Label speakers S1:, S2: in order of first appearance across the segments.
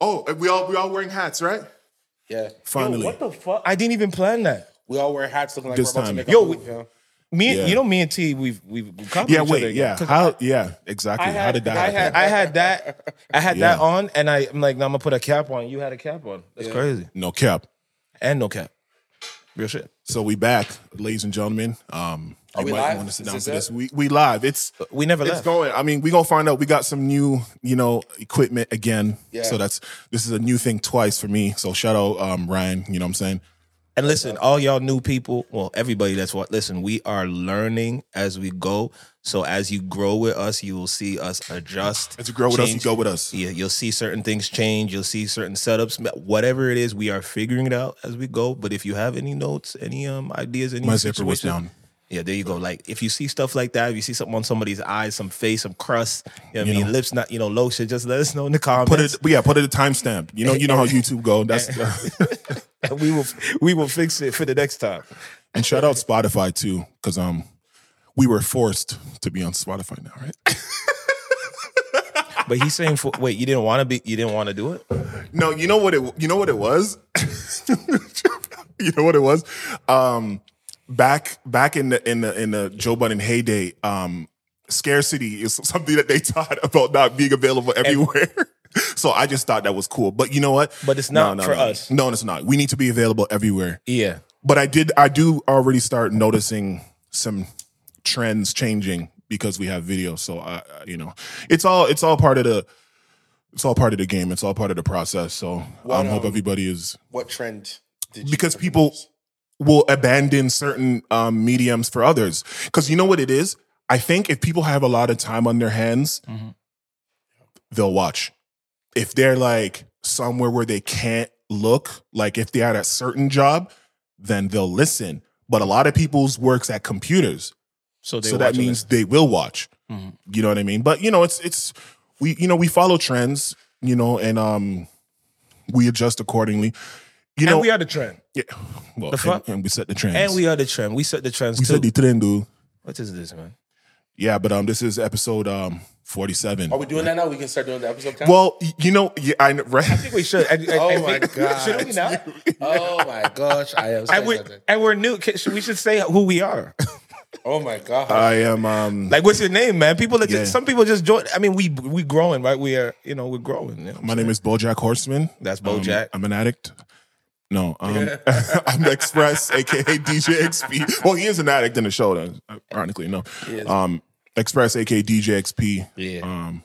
S1: Oh, and we all we all wearing hats, right?
S2: Yeah,
S3: Yo,
S4: Finally.
S3: what the fuck? I didn't even plan that.
S2: we all wear hats looking like
S4: This
S2: we're about
S4: time.
S2: to make a
S4: Yo,
S2: move. Yo,
S3: Me,
S4: Yeah.
S3: you know, me and T, we've we've we've come.
S4: yeah,
S3: each other
S4: wait,
S3: again.
S4: yeah.
S3: 'Cause
S4: How? Yeah, exactly.
S3: I
S4: How
S3: had,
S4: did that
S3: I
S4: happen?
S3: had, I had that, I had that
S4: Yeah.
S3: on, and I, I'm like, no, I'm gonna put a cap on. You had a cap on. That's crazy.
S4: no cap.
S3: And no cap. Real shit.
S4: So we back, ladies and gentlemen. Um,
S2: Are
S4: you
S2: we
S4: might
S2: live?
S4: want to sit
S2: Is
S4: down
S2: this
S4: for
S2: it?
S4: this. We we live. It's
S3: Uh, We never
S4: it's
S3: left.
S4: going. I mean, we gonna find out. We got some new, you know, equipment again.
S2: Yeah.
S4: So that's this is a new thing twice for me. So shout out um Ryan. You know what I'm saying?
S3: And listen, all y'all new people, well, everybody that's what listen, we are learning as we go. So as you grow with us, you will see us adjust.
S4: As you grow with us, you
S3: change.
S4: go with us.
S3: Yeah, you'll see certain things change. You'll see certain setups. Whatever it is, we are figuring it out as we go. But if you have any notes, any um ideas, any
S4: My zipper was
S3: situations-
S4: down.
S3: Yeah, there you go. Like if you see stuff like that, if you see something on somebody's eyes, some face, some crust, you know what
S4: You
S3: I mean,
S4: know.
S3: lips not, you know, lotion, just let us know in the comments.
S4: Put it. But yeah, put it a timestamp. You know, you know how YouTube go. That's
S3: and we will we will fix it for the next time.
S4: and shout out Spotify too, because um we were forced to be on Spotify now, right?
S3: But he's saying for wait, you didn't want to be you didn't want to do it?
S4: No, you know what it you know what it was? you know what it was? Um back back in the in the in the Joe Budden heyday, um scarcity is something that they taught about not being available everywhere. so I just thought that was cool. But you know what?
S3: But it's
S4: No,
S3: not
S4: no,
S3: for
S4: no.
S3: us.
S4: No, it's not. We need to be available everywhere.
S3: Yeah.
S4: But I did I do already start noticing some trends changing because we have video. So I I- you know, it's all it's all part of the it's all part of the game. It's all part of the process. So I hope everybody is
S2: what trend? Did you
S4: because people will abandon certain um, mediums for others. Because you know what it is? I think if people have a lot of time on their hands,
S3: Mm-hmm.
S4: they'll watch. If they're like somewhere where they can't look, like if they had a certain job, then they'll listen. But a lot of people's works at computers,
S3: So they
S4: so that
S3: watching
S4: means
S3: this.
S4: they will watch.
S3: Mm-hmm.
S4: You know what I mean? But you know, it's it's we you know we follow trends, you know, and um we adjust accordingly. You know,
S3: and we are the trend.
S4: yeah. Well,
S3: The fuck?
S4: and, and we set the trends.
S3: And we are the trend. We set the trends
S4: we
S3: too.
S4: set the trend, dude.
S3: what is this, man?
S4: Yeah, but um, this is episode um forty seven.
S2: Are we doing that now? We can start doing the episode count.
S4: well, y- you know, yeah, I kn- right.
S3: I think we should. I- I-
S2: Oh
S3: I
S2: my
S3: think-
S2: God.
S3: Should we not?
S2: oh my gosh, I am.
S3: And we're, and we're new. Can- should- We should say who we are.
S2: Oh my god.
S4: I am um.
S3: Like, what's your name, man? People that
S4: Yeah.
S3: just, some people just join. I mean, we we growing, right? We are, you know, we're growing. you know?
S4: my name is BoJack Horseman.
S3: That's
S4: Um,
S3: BoJack.
S4: I'm an addict. No, um, I'm Express, aka DJ XP. Well, he is an addict in the show, though. Ironically, no. Um, Express, aka DJ XP.
S3: Yeah.
S4: Um,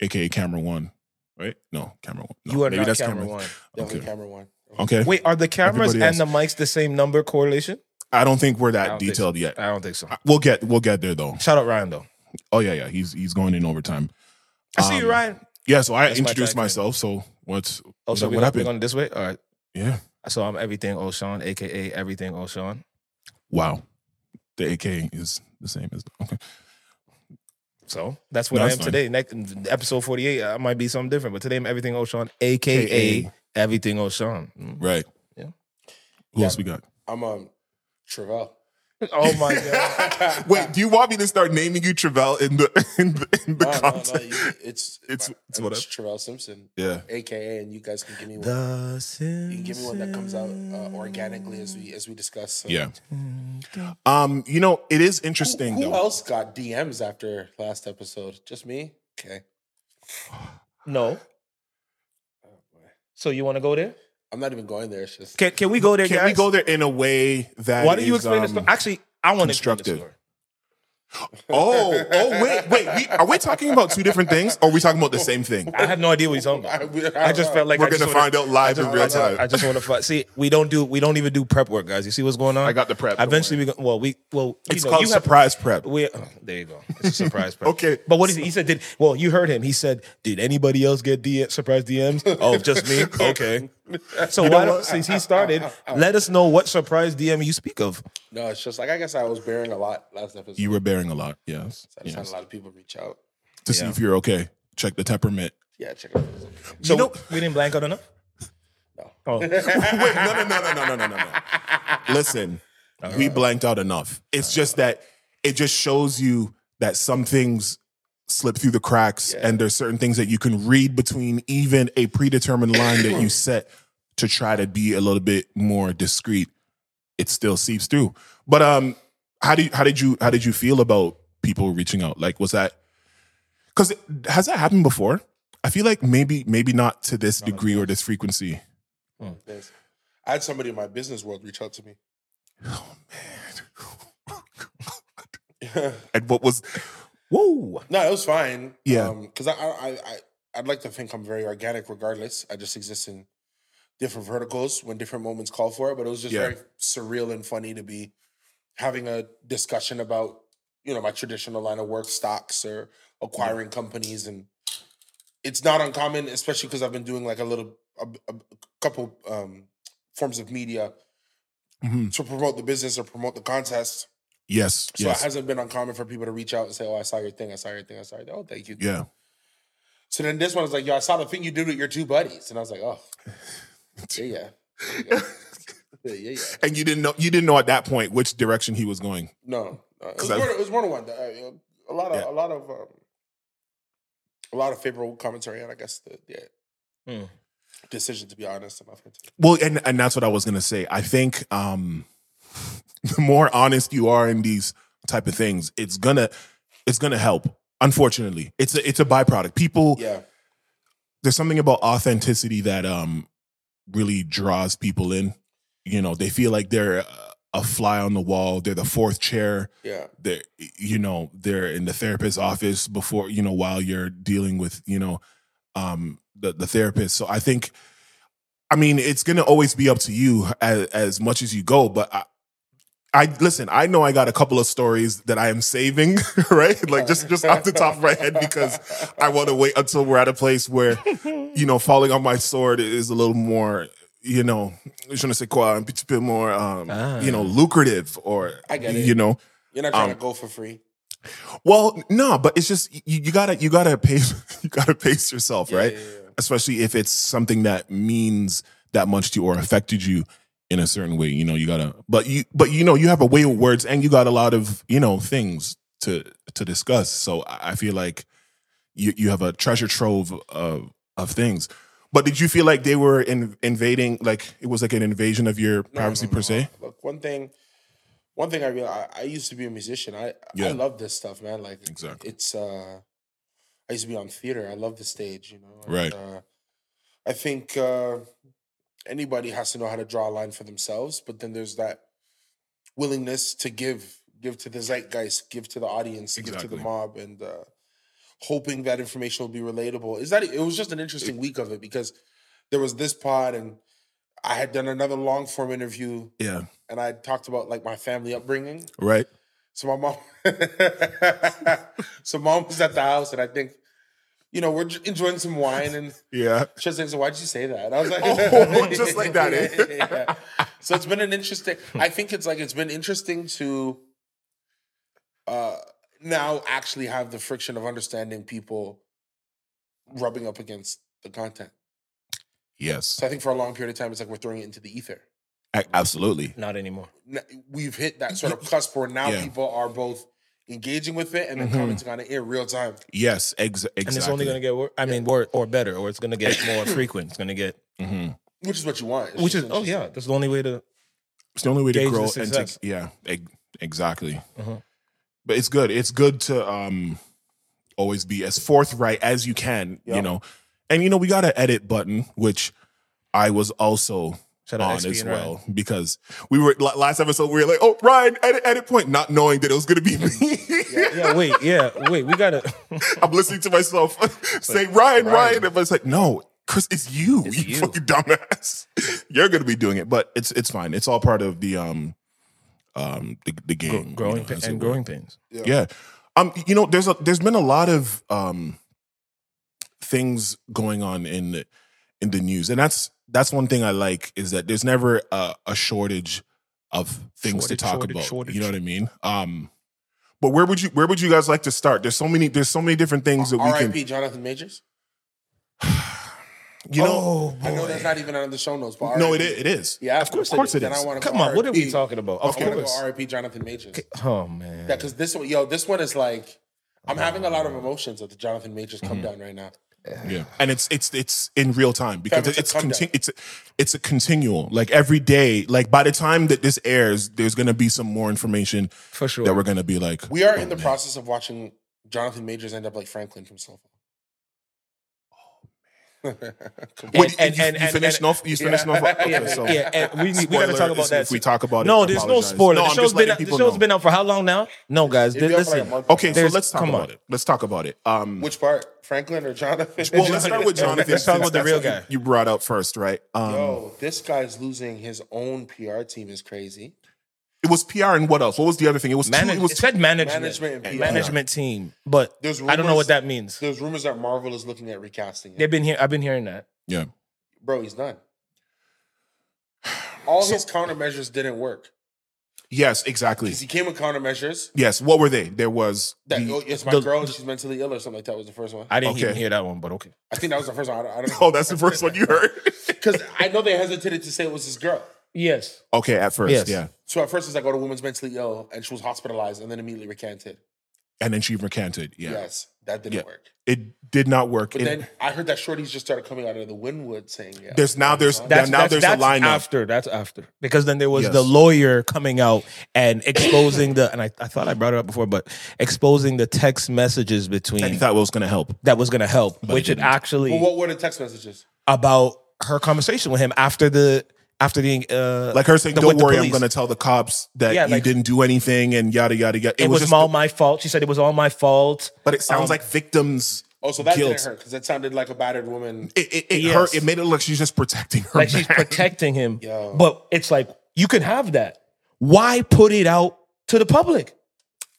S4: aka Camera One, right? No, Camera One. No,
S3: you are
S4: maybe
S3: not
S4: that's
S3: camera one.
S2: Definitely
S4: Okay.
S2: camera one.
S4: Okay.
S3: Wait, are the cameras
S4: Everybody
S3: and the mics the same number correlation?
S4: I don't think we're
S3: I
S4: that
S3: don't think
S4: detailed yet.
S3: I don't think so.
S4: We'll get we'll get there though.
S3: Shout out Ryan though.
S4: Oh yeah, yeah. He's he's going in overtime.
S3: I see you,
S4: Um,
S3: Ryan.
S4: Yeah, so I
S3: That's my
S4: introduced
S3: tagline.
S4: myself. So what's
S3: Oh, so
S4: what
S3: we going
S4: happened?
S3: we going this way. All right.
S4: yeah.
S3: So I'm everything O'Shawn, aka everything O'Shawn.
S4: Wow. The AK is the same as okay.
S3: So that's what
S4: No,
S3: I
S4: that's
S3: am
S4: fine.
S3: today. Next episode 48, I might be something different, but today I'm everything O'Shawn, aka
S4: AKA.
S3: everything O'Shawn. Mm.
S4: Right.
S3: Yeah.
S4: Who else we got?
S2: I'm um Travell.
S3: Oh my god.
S4: Wait, do you want me to start naming you Travell in the in the, in the
S2: No, no, no.
S4: content?
S2: You, it's
S4: It's-
S2: my-
S4: it's what I-
S2: Travell Simpson,
S4: Yeah.
S2: aka, and you guys can give me one.
S3: the
S2: You
S3: Simpsons.
S2: can give me one that comes out uh, organically as we as we discuss. So.
S4: Yeah. Um, you know, it is
S2: Who,
S4: interesting
S2: who
S4: though.
S2: else got DMs after last episode? Just me. Okay.
S3: No. So you want to go there?
S2: I'm not even going there. It's just
S3: Can, can we go there,
S4: Can
S3: guys?
S4: we go there in a way that
S3: Why don't you
S4: is,
S3: explain the
S4: um,
S3: story? Actually, I want to explain the
S4: constructive.
S3: story.
S4: Oh, oh, wait, wait. We, are we talking about two different things? Or are we talking about the same thing?
S3: I have no idea what he's talking about. I just felt like
S4: We're
S3: I just
S4: gonna
S3: wanna-
S4: find out live
S3: I
S4: in
S3: just-
S4: real
S3: I just-
S4: time.
S3: I just want to find. See, we don't do we don't even do prep work, guys. You see what's going on?
S4: I got the prep, don't
S3: Eventually, we go, well we well you
S4: It's
S3: know,
S4: called
S3: you have-
S4: surprise prep.
S3: we oh, there you go. It's a surprise prep.
S4: Okay.
S3: but what is it? He said, did well? You heard him. He said, did anybody else get DM, surprise DMs? oh, just me. Okay. So why don't, since he
S5: Oh,
S3: started, let us know what surprise DM you speak of.
S2: no. It's just like I guess I was bearing a lot last episode.
S4: You were bearing a lot, yes.
S2: I just
S4: yes.
S2: had a lot of people reach out.
S4: To see
S3: Yeah.
S4: if you're okay. Check the temperament.
S2: Yeah, check it out.
S3: So
S4: know-
S3: we didn't blank out enough.
S2: No.
S3: Oh,
S4: Wait, no, no, no, no, no, no, no, no, no. Listen, we blanked out enough. It's just that it just shows you that some things slip through the cracks and there's certain things that you can read between even a predetermined line that you set to try to be a little bit more discreet it still seeps through but um how do you, how did you how did you feel about people reaching out like was that cuz has that happened before i feel like maybe maybe not to this degree or this frequency
S2: Thanks. I had somebody in my business world reach out to me.
S4: and what was whoa
S2: No, it was fine.
S4: Yeah.
S2: because I, I, I, I'd like to think I'm very organic, regardless. I just exist in different verticals when different moments call for it. But it was just
S4: Yeah.
S2: very surreal and funny to be having a discussion about you know my traditional line of work, stocks or acquiring companies, and it's not uncommon, especially because I've been doing like a little, a, a couple um, forms of media
S4: Mhm.
S2: to promote the business or promote the contest.
S4: yes
S2: So
S4: yes
S2: it hasn't been uncommon for people to reach out and say, "Oh, I saw your thing. I saw your thing. I saw your thing. Oh, thank you."
S4: yeah
S2: So then this one was like, "Yo, I saw the thing you did with your two buddies," and I was like, "Oh, yeah, yeah, yeah, yeah." yeah, yeah.
S4: and you didn't know you didn't know at that point which direction he was going
S2: No, no. It, was
S4: 'Cause I-
S2: more, it was more than one. Uh, you know, a lot of,
S4: Yeah.
S2: a lot of, um, a lot of favorable commentary, and I guess the yeah,
S5: Hmm.
S2: decision to be honest. I'm
S4: Well, and and that's what I was gonna say. I think um the more honest you are in these type of things, it's gonna it's gonna help. Unfortunately, it's a it's a byproduct. People,
S2: yeah,
S4: there's something about authenticity that um really draws people in. You know, they feel like they're uh, a fly on the wall. They're the fourth chair.
S2: yeah,
S4: They're you know they're in the therapist's office before you know while you're dealing with you know um, the the therapist. So I think, I mean, it's gonna always be up to you as as much as you go. But I, I listen. I know I got a couple of stories that I am saving, right? Like just just off the top of my head because I want to wait until we're at a place where you know falling on my sword is a little more. You know, je ne sais quoi, a petit peu more, um,
S5: Ah.
S4: you know, lucrative or,
S2: I get it.
S4: you know,
S2: You're not trying
S4: Um,
S2: to go for free.
S4: well, no, but it's just you, you gotta you gotta pace you gotta pace yourself, right?
S2: yeah, yeah.
S4: Especially if it's something that means that much to you or affected you in a certain way. You know, you gotta but you but you know you have a way of words and you got a lot of, you know, things to to discuss. So I I feel like you you have a treasure trove of of things. But did you feel like they were in, invading like it was like an invasion of your
S2: No,
S4: privacy
S2: no,
S4: per
S2: no.
S4: se?
S2: Look, one thing, one thing I realized, I, I used to be a musician. I I
S4: Yeah.
S2: love this stuff, man. Like
S4: Exactly.
S2: it's. uh I used to be on theater. I love the stage, you know. and,
S4: Right.
S2: uh, I think uh anybody has to know how to draw a line for themselves, but then there's that willingness to give, give to the zeitgeist, give to the audience, give to
S4: Exactly.
S2: the mob, and uh hoping that information will be relatable. Is that it was just an interesting week of it because there was this pod and I had done another long form interview
S4: Yeah.
S2: and I talked about like my family upbringing.
S4: Right?
S2: So my mom, so mom was at the house, and I think, you know, we're j- enjoying some wine, and
S4: Yeah.
S2: she was like, "So why'd you say that?" And I was like,
S4: Oh, just like that, eh?
S2: Yeah, yeah. So it's been an interesting. I think it's like it's been interesting to uh now actually have the friction of understanding people rubbing up against the content.
S4: Yes.
S2: So I think for a long period of time, it's like we're throwing it into the ether.
S4: A- absolutely.
S5: Not anymore.
S2: n- we've hit that sort of cusp where now
S4: Yeah.
S2: people are both engaging with it and then
S4: Mhm.
S2: commenting on it in real time.
S4: Yes, ex- exactly.
S5: And it's only going to get worse. I mean, wor- or better, or it's going to get more frequent. It's going to get,
S4: hmm
S2: Which is what you want. It's
S5: which is,
S2: just
S5: oh, yeah,
S2: interesting.
S5: that's the only way to.
S4: It's the only way to
S5: Gauge
S4: grow
S5: the
S4: and
S5: success.
S4: to, yeah, eg- exactly.
S5: Mhm.
S4: But it's good. It's good to um always be as forthright as you can,
S2: Yeah.
S4: you know. And you know, we got an edit button, which I was also
S5: Shout out
S4: on
S5: XP
S4: as
S5: and Ryan.
S4: well because we were la- last episode we were like, oh Ryan, edit edit point, not knowing that it was gonna be me.
S5: Yeah, wait, yeah, wait. We got to.
S4: I'm listening to myself say Ryan, Ryan,
S5: Ryan.
S4: and it's like, no, Chris, it's you,
S5: It's
S4: you,
S5: you.
S4: fucking dumbass. You're gonna be doing it, but it's it's fine. It's all part of the um um the, the game
S5: growing
S4: you know,
S5: pa-
S4: as it
S5: and
S4: were.
S5: growing pains.
S4: Yeah, um, you know, there's a there's been a lot of um things going on in the, in the news, and that's that's one thing I like is that there's never a, a shortage of things
S5: Shortage,
S4: to talk
S5: shortage,
S4: about.
S5: shortage.
S4: You know what I mean? Um, but where would you where would you guys like to start? There's so many there's so many different things that we can.
S2: R.I.P. Jonathan Majors.
S4: You know,
S5: oh,
S2: I know that's not even on the show notes, but
S4: no, it
S2: R.I.P..
S4: is. It is.
S2: Yeah,
S4: of course, of course it
S2: Then
S4: is.
S2: I want to
S5: Come on, what are we talking about? Of
S2: I want to go
S5: course.
S2: R.I.P. Jonathan Majors.
S5: Oh man.
S2: Yeah, because this one, yo, this one is like I'm having a lot of emotions at the Jonathan Majors come down right now.
S4: Yeah, and it's it's it's in real time because
S2: it's a
S4: it's
S2: comeback.
S4: conti- it's a, it's a continual. Like every day, like by the time that this airs, there's gonna be some more information
S6: For sure.
S4: that we're gonna be like.
S2: We are in the process of watching Jonathan Majors end up like Franklin from Soul.
S4: Wait,
S3: and-
S4: you,
S3: and-
S4: you
S3: and-
S4: finished
S3: and-
S4: off. You finished off. Okay,
S3: yeah,
S4: so
S3: yeah, and we, we gotta
S4: spoiler
S3: talk
S4: is
S3: about that.
S4: If we talk about
S3: no,
S4: it,
S3: there's no
S4: apologize.
S3: spoiler.
S4: No,
S3: the
S4: I'm
S3: show's
S4: just
S3: been
S4: letting
S3: out, the
S4: people
S3: show's
S4: know.
S3: been out for how long now? No, guys,
S2: It'd be out for like a
S3: listen.
S2: month.
S4: Okay, so
S3: There's-
S4: let's talk
S3: come
S4: about
S3: on.
S4: it. Let's talk about it. Um,
S2: Which part, Franklin or Jonathan?
S4: well, let's start with Jonathan.
S3: Let's talk
S4: since
S3: about the
S4: that's
S3: real
S4: what you-
S3: guy.
S4: You brought up first, right? Um,
S2: Yo, this guy's losing his own PR team is crazy.
S4: It was PR and what else? What was the other thing? It was two,
S3: Manage-
S4: it
S3: it,
S4: was two-
S3: said management,
S2: Management
S3: management,
S2: and PR.
S3: team, but
S2: There's
S3: I don't know
S2: rumors-
S3: what that means.
S2: There's rumors that Marvel is looking at recasting him.
S3: They've been here. I've been hearing that.
S4: yeah.
S2: Bro, he's done. All his countermeasures didn't work.
S4: Yes, exactly.
S2: 'Cause He came with countermeasures.
S4: Yes, what were they? There was
S2: That
S4: the-
S2: oh, it's my
S3: the-
S2: girl, she's mentally ill or something like that was the first one. I,
S3: I didn't
S4: Okay.
S3: even hear that one, but okay.
S2: think that was the first one. I don't, I don't
S4: Oh,
S2: know.
S4: that's the first one you heard.
S2: Because I know they hesitated to say it was his girl.
S3: Yes,
S4: okay, at first,
S3: Yes.
S4: yeah,
S2: So at first it's like, oh, the woman's mentally ill and she was hospitalized and then immediately recanted.
S4: and then she recanted. Yeah,
S2: Yes, that didn't
S4: Yeah.
S2: work.
S4: it did not work.
S2: But
S4: It-
S2: then I heard that shorties just started coming out of the Winwood saying, yeah.
S4: there's now there's
S3: that's,
S4: now
S3: that's,
S4: there's
S3: that's
S4: a lineup.
S3: after. That's after because then there was
S4: Yes.
S3: the lawyer coming out and exposing the and I, I thought I brought it up before, but exposing the text messages
S4: and he
S3: between
S4: thought it was going to help.
S3: that was going to help, which it actually
S2: Well, what were the text messages?
S3: about her conversation with him after the after the uh,
S4: Like her saying,
S3: the-
S4: "Don't
S3: with the
S4: worry, I'm
S3: police.
S4: going to tell the cops that
S3: Yeah,
S4: you
S3: like-
S4: didn't do anything," and yada yada yada.
S3: It, was, um,
S4: just,
S3: all my fault. She said it was all my fault.
S4: but it sounds like victims.
S2: Oh, so that
S4: guilt.
S2: didn't hurt because that sounded like a battered woman.
S4: It, it, it
S3: Yes.
S4: hurt. It made it look like she's just protecting her.
S3: like she's
S4: man.
S3: protecting him.
S2: Yo.
S3: But it's like you can have that. Why put it out to the public?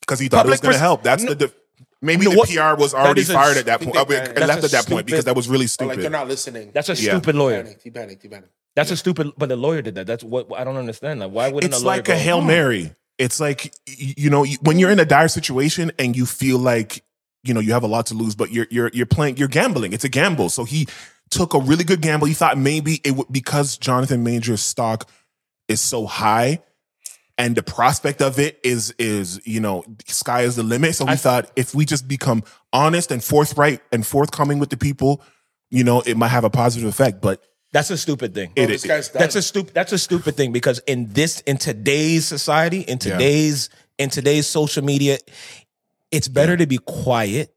S4: because he thought it was
S3: Public
S4: going to
S3: pers-
S4: help. That's the dif- maybe
S3: No,
S4: the
S3: what-
S4: PR was
S3: that
S4: already
S3: is a
S4: fired at that point.
S2: stupid
S4: I mean,
S2: panic.
S4: it left
S3: That's a
S4: at that point
S3: stupid-
S4: because that was really
S2: Or like
S4: stupid.
S2: they're not listening.
S3: That's a
S4: Yeah.
S3: stupid lawyer.
S2: panicked. He panicked. He panicked. Oh,
S3: That's a stupid. But the lawyer did that. That's what I don't understand. That why wouldn't
S4: it's
S3: a lawyer
S4: like a
S3: go,
S4: hail
S3: "Hmm,
S4: mary. It's like y- you know you- when you're in a dire situation and you feel like you know you have a lot to lose, but you're you're you're playing you're gambling. It's a gamble. So he took a really good gamble. He thought maybe it would because Jonathan Major's stock is so high. And the prospect of it is is you know sky is the limit. So we thought if we just become honest and forthright and forthcoming with the people, you know it might have a positive effect. But
S3: That's a stupid thing.
S2: Oh,
S4: it
S2: this
S4: is
S2: guy's done.
S3: That's a stupid. That's a stupid thing because in this, in today's society, in
S4: Yeah.
S3: today's in today's social media, it's better to be quiet.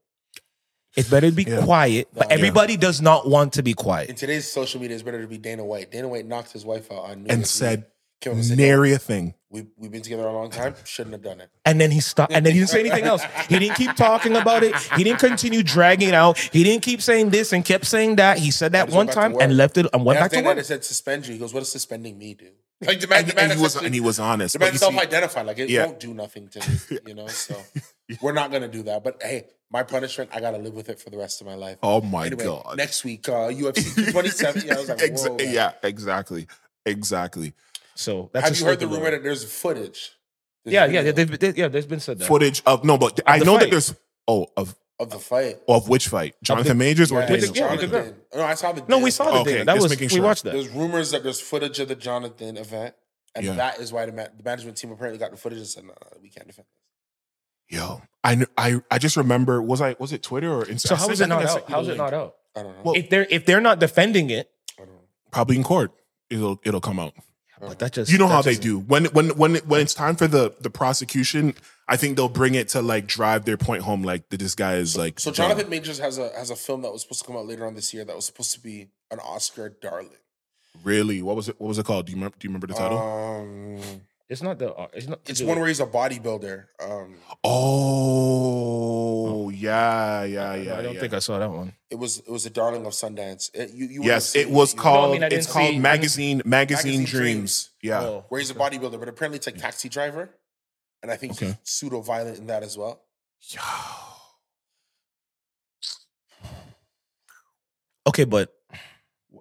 S3: It's better to be
S4: Yeah.
S3: quiet, but
S2: Yeah.
S3: everybody does not want to be quiet.
S2: In today's social media, it's better to be Dana White. Dana White knocked his wife out on New
S4: and
S2: Year's
S4: said
S2: Eve. Came up and said,
S4: nary a thing.
S2: we, we've been together a long time. Shouldn't have done it.
S3: And then he stopped. And then he didn't say anything else. He didn't keep talking about it. He didn't continue dragging it out. He didn't keep saying this and kept saying that. He said that
S2: just went
S3: one
S2: back to
S3: time
S2: work.
S3: and left it and went
S2: And
S3: back
S2: after
S3: to
S2: that,
S3: work.
S2: it said suspend you. He goes, what does suspending me do? Like the man,
S4: And,
S2: the man
S4: and he was
S2: essentially-
S4: and he was honest.
S2: the
S4: but
S2: man
S4: you see-
S2: self-identified. Like it
S4: Yeah.
S2: won't do nothing to me, you know. So we're not gonna do that. But hey, my punishment, I gotta live with it for the rest of my life.
S4: Oh my
S2: Anyway,
S4: god!
S2: next week, uh, UFC 27. Yeah, I was like,
S4: Ex-
S2: whoa, man.
S4: yeah, exactly, exactly.
S3: So that's
S2: Have
S3: a
S2: you heard the
S3: stupid
S2: rumor
S3: rumor.
S2: that there's footage? There's
S3: Yeah, yeah, yeah.
S2: video
S3: They've, they, yeah, there's been said that.
S4: Footage of no, but I
S3: the
S4: know
S3: fight.
S4: that there's oh of
S2: of the fight.
S4: of which fight? Jonathan Majors or
S2: Yeah,
S3: with the-
S4: Daniel?
S3: yeah, with the girl.
S2: Jonathan. No, I saw the.
S3: no, we
S2: dance.
S3: saw the
S4: Okay,
S3: thing. That
S4: just
S3: was we
S4: making sure.
S3: watched that.
S2: There's rumors that there's footage of the Jonathan event, and
S4: Yeah.
S2: that is why the, ma- the management team apparently got the footage and said, "No, no, we can't defend." this."
S4: Yo, I kn- I I just remember was I was it Twitter or Instagram?
S3: So how is it not out?
S4: How
S3: How
S4: is
S3: is it not out?
S2: I don't know.
S4: Well-
S3: If they're if they're not defending it,
S2: I don't know.
S4: Probably in court. It'll it'll come out.
S3: but that just
S4: You know
S3: that
S4: how they
S3: just-
S4: do when when when when it's time for the the prosecution. I think they'll bring it to like drive their point home. Like that this guy is like
S2: So Jonathan Majors has a has a film that was supposed to come out later on this year that was supposed to be an Oscar darling.
S4: Really, what was it? What was it called? Do you remember? Do you remember the title?
S2: Um,
S3: It's not the. It's not.
S2: it's one where he's a bodybuilder. Um,
S4: Oh, yeah, yeah, yeah.
S3: I don't
S4: yeah.
S3: think I saw that one.
S2: it was it was a darling of Sundance. It- you, you would've
S4: Yes,
S2: seen
S4: it was
S2: you-
S4: called.
S3: mean, I
S4: it's
S3: didn't
S4: called
S3: see-
S4: magazine, magazine.
S2: Magazine
S4: Dreams.
S2: Dreams.
S4: Yeah.
S3: Oh.
S2: where he's a bodybuilder, but apparently it's like Taxi Driver, and I think he's
S4: Okay.
S2: pseudo violent in that as well.
S4: Yo.
S3: Okay, but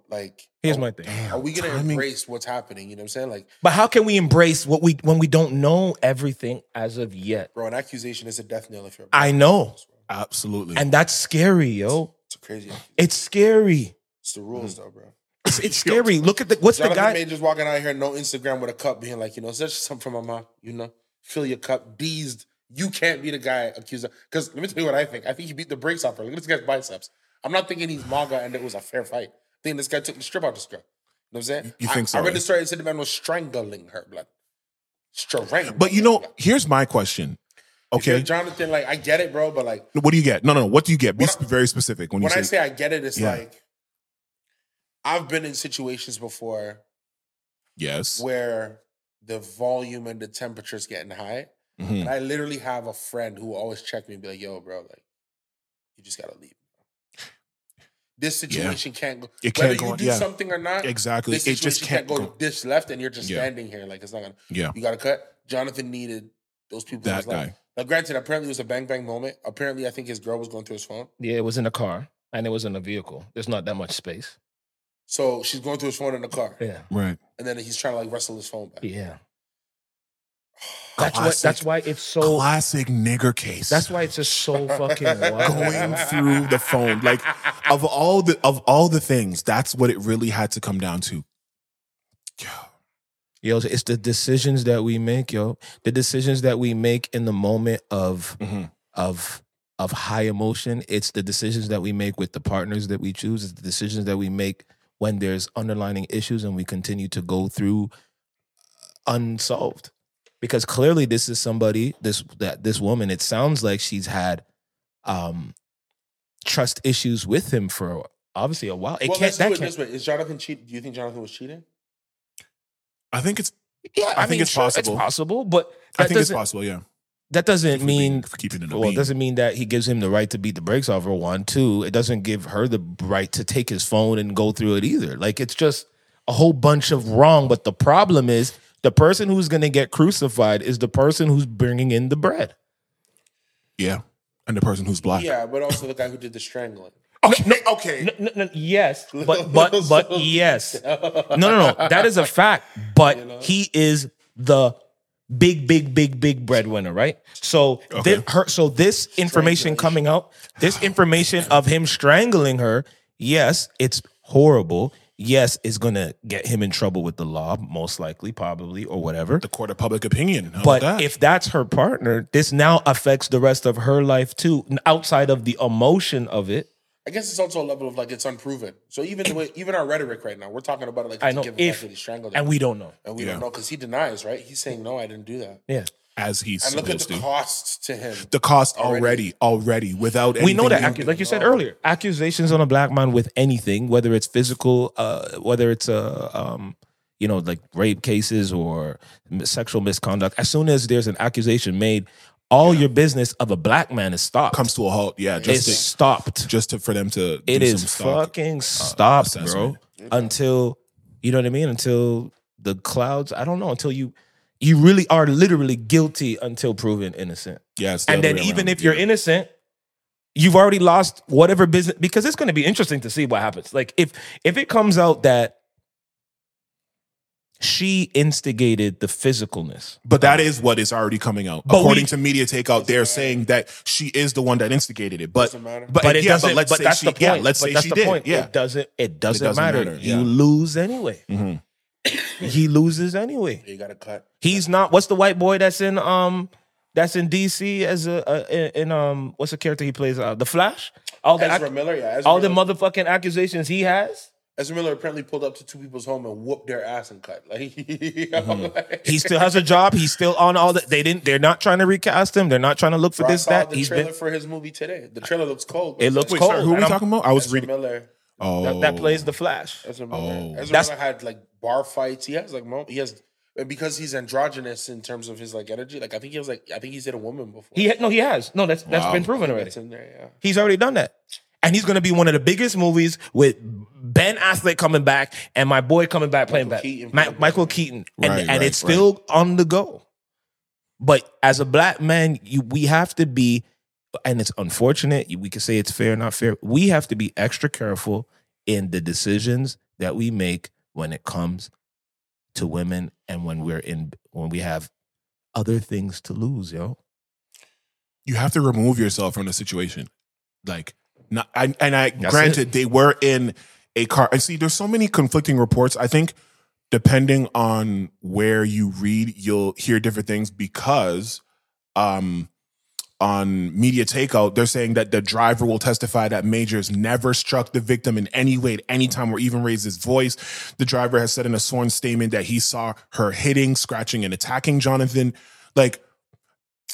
S2: Like,
S3: here's
S2: are-
S3: my thing.
S4: Oh, Damn,
S2: Are we gonna
S4: timing.
S2: embrace what's happening? You know what I'm saying? Like,
S3: But how can we embrace what we when we don't know everything as of yet?
S2: bro, an accusation is a death knell if you're.
S3: I know.
S4: Absolutely.
S3: And that's scary, yo.
S2: It's crazy.
S3: It's scary.
S2: It's the rules, though, bro.
S3: It's, it's scary. Look at the what's the
S2: Jonathan
S3: guy?
S2: Majors walking out here, no Instagram with a cup, being like, you know, is that just something from my mom? You know, fill your cup. These You can't be the guy accused of because let me tell you what I think. I think he beat the brakes off her. Look at this guy's biceps. I'm not thinking he's MAGA and it was a fair fight. I think this guy took the strip out this girl. You know what I'm saying?
S4: You
S2: I-
S4: think so,
S2: I read
S4: right?
S2: the story and said the man was strangling her blood. Strangling.
S4: But you know, here's my question.
S2: okay.
S4: Okay,
S2: Jonathan, like I get it, bro, but like
S4: what do you get? No, no, no. What do you get? Be
S2: When
S4: sp- very specific when you
S2: when
S4: say,
S2: I say I get it, it's
S4: Yeah.
S2: like I've been in situations before
S4: yes.
S2: where the volume and the temperature's getting high.
S4: Mhm.
S2: And I literally have a friend who will always check me and be like, yo, bro, like, you just gotta leave. This situation can't go.
S4: It
S2: Whether
S4: can't go
S2: you
S4: on-
S2: do
S4: yeah.
S2: something or not,
S4: Exactly.
S2: this
S4: It
S2: situation
S4: just can't
S2: go,
S4: go.
S2: this left, and you're just
S4: Yeah.
S2: standing here like it's not gonna.
S4: Yeah,
S2: You gotta cut. Jonathan needed those people. in
S4: that
S2: his life.
S4: guy.
S2: Now, granted, apparently it was a bang bang moment. Apparently, I think his girl was going through his phone.
S7: Yeah, it was in a car and it was in a vehicle. There's not that much space.
S2: So she's going through his phone in the car,
S7: Yeah.
S4: Right.
S2: and then he's trying to like wrestle his phone back.
S7: Yeah. That's why,
S4: Classic.
S7: that's why it's so
S4: Classic nigger case.
S7: that's why it's just so fucking wild.
S4: going through the phone. Like of all the of all the things, that's what it really had to come down to.
S3: Yo, it's the decisions that we make, yo. The decisions that we make in the moment of
S4: Mhm.
S3: of of high emotion. It's the decisions that we make with the partners that we choose. It's the decisions that we make when there's underlining issues and we continue to go through unsolved. Because clearly this is somebody, this that this woman, it sounds like she's had um trust issues with him for obviously a while. It
S2: well,
S3: can't
S2: let's
S3: that
S2: do it
S3: can't
S2: this way: Is Jonathan cheat? Do you think Jonathan was cheating?
S4: I think it's
S3: Yeah,
S4: I think it's possible.
S3: It's possible, but
S4: I
S3: that
S4: think it's
S3: doesn't-
S4: possible, yeah.
S3: that doesn't
S4: For
S3: mean
S4: being- for keeping it a
S3: well, it
S4: bean.
S3: doesn't mean that he gives him the right to beat the brakes off her. One, two, it doesn't give her the right to take his phone and go through it either. Like it's just a whole bunch of wrong. But the problem is the person who's going to get crucified is the person who's bringing in the bread.
S4: Yeah. And the person who's black.
S2: Yeah, but also the guy who did the strangling.
S4: Okay. No, okay.
S7: No, no, no, yes,
S3: But but but yes, no no no, that is a fact. But he is the big big big big breadwinner, right? So
S4: Okay.
S3: thi- her, so this information coming out, this information of him strangling her, yes, it's horrible. Yes, it's gonna get him in trouble with the law, most likely, probably, or whatever.
S4: The court of public opinion. How
S3: But
S4: about that?
S3: if that's her partner, this now affects the rest of her life too, n- outside of the emotion of it.
S2: I guess it's also a level of like it's unproven. So even the way, even our rhetoric right now, we're talking about it like
S3: I
S2: it's a
S3: know,
S2: given fact
S3: if-
S2: that he strangled
S3: And
S2: her.
S3: we don't know.
S2: and we
S4: Yeah.
S2: don't know because he denies, right? He's saying no, I didn't do that.
S3: Yeah.
S4: as he's
S2: And look at
S4: supposed
S2: the
S4: to.
S2: cost to him.
S4: the cost already,
S2: Already.
S4: already, without
S3: we know
S4: anything
S3: that,
S4: being-
S3: accu- like you said earlier, accusations on a black man with anything, whether it's physical, uh, whether it's uh, um, you know, like rape cases or m- sexual misconduct. As soon as there's an accusation made, all your business of a black man is stopped.
S4: comes to a halt. Yeah,
S3: it's
S4: just to,
S3: stopped.
S4: just to, for them to
S3: It
S4: do some
S3: is
S4: stock. uh,
S3: fucking stopped, bro.
S4: assessment.
S3: Until you know what I mean. Until the clouds. I don't know. Until you, you really are literally guilty until proven innocent
S4: Yeah, it's the
S3: and
S4: other
S3: then
S4: way
S3: even
S4: around.
S3: if you're
S4: Yeah.
S3: innocent you've already lost whatever business because it's going to be interesting to see what happens like if if it comes out that she instigated the physicalness
S4: But that is what is already coming out.
S3: But
S4: According
S3: we-
S4: to media takeout, they're saying that she is the one that instigated it. But
S2: Doesn't matter.
S4: but,
S3: but it
S4: yeah,
S3: doesn't
S4: but let's say
S3: that's
S4: she
S3: the point
S4: yeah, let's
S3: but
S4: say
S3: that's
S4: she
S3: the
S4: did.
S3: point
S4: Yeah.
S3: it doesn't it doesn't,
S4: doesn't
S3: matter,
S4: matter, yeah.
S3: you lose anyway
S4: Mhm.
S3: he loses anyway
S2: You got to cut.
S3: he's not what's the white boy that's in um that's in dc as a, a in um what's the character he plays uh, the flash all the
S2: Ezra Miller, yeah. Ezra
S3: all the
S2: Miller,
S3: motherfucking accusations he has
S2: Ezra Miller apparently pulled up to two people's home and whooped their ass and cut. Like,
S3: He still has a job. He's still on all that. They didn't. They're not trying to recast him. They're not trying to look for
S2: I
S3: this
S2: saw
S3: that.
S2: the
S3: He's
S2: trailer
S3: been
S2: for his movie today. The trailer looks cold.
S3: It looks
S4: Wait,
S3: cold.
S4: sorry, who are we
S3: And I'm-
S4: talking about? I was
S2: Ezra
S4: reading.
S2: Miller.
S4: Oh,
S3: that, that plays the Flash.
S2: Ezra Miller.
S4: Oh.
S2: Ezra
S3: That's-
S2: Miller had like bar fights. He has like mo- he has and because he's androgynous in terms of his like energy. Like I think he was like I think he's hit a woman before.
S3: He ha- no, he has no. That's that's
S4: Wow.
S3: been proven already.
S2: That's in there. Yeah.
S3: He's already done that, and he's going to be one of the biggest movies with Ben Affleck coming back and my boy coming back playing back
S2: Keaton.
S3: Ma- Michael Keaton, and
S4: Right,
S3: and
S4: right,
S3: it's still on the go. But as a black man, you we have to be, and it's unfortunate. We can say it's fair, not fair. We have to be extra careful in the decisions that we make when it comes to women and when we're in when we have other things to lose, yo.
S4: you have to remove yourself from the situation. Like, not, I, and I
S3: That's
S4: granted they were in a car. I see. There's so many conflicting reports. I think depending on where you read, you'll hear different things because um, on media takeout, they're saying that the driver will testify that Majors never struck the victim in any way at any time or even raised his voice. The driver has said in a sworn statement that he saw her hitting, scratching, and attacking Jonathan. Like,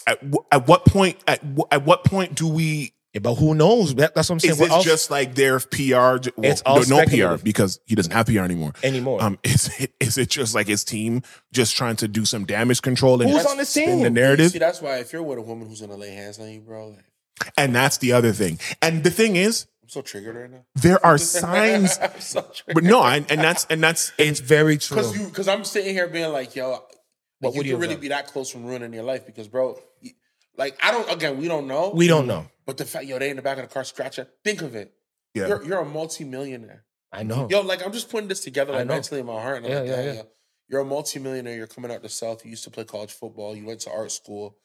S4: at, wh- at what point? At, wh- at what point do we?
S5: Yeah, but who knows? That- that's what I'm saying.
S4: Is
S5: We're
S4: this
S5: all-
S4: just like their PR? j- Well,
S5: It's all
S4: no- no PR
S5: speculative.
S4: because he doesn't have PR anymore.
S5: anymore?
S4: Um, is it is it just like his team just trying to do some damage control and
S5: Who's
S4: just
S5: on the
S4: spin the
S5: team?
S4: narrative?
S2: See, that's why if you're with a woman who's gonna lay hands on you, bro, like,
S4: And that's the other thing. And the thing is,
S2: I'm so triggered right now.
S4: there are signs,
S2: I'm so triggered.
S4: but no, and, and that's and that's
S5: it's very true.
S2: Because you, because I'm sitting here being like, yo, like,
S5: What would
S2: you could
S5: you have
S2: really
S5: done?
S2: be that close from ruining your life because, bro, you- like I don't. Again, we don't know.
S5: we don't know.
S2: but the fact, yo, they in the back of the car scratching. Think of it.
S4: Yeah.
S2: You're, you're a multimillionaire.
S5: I know.
S2: Yo, like I'm just putting this together
S5: I
S2: like
S5: know.
S2: mentally in my heart. And I'm
S5: Yeah,
S2: like,
S5: yeah,
S2: damn,
S5: yeah.
S2: yo, you're a multimillionaire. You're coming out the south. You used to play college football. You went to art school.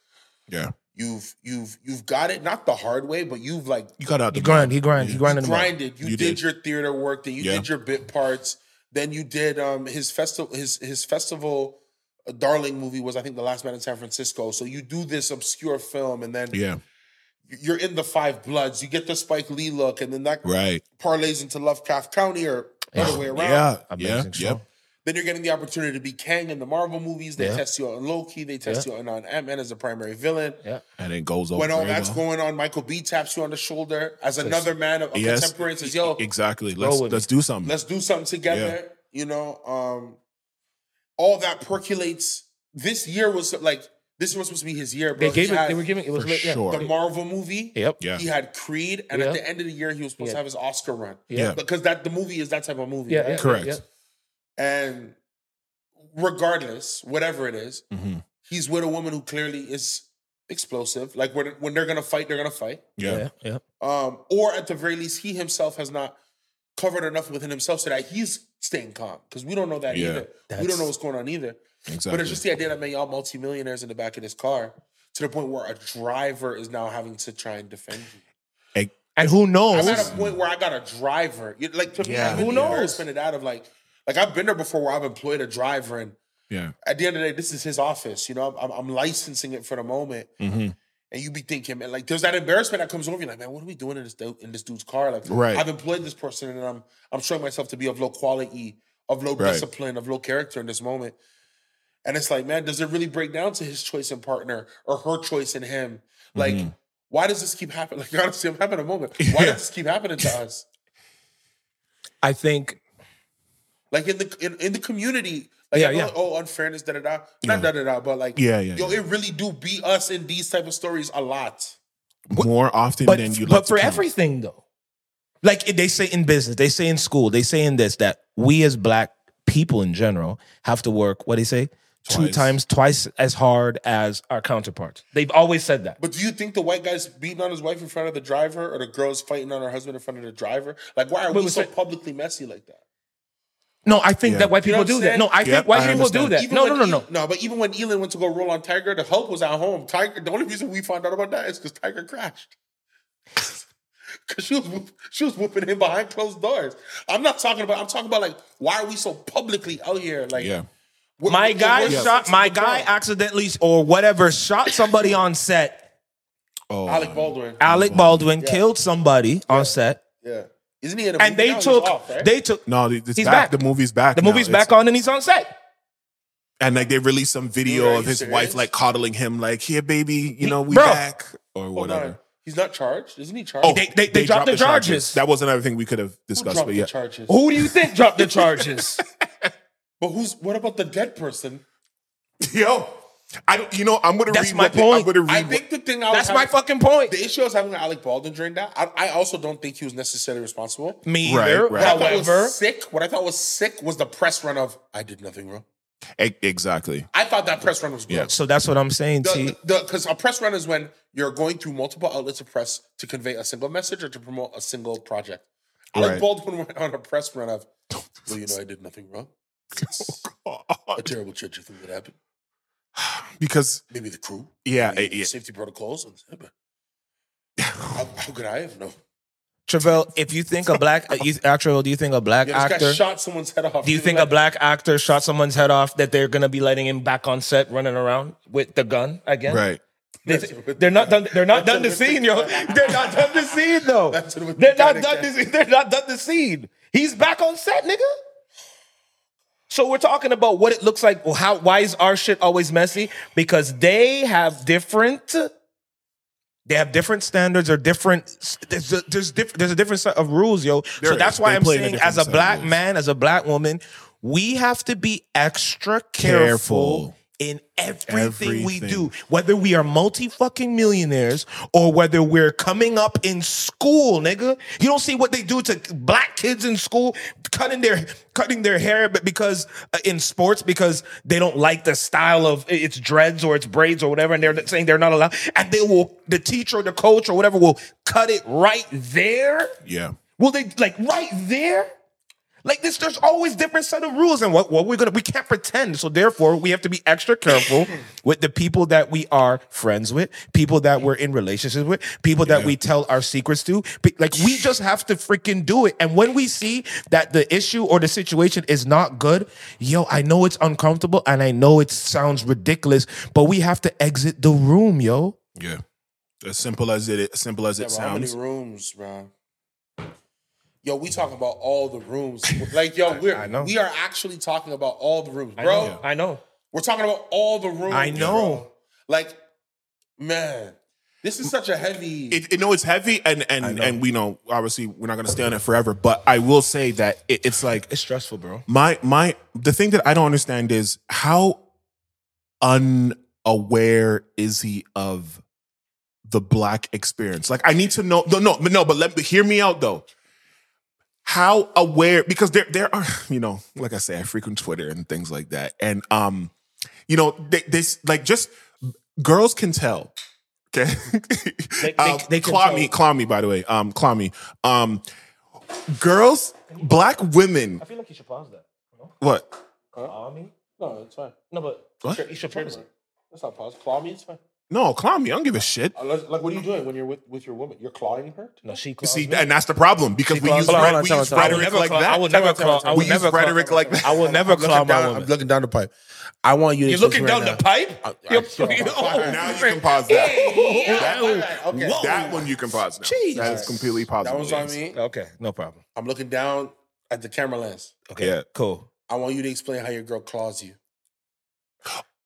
S4: Yeah.
S2: You've you've you've got it not the hard way, but you've like
S4: you cut out
S5: He
S4: the
S5: grind. He grind. He grind.
S2: you
S5: in the mud.
S2: grinded. You,
S4: You
S2: did,
S4: did.
S2: your theater work. Then you
S4: Yeah.
S2: did your bit parts. Then you did um his festival. His his festival, uh, darling movie was I think the Last Man in San Francisco. So you do this obscure film, and then
S4: Yeah,
S2: you're in the Five Bloods. You get the Spike Lee look, and then that
S4: right.
S2: parlays into Lovecraft County or other way around.
S4: Yeah, yeah,
S5: Amazing show.
S4: yeah.
S2: Then you're getting the opportunity to be Kang in the Marvel movies. They
S5: Yeah.
S2: test you out on Loki. They test you out on Ant Man as a primary villain.
S4: And it goes over.
S2: When all
S4: very
S2: that's
S4: well.
S2: going on, Michael B taps you on the shoulder as another man of, of
S4: Yes.
S2: contemporary. Says, "Yo,
S4: exactly.
S5: Roll
S4: Let's
S5: with
S4: let's do something.
S2: let's do something together you know um all that percolates this year was like this was supposed to be his year bro.
S3: They gave
S2: he
S3: it.
S2: had
S3: They were giving it. was
S4: for
S3: lit. Yeah.
S4: sure.
S2: the marvel movie
S3: Yep.
S4: yeah,
S2: he had creed and
S3: Yeah.
S2: at the end of the year he was supposed to
S3: Yeah.
S2: have his oscar run
S4: yeah,
S2: because that the movie is that type of movie
S3: Yeah.
S2: right?
S3: yeah,
S4: Correct.
S3: Yeah.
S2: and regardless whatever it is
S4: Mhm.
S2: he's with a woman who clearly is explosive like when, when they're gonna fight they're gonna fight
S4: yeah,
S3: yeah. yeah.
S2: um, or at the very least, he himself has not covered enough within himself so that he's staying calm because we don't know that
S4: Yeah.
S2: either. we don't
S5: That's-
S2: know what's going on either.
S4: exactly.
S2: But it's just the idea that man, y'all multimillionaires in the back of this car to the point where a driver is now having to try and defend you.
S5: And who
S2: I'm
S5: knows?
S2: at a point where I got a driver. You- Like to
S4: Oh, Yeah.
S2: me,
S4: Who
S2: who
S4: knows?
S2: knows? Spin it out of like, like I've been there before where I've employed a driver and.
S4: yeah,
S2: At the end of the day, this is his office. You know, I'm, I'm licensing it for the moment,
S5: Mm-hmm.
S4: hmm
S2: and you be thinking, man, like there's that embarrassment that comes over you, like, man, what are we doing in this du- in this dude's car? Like,
S4: Right.
S2: I've employed this person, and I'm I'm showing myself to be of low quality, of low
S4: Right.
S2: discipline, of low character in this moment. And it's like, man, does it really break down to his choice in partner or her choice in him? Like, why does this keep happening? Like, honestly, I'm having a moment. Why
S4: Mm-hmm. Yeah.
S2: does this keep happening to us?
S5: I think
S2: Like in the in, in the community, like
S5: Yeah,
S2: I know,
S5: yeah.
S2: like, oh unfairness, da da da, not da da da, but like,
S4: Yeah, yeah,
S2: yo,
S4: yeah.
S2: it really do be us in these type of stories a lot.
S4: more often
S5: but
S4: than you. like
S5: but
S4: to
S5: for
S4: count.
S5: everything though, like it- they say in business, they say in school, they say in this that we as black people in general have to work. What do they say? Two
S4: Twice.
S5: times, twice as hard as our counterparts. They've always said that.
S2: But do you think the white guy's beating on his wife in front of the driver, or the girl's fighting on her husband in front of the driver? Like, why are
S5: Wait,
S2: we
S5: wait,
S2: so
S5: say-
S2: publicly messy like that?
S5: No, I think
S4: Yeah.
S5: that white
S2: You know
S5: people
S2: what I'm
S5: do that.
S2: saying?
S5: No, I
S4: Yep,
S5: think white
S4: I
S5: people do
S4: understand.
S5: that. No, no,
S2: when
S5: no,
S2: E-
S5: no.
S2: no. But even when Elon went to go roll on Tiger, the help was at home. Tiger. The only reason we found out about that is because Tiger crashed. Because she was whoop- she was whooping him behind closed doors. I'm not talking about. I'm talking about like why are we so publicly out here? Like
S4: yeah,
S2: we're-
S5: My
S2: we're-
S5: guy
S2: we're
S5: shot.
S2: six
S5: My
S2: people
S5: guy
S2: down.
S5: accidentally or whatever shot somebody on set.
S4: oh,
S2: Alec Baldwin.
S5: Alec Baldwin killed somebody on set,
S2: yeah, isn't he in a
S5: and
S2: movie
S5: they
S2: now? He's
S5: took.
S2: off, right?
S5: They took.
S4: no, it's
S5: He's back.
S4: back. The movie's back.
S5: The
S4: now.
S5: movie's
S4: It's-
S5: back on, and he's on set.
S4: and like they released some video
S2: Dude, are
S4: of
S2: you
S4: his
S2: serious?
S4: wife like coddling him, like "Here, baby, you know we
S5: Bro.
S4: back" or
S2: Hold
S4: whatever. Oh,
S2: on. He's not charged, isn't he charged?
S5: They- they- they dropped the charges.
S4: That was another thing we could have
S2: Who
S4: discussed,
S2: dropped
S4: but
S2: the
S4: yeah,
S2: charges?
S5: Who do you think dropped the charges?
S2: But who's what about the dead person?
S4: yo, I don't. You know, I'm gonna
S5: That's
S4: read.
S5: my
S4: what they-
S5: point.
S4: I'm gonna read.
S2: I
S4: what-
S2: think the thing I was
S5: That's my
S2: having-
S5: fucking point.
S2: the issue I was having with Alec Baldwin during that. I, I also don't think he was necessarily responsible.
S5: Me
S4: Right,
S5: either.
S4: right.
S2: What I thought was
S5: However,
S2: sick. What I thought was sick was the press run of I did nothing wrong.
S4: E- exactly.
S2: I thought that press run was
S4: Yeah.
S2: gross.
S5: so that's what I'm saying. T.
S2: Because a press run is when you're going through multiple outlets of press to convey a single message or to promote a single project. Alec
S4: Right.
S2: Baldwin went on a press run of, well, you know, I did nothing wrong.
S5: Uh,
S2: A
S4: God.
S2: terrible tragic thing that happened.
S4: Because
S2: Maybe the crew.
S3: Uh,
S4: yeah,
S2: the
S4: it- yeah.
S2: safety protocols. And, but how, how could I have known?
S5: Travell, if you think a black uh, you, actual, do you think a black
S2: Yeah, this guy
S5: actor?
S2: shot someone's head off.
S5: Do you think a black actor shot someone's head off that they're gonna be letting him back on set running around with the gun again?
S4: right.
S3: They're not done. They're not done to scene, yo. They're not done to scene, though.
S2: That's what we
S3: They're not
S2: gotta
S3: done
S2: get.
S3: to scene. They're not done to scene. He's back on set, nigga. So we're talking about what it looks like. well, How why is our shit always messy? Because they have different. They have different standards or different. There's a, there's diff, there's a different set of rules, yo.
S4: There
S3: so
S4: is.
S3: that's why
S4: They
S3: I'm
S4: play in a
S3: saying,
S4: different
S3: as a
S4: set of
S3: black
S4: rules.
S3: man, as a black woman, we have to be extra
S4: Careful.
S3: careful, in everything, we
S4: Everything.
S3: do whether we are multi fucking millionaires or whether we're coming up in school, nigga. You don't see what they do to black kids in school, cutting their cutting their hair, but because uh, in sports because they don't like the style of it's dreads or it's braids or whatever, and they're saying they're not allowed, and they will the teacher or the coach or whatever will cut it right there.
S4: Yeah.
S3: Will they like right there? Like this, there's always different set of rules, and what what we're gonna we can't pretend. So therefore, we have to be extra careful with the people that we are friends with, people that we're in relationships with, people that we tell our secrets to. Be- Like we just have to freaking do it. And when we see that the issue or the situation is not good, yo, I know it's uncomfortable and I know it sounds ridiculous, but we have to exit the room, yo.
S4: Yeah. As simple as it as simple as it
S2: Yeah, bro, how many
S4: sounds.
S2: rooms, bro? Yo, we talking about all the rooms. Like, yo, we're
S3: I know.
S2: we are actually talking about all the rooms, bro.
S3: I know.
S2: We're talking about all the rooms.
S3: I know.
S2: bro. Like, man, this is such a heavy.
S4: It, it, no, it's heavy, and and and we know obviously we're not gonna stay on it forever. But I will say that it, it's like
S3: It's stressful, bro.
S4: my my the thing that I don't understand is how unaware is he of the black experience? Like I need to know. No, no, but no. But let me hear me out though. How aware? Because there there are you know, like I say, I frequent Twitter and things like that, and um, you know, they, this like just girls can tell. Okay,
S3: They- they-
S4: um,
S3: they can
S4: Kwame, Kwame, by the way, um, Kwame, um, girls, black women,
S3: I feel like you should pause that.
S4: what?
S2: no, it's fine.
S3: No, but
S4: What?
S3: you should pause it.
S2: That's not pause. Claw me, it's fine.
S4: No, clown me. I don't give a shit.
S2: Unless, like, what are you doing when you're with, with your woman? You're clawing her?
S3: No, she
S4: You
S3: claws
S4: See,
S3: me.
S4: and that's the problem because we use,
S3: Hold
S4: re-
S3: on, hold on,
S4: we
S3: tell
S4: use
S3: me, tell me.
S4: rhetoric
S3: I will
S4: like
S3: never
S4: that.
S3: I will never claw. I
S4: we
S3: will
S4: use
S3: never claw-
S4: rhetoric like that.
S3: I will never claw
S8: looking
S3: my
S8: down, I'm
S3: woman.
S8: looking down the pipe. I want you to
S3: You're looking
S8: just right
S3: down
S8: now-
S3: the pipe.
S8: I-
S3: You're-
S8: sure.
S4: now you can pause that. that,
S2: okay.
S4: that one you can pause now. That is completely
S2: That
S4: possible.
S2: was on me.
S3: Okay, no problem.
S2: I'm looking down at the camera lens.
S3: Okay,
S4: Yeah.
S3: cool.
S2: I want you to explain how your girl claws you.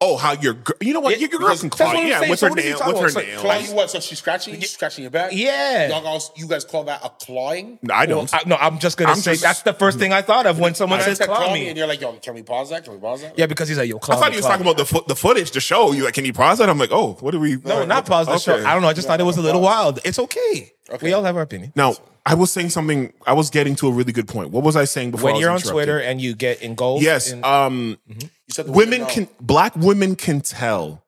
S4: Oh, how your girl? You know what?
S3: Yeah,
S4: your girl
S3: because-
S4: can
S3: that's
S4: claw.
S3: what I'm
S4: Yeah,
S3: saying.
S4: with
S3: So
S4: her
S3: what is he
S4: nail. With
S3: talking about?
S4: her
S3: So
S4: nail.
S2: Claw
S4: Like,
S2: you what? So she's scratching you? She's scratching your back? Y'all
S3: Yeah.
S2: guys, you guys call that a clawing?
S4: I don't.
S3: I, no, I'm just gonna
S4: I'm
S3: say
S4: just-
S3: that's the first thing I thought of when someone
S2: I
S3: says
S2: said
S3: claw
S2: claw
S3: me.
S2: and you're like, yo, can we pause that? Can we pause that?
S3: Yeah, because he's like, yo, claw
S4: I thought he was talking about the fo- the footage to show you. Like, can you pause that? I'm like, oh, what are we?
S3: No, not pause the show. I don't know. I just thought it was a little wild. It's okay. We all have our opinion.
S4: Now, I was saying something. I was getting to a really good point. What was I saying before? I
S3: When
S4: was
S3: you're on
S4: interrupted?
S3: Twitter and you get engulfed,
S4: yes.
S3: in-
S4: Um,
S2: You said the word
S4: women
S2: no.
S4: can black women can tell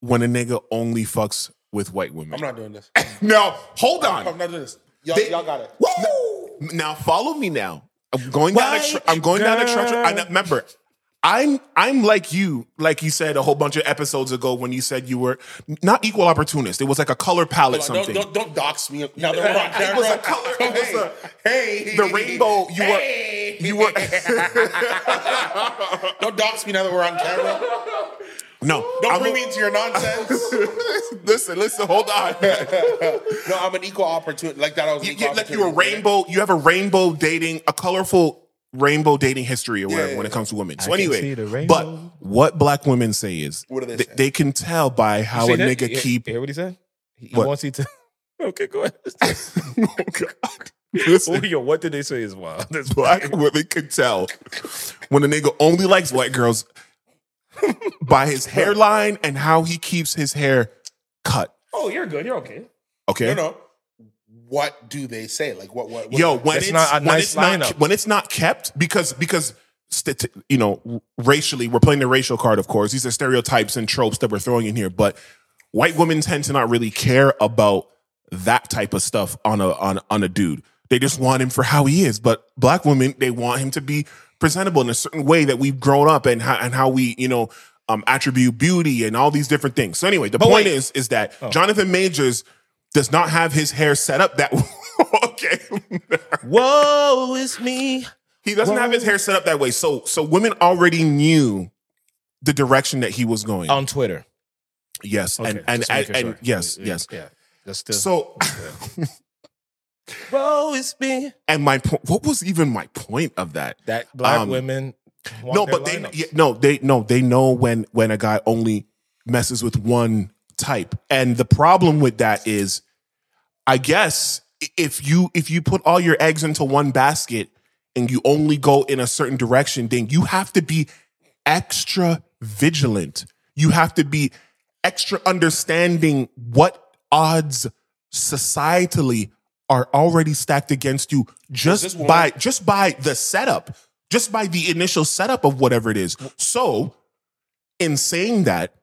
S4: when a nigga only fucks with white women.
S2: I'm not doing this.
S4: no, hold
S2: I'm
S4: on.
S2: not doing this. Y'all,
S4: They-
S2: y'all got it.
S4: Now follow me now. I'm going down a
S3: White
S4: tr- I'm going down a
S3: girl.
S4: structure. And uh, remember, I'm I'm like you, like you said a whole bunch of episodes ago when you said you were not equal opportunist. It was like a color palette
S2: Hold on,
S4: something.
S2: Don't, don't, don't dox me. Now that we're on camera.
S4: It was a color. It was a,
S2: Hey.
S4: the rainbow. You
S2: Hey.
S4: were. You were.
S2: Don't dox me now that we're on camera.
S4: no.
S2: Don't
S4: I'm-
S2: bring me into your nonsense.
S4: listen. Listen. Hold on.
S2: no, I'm an equal opportunity. Like that, I was an
S4: you,
S2: equal
S4: you, like you're a
S2: opportunity.
S4: rainbow. You have a rainbow dating, a colorful rainbow dating history or whatever when it comes to women. So
S3: can see
S4: anyway,
S3: the rainbow.
S4: but what black women say is
S2: What do they
S4: th-
S2: say?
S4: they, can tell by how a
S3: See that?
S4: nigga
S3: You-
S4: keep.
S3: you Hear what he said? He he
S4: What?
S3: wants you to. Okay, go ahead.
S4: oh God. Listen,
S3: Oh, yo, what did they say is wild? That's
S4: black women can tell when a nigga only likes white girls by his hairline and how he keeps his hair cut.
S3: Oh, you're good. You're okay.
S4: Okay.
S2: No, no. What do they say? Like what? What? what
S4: Yo, when
S3: That's
S4: it's,
S3: not a
S4: when
S3: nice
S4: it's not
S3: lineup.
S4: when it's not kept because because stati- you know racially we're playing the racial card of course these are stereotypes and tropes that we're throwing in here but white women tend to not really care about that type of stuff on a on on a dude they just want him for how he is but black women they want him to be presentable in a certain way that we've grown up and how, and how we you know um, attribute beauty and all these different things so anyway the point is is that Jonathan Majors does not have his hair set up that okay
S3: Whoa, it's me.
S4: he doesn't have his hair set up that way. So so women already knew the direction that he was going.
S3: On Twitter.
S4: Yes,
S3: Oh. Okay,
S4: and and
S3: just
S4: and,
S3: making
S4: and
S3: sure.
S4: yes,
S3: Yeah,
S4: yes.
S3: Yeah. That's still.
S4: So,
S3: Woe is me.
S4: and my point. What was even my point of that?
S3: That black
S4: Um,
S3: women. Want
S4: no,
S3: their
S4: but they
S3: lineups.
S4: yeah, no, they no, they know when when a guy only messes with one type, and the problem with that is, I guess i- if you if you put all your eggs into one basket and you only go in a certain direction, then you have to be extra vigilant. You have to be extra understanding what odds societally are already stacked against you
S2: this
S4: just
S2: one-
S4: by just by the setup, just by the initial setup of whatever it is. So, in saying that,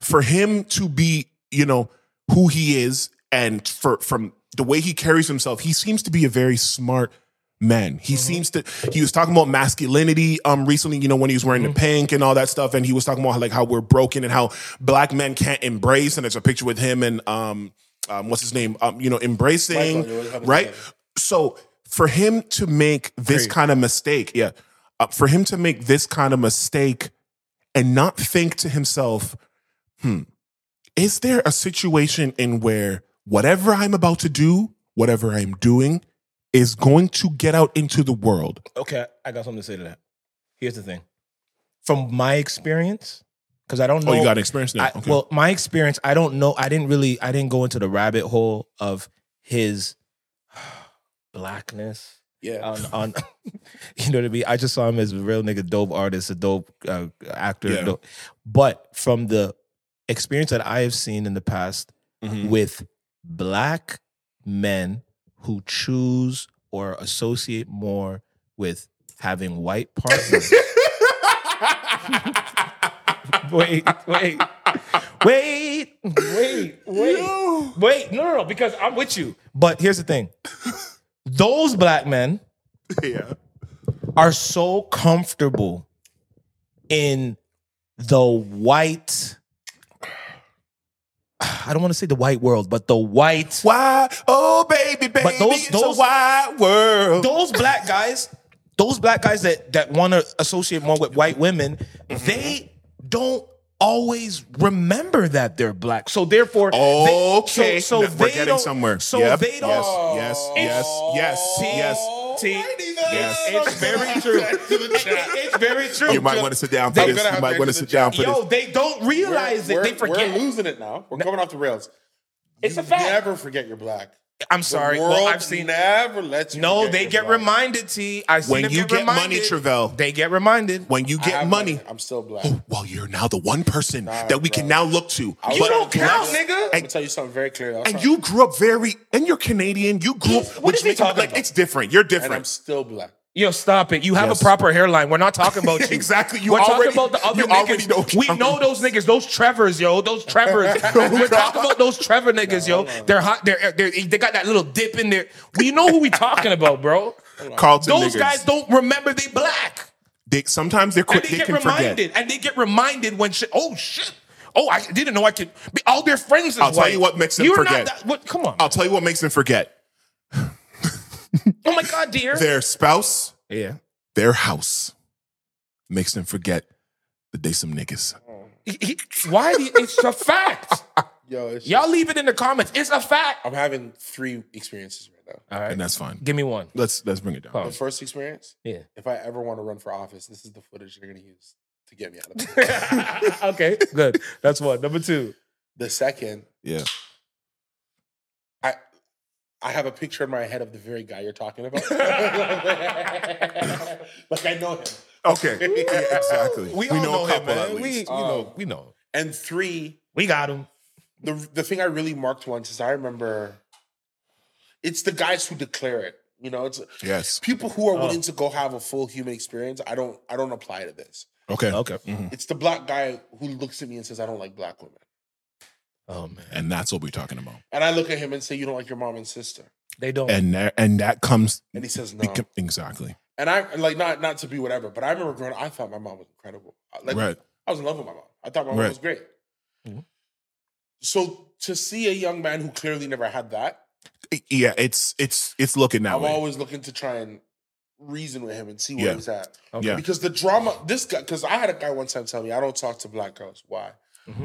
S4: for him to be, you know, who he is and for from the way he carries himself, he seems to be a very smart man. He seems to he was talking about masculinity um recently, you know, when he was wearing the pink and all that stuff and he was talking about like how we're broken and how black men can't embrace and there's a picture with him and um um what's his name um you know embracing
S2: Michael, you always have his
S4: right?
S2: name.
S4: So for him to make this kind of mistake, yeah, uh, for him to make this kind of mistake and not think to himself, is there a situation in where whatever I'm about to do, whatever I'm doing, is going to get out into the world? Oh,
S3: Okay, I got something to say to that. Here's the thing. From my experience, because I don't know.
S4: Oh, you got experience now.
S3: I,
S4: okay.
S3: Well, my experience, I don't know. I didn't really, I didn't go into the rabbit hole of his blackness
S2: Yeah.
S3: on, on you know what I mean? I just saw him as a real nigga, dope artist, a dope uh, actor.
S4: Yeah.
S3: dope. But from the experience that I have seen in the past
S4: Mhm.
S3: with black men who choose or associate more with having white partners. wait, wait, wait, wait, wait, wait. No, no, no, because I'm with you. But here's the thing: those black men
S4: yeah.
S3: are so comfortable in the white. I don't want to say the white world, but the white.
S4: Why? Oh, baby, baby,
S3: But those-
S4: it's
S3: those-
S4: a wide world.
S3: those black guys, those black guys that that want to associate more with white women, they don't always remember that they're black. So therefore, they-
S4: Okay,
S3: so, so
S4: we're
S3: they
S4: getting
S3: don't-
S4: somewhere.
S3: So
S4: Yep.
S3: they don't. Oh.
S4: Yes, yes, yes, yes, yes.
S2: Oh,
S3: T,
S4: Yes.
S3: it's very true. it's very true.
S4: You might want to sit down for
S2: I'm
S4: this.
S2: gonna
S4: You
S2: have
S4: might
S2: to
S4: want to sit
S2: exit the
S4: down
S2: chat.
S4: for
S3: Yo,
S4: this.
S3: they don't realize
S2: We're-
S3: it. They forget.
S2: We're losing it now. We're coming off the rails.
S3: it's a fact.
S2: Never forget you're black.
S3: I'm sorry.
S2: The
S3: Well,
S2: world
S3: I've seen
S2: never lets you.
S3: No,
S2: forget
S3: they
S2: you're
S3: get
S2: black.
S3: reminded. T, I seen
S4: When
S3: them
S4: you get money,
S3: reminded.
S4: Travell.
S3: They get reminded.
S4: When you
S2: I
S4: get
S2: have
S4: money,
S2: I'm still black.
S4: well, you're now the one person that we can
S2: bro.
S4: now look to.
S2: I
S4: But-
S2: was
S3: don't
S2: trying to
S3: count,
S2: do this.
S3: nigga.
S2: I'm gonna tell you something very clear. I was
S4: and
S2: trying-
S4: you grew up very, and you're Canadian. You grew up,
S3: What is he
S4: makes it-
S3: talking
S4: like
S3: about?
S4: it's different. You're
S2: and I'm
S4: different.
S2: still black.
S3: Yo, stop it. You have
S4: Yes.
S3: a proper hairline. We're not talking about you.
S4: Exactly. You
S3: We're
S4: already-
S3: talking about the other
S4: you already
S3: niggas.
S4: know
S3: we
S4: Trump.
S3: know those niggas. Those Trevors, yo. Those Trevors. We're talking about those Trevor niggas, yo. They're hot. They're, they're they got that little dip in there. We know who we talking about, bro.
S4: Carlton
S3: Those
S4: niggas.
S3: guys don't remember they black.
S4: They, sometimes they're
S3: And
S4: quick.
S3: they,
S4: They,
S3: get
S4: can
S3: reminded.
S4: forget.
S3: And they get reminded when shit. Oh shit. Oh, I didn't know I could. Be, all their friends is
S4: I'll tell
S3: white.
S4: you what makes them
S3: You're
S4: forget. Uh,
S3: Not that, what, come on.
S4: I'll tell you what makes them forget:
S3: oh my god, dear.
S4: their spouse,
S3: Yeah.
S4: their house, makes them forget that they some niggas.
S3: He- he- why? do you- It's a fact.
S2: Yo, it's
S3: Y'all leave it in the comments. It's a fact.
S2: I'm having three experiences right now.
S3: All right.
S4: And that's fine.
S3: Give me one.
S4: Let's let's bring it down.
S2: The first experience,
S3: Yeah.
S2: if I ever want to run for office, this is the footage they're gonna use to get me out of it.
S3: okay, good. That's one. Number two.
S2: The second,
S4: Yeah.
S2: I I have a picture in my head of the very guy you're talking about. like I know him.
S4: Okay. Yeah, exactly.
S3: We, all know, him, man.
S4: at
S3: We,
S4: least.
S3: we know. We know.
S2: And three,
S3: Um, We got him.
S2: the the thing I really marked once is I remember it's the guys who declare it. You know, it's
S4: yes.
S2: people who are willing to go have a full human experience. I don't I don't apply to this.
S4: Okay.
S3: Okay.
S2: It's the black guy who looks at me and says, I don't like black women.
S3: Oh man,
S4: And that's what we're talking about.
S2: And I look at him and say, You don't like your mom and sister.
S3: they don't.
S4: And that, and that comes
S2: And he says no.
S4: becom- exactly
S2: And I like not not to be whatever, but I remember growing up, I thought my mom was incredible. Like
S4: right.
S2: I was in love with my mom. I thought my mom
S4: Right.
S2: was great.
S3: Mm-hmm.
S2: So to see a young man who clearly never had that,
S4: Yeah. It's it's it's looking that
S2: I'm
S4: way.
S2: always looking to try and reason with him and see where
S4: Yeah.
S2: he's at.
S4: Yeah.
S2: Because the drama, this guy, because I had a guy one time tell me, I don't talk to black girls. Why?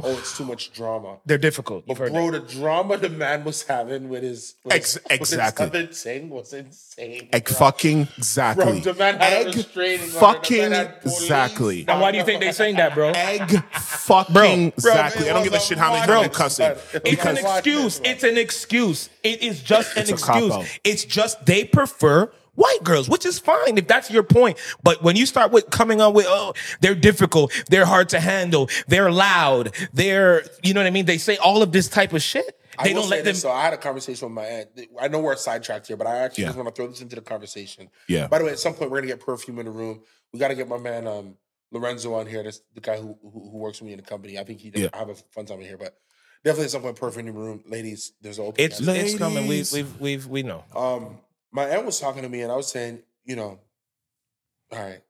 S2: oh, it's too much drama.
S3: They're difficult. Mm-hmm. You've heard
S2: Bro, the drama the man was having with his with
S4: Ex-
S2: his- with his
S4: exactly.
S2: other thing was insane.
S4: Egg
S2: bro.
S4: fucking exactly.
S2: Bro, the man had a
S4: Egg
S2: restraining order. The man
S4: fucking
S2: had police.
S4: exactly.
S3: that. Why do you think they saying that, bro?
S4: Egg fucking exactly.
S2: it
S4: I don't give a
S2: was
S4: shit
S2: a
S4: how many
S2: wild
S4: times you cuss it.
S2: card.
S3: It's an
S2: Because-
S3: excuse. It's an excuse. It is just an
S4: It's a
S3: excuse.
S4: cop-out.
S3: It's just they prefer white girls, which is fine if that's your point. But when you start with coming on with, oh, they're difficult, they're hard to handle, they're loud, they're, you know what I mean? They say all of this type of shit. They
S2: I will
S3: don't
S2: say
S3: let them.
S2: this, So I had a conversation with my aunt. I know we're sidetracked here, but I actually
S4: Yeah.
S2: just want to throw this into the conversation.
S4: Yeah.
S2: By the way, at some point we're gonna get perfume in the room. We got to get my man um, Lorenzo on here. This the guy who, who who works with me in the company. I think he
S4: Yeah.
S2: I have a fun time in here, but definitely at some point perfume in the room, ladies. There's an open.
S3: it's, it's coming. We, we've, we've, we know.
S2: Um, my aunt was talking to me, and I was saying, you know, all right,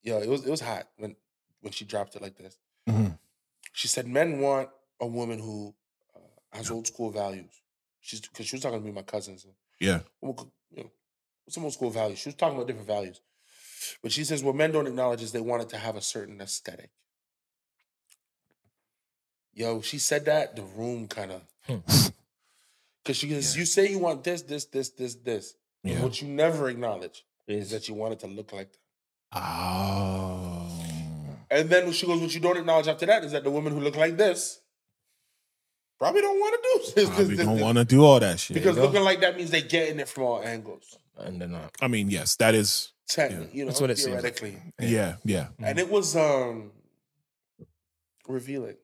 S2: yo, it was it was hot when when she dropped it like this.
S4: Mhm.
S2: She said, men want a woman who uh, has old school values. She's because she was talking to me, and my cousins. and,
S4: Yeah.
S2: well, c- you know, what's some old school values? She was talking about different values, but she says what men don't acknowledge is they wanted to have a certain aesthetic. Yo, she said that the room kind of. Because she goes, you say you want this, this, this, this, this. But
S4: Yeah.
S2: What you never acknowledge is that you want it to look like that.
S4: Oh.
S2: And then she goes, what you don't acknowledge after that is that the women who look like this probably don't want to do this.
S4: Probably
S2: this-
S4: don't
S2: this-
S4: want to do all that shit.
S2: because looking like that means they getting it from all angles.
S3: And they're not.
S4: I mean, yes, that is.
S2: Technically, you know,
S3: That's what it seems like.
S2: theoretically.
S4: Yeah, yeah.
S2: And it was um revealing.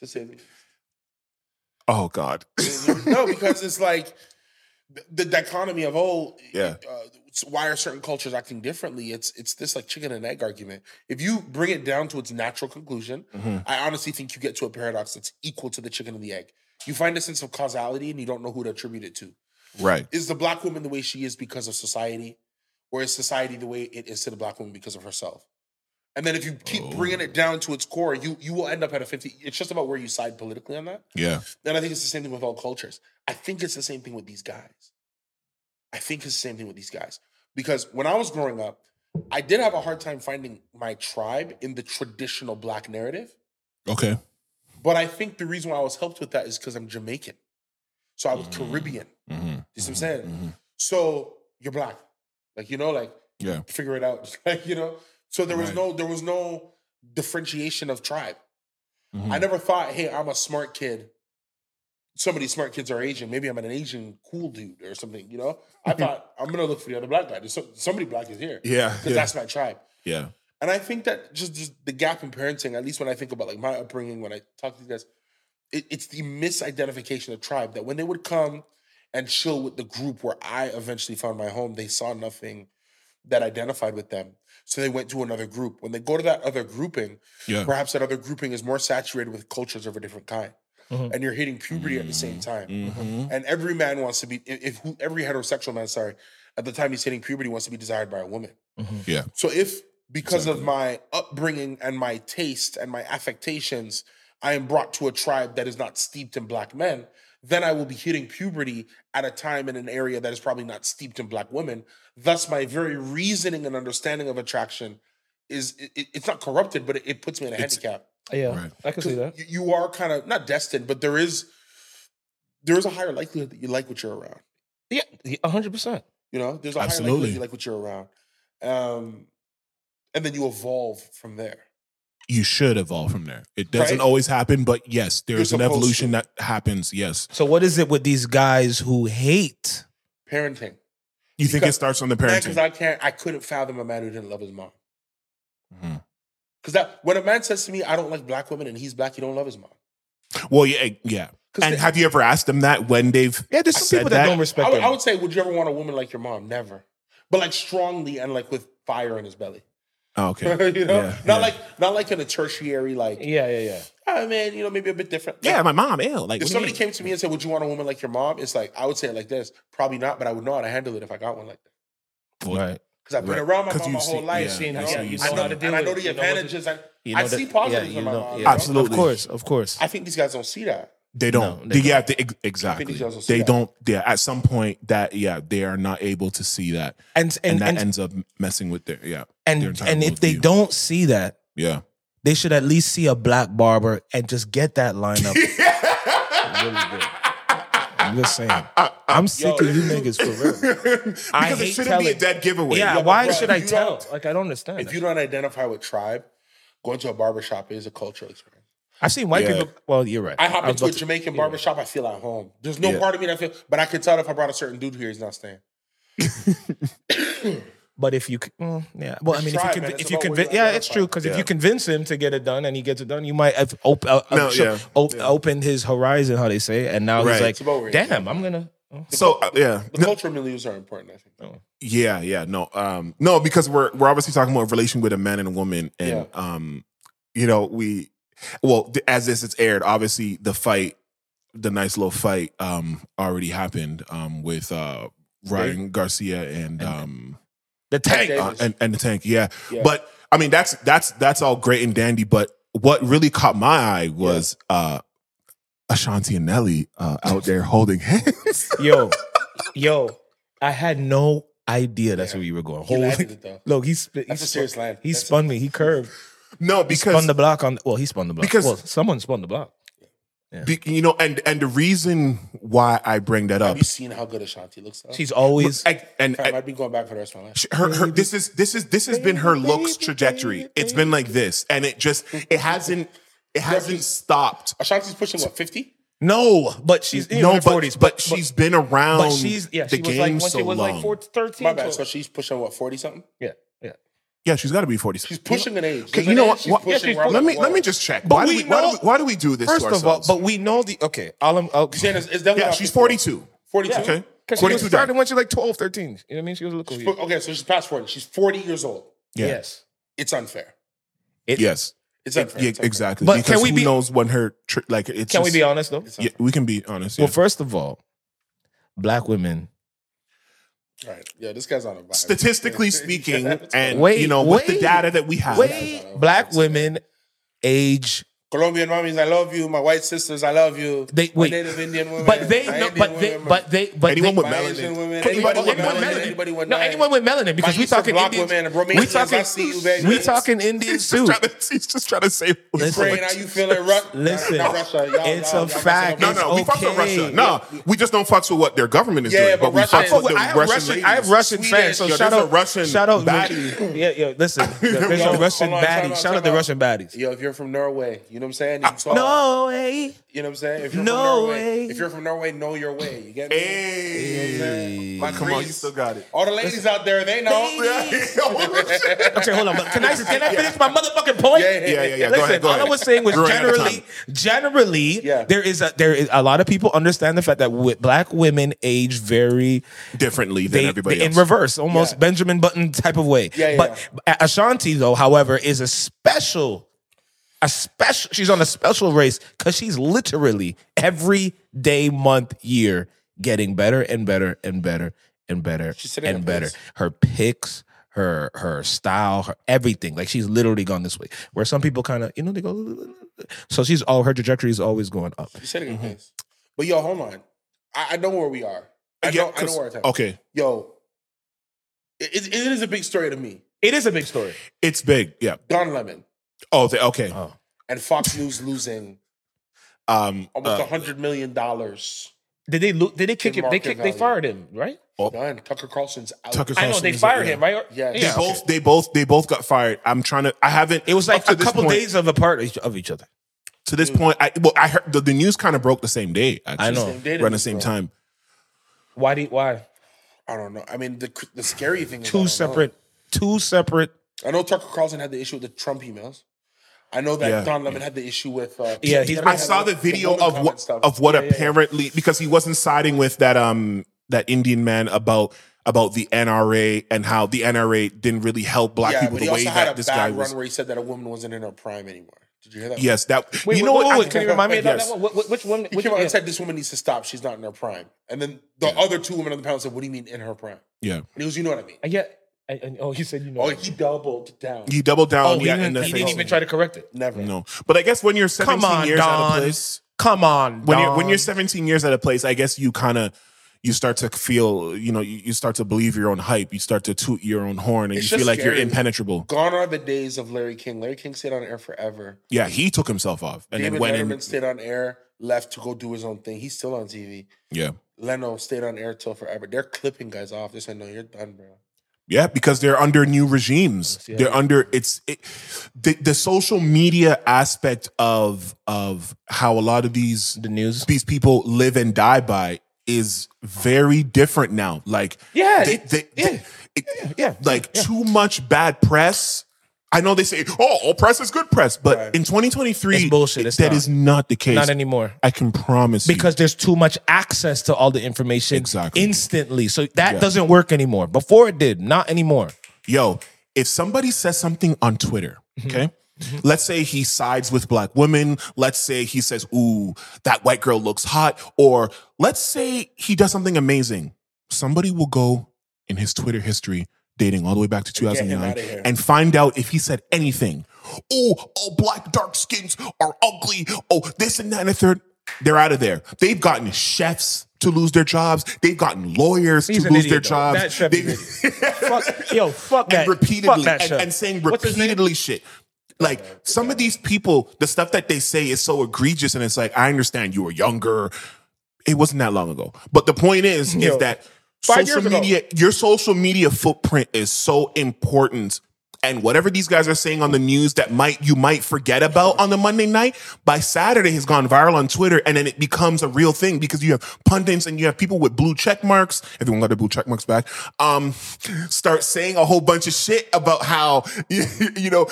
S2: To say the least.
S4: Oh God.
S2: no, because it's like the, the dichotomy of oh,
S4: Yeah.
S2: uh, it's- why are certain cultures acting differently? It's it's this like chicken and egg argument. If you bring it down to its natural conclusion, I honestly think you get to a paradox that's equal to the chicken and the egg. You find a sense of causality and you don't know who to attribute it to.
S4: Right.
S2: Is the black woman the way she is because of society, or is society the way it is to the black woman because of herself? And then if you keep bringing it down to its core, you you will end up at a fifty. It's just about where you side politically on that.
S4: Yeah.
S2: And I think it's the same thing with all cultures. I think it's the same thing with these guys. I think it's the same thing with these guys. Because when I was growing up, I did have a hard time finding my tribe in the traditional black narrative.
S4: Okay.
S2: But I think the reason why I was helped with that is because I'm Jamaican. So I was Caribbean.
S4: Mm-hmm.
S2: You see what I'm saying? So you're black. Like, you know, like
S4: Yeah.
S2: figure it out. Like, you know? So there was
S4: Right.
S2: no, there was no differentiation of tribe.
S4: Mhm.
S2: I never thought, hey, I'm a smart kid. So many smart kids are Asian. Maybe I'm an Asian cool dude or something, you know? I thought I'm gonna look for the other black guy. There's so, somebody black is here.
S4: Yeah.
S2: Because
S4: Yeah.
S2: that's my tribe.
S4: Yeah.
S2: And I think that just, just the gap in parenting, at least when I think about like my upbringing, when I talk to these guys, it, it's the misidentification of tribe that when they would come and chill with the group where I eventually found my home, they saw nothing that identified with them. So they went to another group. When they go to that other grouping,
S4: Yeah.
S2: perhaps that other grouping is more saturated with cultures of a different kind. And you're hitting puberty at the same time. And every man wants to be, if, if who, every heterosexual man, sorry, at the time he's hitting puberty wants to be desired by a woman.
S4: Yeah.
S2: So if because of my upbringing and my taste and my affectations, I am brought to a tribe that is not steeped in black men, then I will be hitting puberty at a time in an area that is probably not steeped in black women. Thus, my very reasoning and understanding of attraction is it, it- it's not corrupted, but it, it puts me in a handicap.
S3: Yeah,
S4: Right.
S3: I can see that.
S2: You, you are kind of not destined, but there is there is a higher likelihood that you like what you're around.
S3: Yeah, hundred percent.
S2: You know, there's a higher
S4: Absolutely.
S2: likelihood you like what you're around, um, and then you evolve from there.
S4: You should evolve from there. It doesn't
S2: Right?
S4: always happen, but yes, there's an
S2: supposed
S4: evolution
S2: to.
S4: that happens. Yes.
S3: So what is it with these guys who hate?
S2: Parenting,
S4: You think it
S2: Because-
S4: starts on the
S2: because
S4: parenting?
S2: I can't, I couldn't fathom a man who didn't love his mom.
S4: Mhm.
S2: Because that when a man says to me, "I don't like black women," and he's black, he don't love his mom.
S4: Well, yeah, yeah.
S2: 'Cause
S4: And
S2: the-
S4: have you ever asked them that when they've
S3: Yeah, there's some
S4: said
S3: people that, don't respect
S2: I would,
S3: them.
S2: I would say, would you ever want a woman like your mom? Never, but like strongly and like with fire in his belly.
S4: Oh,
S2: you know,
S4: okay. Yeah,
S2: not
S4: yeah. Eh
S2: like not like in a tertiary like.
S3: yeah, yeah, yeah.
S2: Oh man, you know maybe a bit different.
S4: Yeah, my mom, ew. Like
S2: If somebody came to me and said, "Would you want a woman like your mom?" It's like I would say it like this: probably not, but I would know how to handle it if I got one like that.
S5: Right.
S2: Because I've been
S4: Right.
S2: around my
S4: 'Cause
S2: mom my
S4: you've
S2: whole
S4: seen-
S2: life.
S4: yeah,
S2: you know?
S4: you've seen- you've
S2: I
S4: seen
S2: know,
S4: how to
S2: and I know the
S3: You know what to-
S2: advantages. and
S5: you
S2: I
S5: know
S2: see
S5: that-
S2: positives
S5: yeah,
S2: in
S5: you
S2: my
S5: know-
S2: mom.
S5: yeah.
S2: you know?
S4: Absolutely.
S5: Of course, of course.
S2: I think these guys don't see that.
S4: They don't.
S5: No, they
S4: they, yeah, they, ex- exactly.
S2: Fifty Shades of
S4: They
S2: Grey.
S4: don't. Yeah, at some point that yeah, they are not able to see that,
S3: And
S4: and,
S3: and
S4: that
S3: and
S4: ends up messing with their yeah.
S3: and,
S4: their
S3: and,
S4: entire
S3: if they
S4: worldview.
S3: don't see that,
S4: yeah,
S3: They should at least see a black barber and just get that lineup. I'm just saying. I'm sick of you niggas for real.
S4: because
S3: I
S4: it
S3: hate
S4: shouldn't be a
S3: telling.
S4: dead giveaway.
S3: Yeah,
S2: but
S3: why
S2: bro,
S3: should I
S2: you
S3: tell?
S2: don't-
S3: Like I don't understand.
S2: If
S3: that.
S2: you don't identify with tribe, going to a barbershop is a cultural experience.
S3: I've seen white
S4: Yeah.
S3: people. Well, you're right.
S2: I hop
S3: was
S2: into a
S3: about to-
S2: Jamaican barbershop, I feel at home. There's no part of me that feel, but I can tell if I brought a certain dude here, he's not staying.
S3: But if you, c- well, yeah. Well, I mean,
S2: tried,
S3: if you,
S2: man.
S3: conv-
S2: It's
S3: if you
S2: about what you
S3: convince, yeah, it's
S2: identify.
S3: true. Because if
S4: Yeah.
S3: you convince him to get it done and he gets it done, you might have op- uh, uh,
S4: No,
S3: sure,
S4: yeah.
S3: op- opened his horizon, how they say, and now
S4: Right.
S3: he's
S4: It's
S2: about where
S3: like,
S2: you-
S3: damn, I'm gonna. oh,
S4: So uh, yeah,
S2: The cultural milieus are important, I think.
S4: Yeah, yeah, no, um, no, because we're we're obviously talking about relation with a man and a woman, and um, you know, we, well, th- as this is aired, obviously the fight, the nice little fight, um, already happened, um, with uh Ryan Garcia and um
S3: The tank.
S2: Okay.
S4: uh, and and the tank, yeah.
S2: Yeah.
S4: but I mean that's that's that's all great and dandy, but what really caught my eye was uh Ashanti and Nelly uh, out there holding hands.
S3: yo, yo, I had no idea that's where you were going.
S2: He
S3: Holy,
S2: landed it though.
S3: look, he spit. He,
S2: That's a
S3: spun,
S2: serious line.
S3: he
S2: That's a-
S3: spun me. He curved.
S4: no,
S3: Spun
S4: because
S3: the block on. Well, he spun the block.
S4: Because-
S3: well, someone spun the block.
S4: Be, you know, and and the reason why I bring that up,
S2: Have you seen how good Ashanti looks? Though?
S3: She's always.
S4: I, and
S2: Fam,
S4: I,
S2: I'd be going back for the rest of my life.
S4: her, her this is this is this has been her looks trajectory. It's been like this, and it just it hasn't it hasn't stopped.
S2: Ashanti's pushing what, 50?
S3: no, but she's in
S4: No,
S3: her
S4: but,
S3: 40s.
S4: but she's been around
S3: But she's yeah.
S4: the
S3: She was
S4: game
S3: like when
S4: so
S3: she was
S4: long.
S3: like 14, 13.
S2: My bad.
S3: so-
S2: So she's pushing what, 40 something?
S3: yeah, yeah.
S4: yeah, she's got to be forty.
S2: She's pushing an age.
S4: Okay,
S2: There's
S4: you
S2: an
S4: know
S2: age
S4: what?
S2: she's
S4: Wha-
S2: pushing where I'm
S4: let
S2: like,
S4: me let
S2: whoa.
S4: me just check. Why do
S3: we
S4: we, why, do
S3: know-
S4: we, why do we do this?
S3: First
S4: to
S3: of all,
S4: ourselves?
S3: but we know the okay. All I'm okay.
S2: Saying it's- it's definitely
S4: yeah,
S2: not
S4: she's
S2: 50.
S4: forty-two.
S2: 42.
S4: Okay,
S3: Because she was
S4: forty-two.
S3: starting
S4: down.
S3: when she was like 12, 13. You know what I mean? She was a little
S2: But- Okay, so she's past 40. She's 40 years old.
S4: Yeah.
S3: Yes.
S2: It's unfair.
S4: Yes,
S2: It's unfair.
S4: yeah,
S2: It's unfair.
S4: exactly.
S3: But
S4: because
S3: can we
S4: who
S3: be-
S4: knows when her tr- like it's
S3: Can we
S4: just-
S3: be honest though?
S2: It's
S4: Yeah,
S2: unfair.
S4: we can be honest.
S3: Well,
S4: yeah.
S3: first of all, black women.
S2: All right. Yeah, this guy's on a vibe.
S4: statistically
S2: Yeah,
S4: speaking,
S2: it's-
S4: and
S3: Wait,
S4: you know, with the
S3: wait,
S4: data that we have,
S3: Wait, black women age.
S2: Colombian mommies, I love you. My white sisters, I love you.
S3: They-
S2: My
S3: wait.
S2: Native Indian women.
S3: But they,
S2: my
S3: no,
S2: Indian
S3: but they,
S2: women,
S3: but they, but
S4: Anyone
S3: they,
S4: with
S2: my Asian
S4: melanin.
S2: women,
S4: Anybody
S2: anybody
S4: with
S2: with melanin,
S4: melanin.
S2: anybody with
S3: no,
S2: nine.
S3: anyone with melanin because
S2: My
S3: we
S2: Eastern
S3: talking
S2: Bloc
S3: Indians,
S2: women and
S3: we
S2: Romanians, I
S3: talking,
S2: see you,
S3: we
S2: baby.
S3: talking
S4: he's
S3: Indians too.
S4: trying to, he's just trying to save.
S3: Listen.
S2: Ukraine, how you feeling? Ru-
S3: Listen,
S2: not Russia. Y'all,
S3: it's
S2: y'all,
S3: a
S2: y'all
S3: fact.
S4: no,
S2: messing up.
S4: no, we fuck with
S3: okay.
S4: Russia. No, we just don't fuck with what their government is
S2: Yeah,
S4: doing, but,
S2: but
S4: we
S2: Russia
S4: fuck
S2: is-
S4: with the
S2: I
S3: Oh, I have
S4: Russian.
S3: Russian,
S4: ladies.
S3: I have Russian fans, so
S4: Yo,
S3: shout
S4: there's a
S3: out,
S4: Russian
S3: shout out,
S4: baddie.
S3: Yeah, yo, listen, there's
S2: Yo,
S3: a Russian
S2: hold on, time
S3: baddie.
S2: out,
S3: Shout out
S2: time
S3: the
S2: out.
S3: Russian baddies.
S2: Yo, if you're from Norway, you know what I'm saying?
S4: Ah,
S2: You saw-
S3: No way.
S2: You know what I'm saying? If you're
S3: No
S2: from Norway,
S3: way.
S2: if you're from Norway, know your way. You get me?
S4: Hey,
S2: My
S4: come on,
S2: Greece.
S4: you still got it.
S2: All the ladies out there, they know.
S3: Baby.
S4: yeah,
S3: Okay, hold on. but Can I can I finish my motherfucking point?
S2: Yeah, yeah,
S4: yeah, yeah.
S3: Listen,
S4: go ahead, go
S3: all I
S4: ahead.
S3: was saying was
S4: We're running out of
S3: generally,
S4: time.
S3: generally,
S2: Yeah.
S3: there is a there is a lot of people understand the fact that wi- black women age very
S4: differently than
S3: they,
S4: everybody
S3: they- in
S4: else.
S3: reverse, almost
S2: Yeah.
S3: Benjamin Button type of way.
S2: Yeah, yeah,
S3: but A- Ashanti, though, however, is a special, a special. She's on a special race because she's literally every day, month, year getting better and better and better and better
S2: sitting
S3: and
S2: in
S3: better.
S2: place.
S3: Her picks. Her her style, her everything, like she's literally gone this way. Where some people kind of, you know, they go. So she's all her trajectory is always going up.
S2: You said it
S4: Mm-hmm.
S2: in place. But yo, hold on. I, I know where we are. I,
S4: Yeah,
S2: know, I know
S4: 'cause-
S2: where I'm at.
S4: okay,
S2: Yo, it, it is a big story to me.
S3: It is a big story.
S4: it's big. Yeah.
S2: Don Lemon
S4: Oh, the, okay.
S3: Oh.
S2: and Fox News losing
S4: Um,
S2: almost a hundred million dollars.
S3: Did they lo- did they kick
S2: In
S3: him? They
S2: market
S3: kicked. They
S2: value.
S3: fired him, right?
S2: Done. Tucker Carlson's out.
S4: Tucker
S3: I know
S4: Carlson
S3: they
S4: is-
S3: fired
S4: yeah.
S3: him, right?
S2: Yeah,
S4: They both, they both, they both got fired. I'm trying to. I haven't.
S3: It was
S4: up
S3: like
S4: to
S3: a
S4: this
S3: couple
S4: point-
S3: days of apart each- of each other.
S4: to this point, I well, I heard the, the news kind of broke the same day. Actually.
S3: I know.
S2: Same day to
S4: around the
S2: me,
S4: same
S2: bro.
S4: time.
S3: Why? Do, why?
S2: I don't know. I mean, the the scary thing is I don't
S3: Two
S2: know.
S3: separate. Two separate.
S2: I know Tucker Carlson had the issue with the Trump emails. I know that
S4: Yeah.
S2: Don Lemon had the issue with. Uh,
S3: Yeah, he's-
S4: I saw the video
S2: woman
S4: of
S2: comment
S4: what
S2: stuff.
S4: of what
S2: Yeah, yeah, yeah.
S4: apparently because he wasn't siding with that um that Indian man about about the NRA and how the NRA didn't really help black
S2: Yeah,
S4: people
S2: but he
S4: the way
S2: also had
S4: that
S2: a
S4: this guy
S2: bad
S4: was.
S2: run where he said that a woman wasn't in her prime anymore. Did you hear that?
S4: Yes, that
S3: Wait,
S4: you
S3: wait,
S4: know
S3: wait,
S4: what?
S3: wait,
S4: I-
S3: Can you remind me of that-
S4: Yes.
S3: that? one? Which, which one?
S2: He
S3: Which,
S2: came out
S3: yeah.
S2: and said this woman needs to stop. She's not in her prime. And then the other two women on the panel said, "What do you mean in her prime?"
S4: Yeah,
S2: And he was, "You know what I mean."
S3: I get. I, I, oh, you said you know.
S2: Oh, he doubled down.
S4: he doubled down.
S3: Oh, he
S4: yeah,
S3: didn't,
S4: in the
S3: he didn't
S4: face.
S3: even try to correct it.
S2: Never.
S4: No, but I guess when you're 17
S3: Come on,
S4: years out
S3: Don.
S4: of place,
S3: Come on.
S4: when you're when
S3: Don.
S4: you're 17 years out of place, I guess you kind of you start to feel, you know, you, you start to believe your own hype. You start to toot your own horn, and
S2: It's
S4: you feel
S2: just
S4: like you're
S2: scary.
S4: impenetrable.
S2: Gone are the days of Larry King. Larry King stayed on air forever.
S4: Yeah, he took himself off and
S2: David
S4: then went
S2: Letterman
S4: in.
S2: stayed on air, left to go do his own thing. He's still on TV.
S4: Yeah,
S2: Leno stayed on air till forever. They're clipping guys off. They're saying, "No, you're done, bro."
S4: yeah, because they're under new regimes.
S2: Yeah.
S4: They're under it's it, the the social media aspect of of how a lot of these
S5: The news.
S4: these people live and die by is very different now. Like
S3: Yeah,
S4: they-
S3: it-
S4: they-
S3: yeah,
S4: they- it-
S3: yeah,
S4: like too much bad press. I know they say, "Oh, all press is good press," but in 2023,
S5: It's bullshit. It's
S4: that
S5: not.
S4: is not the case.
S5: Not anymore.
S4: I can promise you.
S5: because there's too much access to all the information
S4: Exactly.
S5: instantly. So that doesn't work anymore. Before it did, not anymore.
S4: yo, if somebody says something on Twitter,
S3: Mm-hmm.
S4: okay, let's say he sides with black women, let's say he says, ooh, that white girl looks hot, or let's say he does something amazing, somebody will go in his Twitter history dating all the way back to
S2: him
S4: 2009
S2: outta here.
S4: and find out if he said anything. Oh, all black dark skins are ugly. Oh, this and that and the third. They're out of there. They've gotten chefs to lose their jobs. They've gotten lawyers
S3: He's
S4: to
S3: an
S4: lose
S3: idiot,
S4: their
S3: though.
S4: jobs.
S3: That should be
S4: They've-
S3: fuck, yo, fuck
S4: and
S3: that.
S4: repeatedly
S3: fuck that
S4: and,
S3: shit.
S4: and saying
S3: What's his name?
S4: repeatedly shit. Like some of these people, the stuff that they say is so egregious, and it's like I understand you were younger. It wasn't that long ago, but the point is, is
S3: Yo,
S4: that social
S3: five years ago.
S4: media, your social media footprint is so important. And whatever these guys are saying on the news that might you might forget about on the Monday night, by Saturday has gone viral on Twitter, and then it becomes a real thing because you have pundits and you have people with blue check marks. Everyone got their blue check marks back. Um, start saying a whole bunch of shit about how you know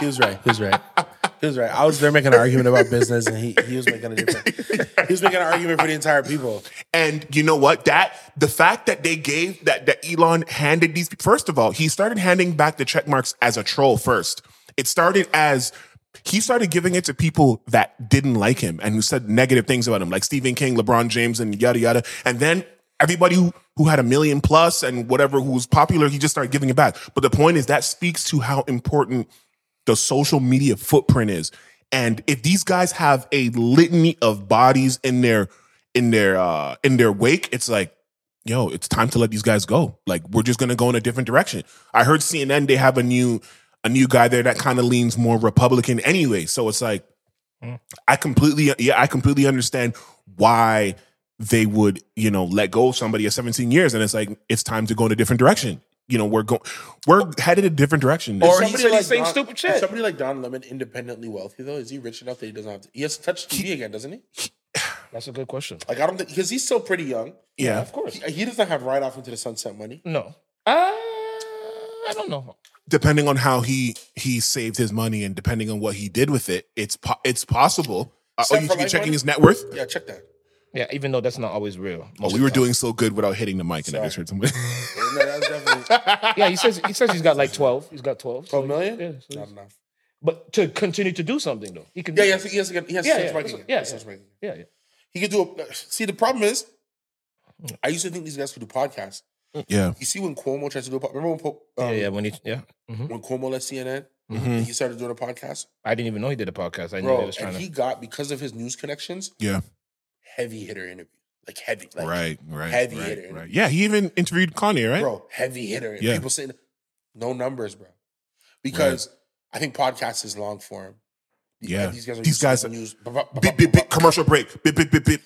S2: He was right. He was right. He was right. I was there making an argument about business, and he, he was making a different. He was making an argument for the entire people.
S4: And you know what? That the fact that they gave that that Elon handed these first of all, he started handing back the check marks as a troll first. It started as he started giving it to people that didn't like him and who said negative things about him, like Stephen King, LeBron James, and yada yada. And then everybody who, who had a million plus and whatever who was popular, he just started giving it back. But the point is that speaks to how important the social media footprint is. And if these guys have a litany of bodies in their in their uh in their wake, it's like, yo, it's time to let these guys go. Like we're just gonna go in a different direction. I heard CNN they have a new a new guy there that kind of leans more Republican anyway. So it's like I completely yeah, I completely understand why they would, you know, let go of somebody at 17 years and it's like it's time to go in a different direction. You know, we're going we're headed a different direction.
S3: Or he said he's saying
S2: Don-
S3: stupid
S2: is
S3: shit.
S2: Somebody like Don Lemon, independently wealthy though, is he rich enough that he doesn't have to? He has to touch TV again, doesn't he?
S5: That's a good question.
S2: Like I don't think because he's still pretty young.
S4: yeah.
S5: Of course.
S2: He, he doesn't have ride off into the sunset money.
S5: No. Uh, I don't know.
S4: depending on how he he saved his money and depending on what he did with it, it's po- it's possible. Uh, oh,
S2: Except
S4: you
S2: for
S4: should be
S2: like
S4: checking
S2: one-
S4: his net worth.
S2: Yeah, check that.
S5: Yeah, even though that's not always real.
S4: Oh, we were doing so good without hitting the mic, and I just heard somebody.
S2: No, that was definitely
S5: yeah, he says he says he's got like twelve. He's got twelve. So
S2: a million.
S5: yeah, so
S2: Not
S5: he's-
S2: enough.
S5: but to continue to do something though, he can.
S2: Yeah,
S5: do
S2: he has
S5: that.
S2: to, he has to get, he has
S5: Yeah,
S2: to
S5: yeah,
S2: start
S5: that's
S2: breaking.
S5: what- yeah,
S2: He starts breaking.
S5: yeah, yeah.
S2: He could do a. See, the problem is, I used to think these guys could do podcasts.
S4: yeah,
S2: You see, when Cuomo tries to do a podcast, remember when, Po- um,
S5: yeah, yeah. When he, yeah, hmm
S2: when Cuomo left CNN,
S4: Mhm.
S2: and he started doing a podcast,
S5: I didn't even know he did a podcast. I knew they
S2: bro,
S5: was trying
S2: and
S5: to.
S2: he got because of his news connections,
S4: yeah,
S2: heavy hitter interview, like heavy, like,
S4: right, right,
S2: heavy
S4: right,
S2: hitter.
S4: right. Yeah, he even interviewed Kanye, right?
S2: bro, heavy hitter. And
S4: Yeah.
S2: People saying no numbers, bro, because I think podcast is long form.
S4: Yeah.
S2: these guys are
S4: These
S2: used to
S4: guys
S2: doing
S4: are-
S2: news, bu- bu- bu-
S4: Bip,
S2: bu-
S4: bip,
S2: bu-
S4: bip, commercial break. Bip, bip, bip, bip.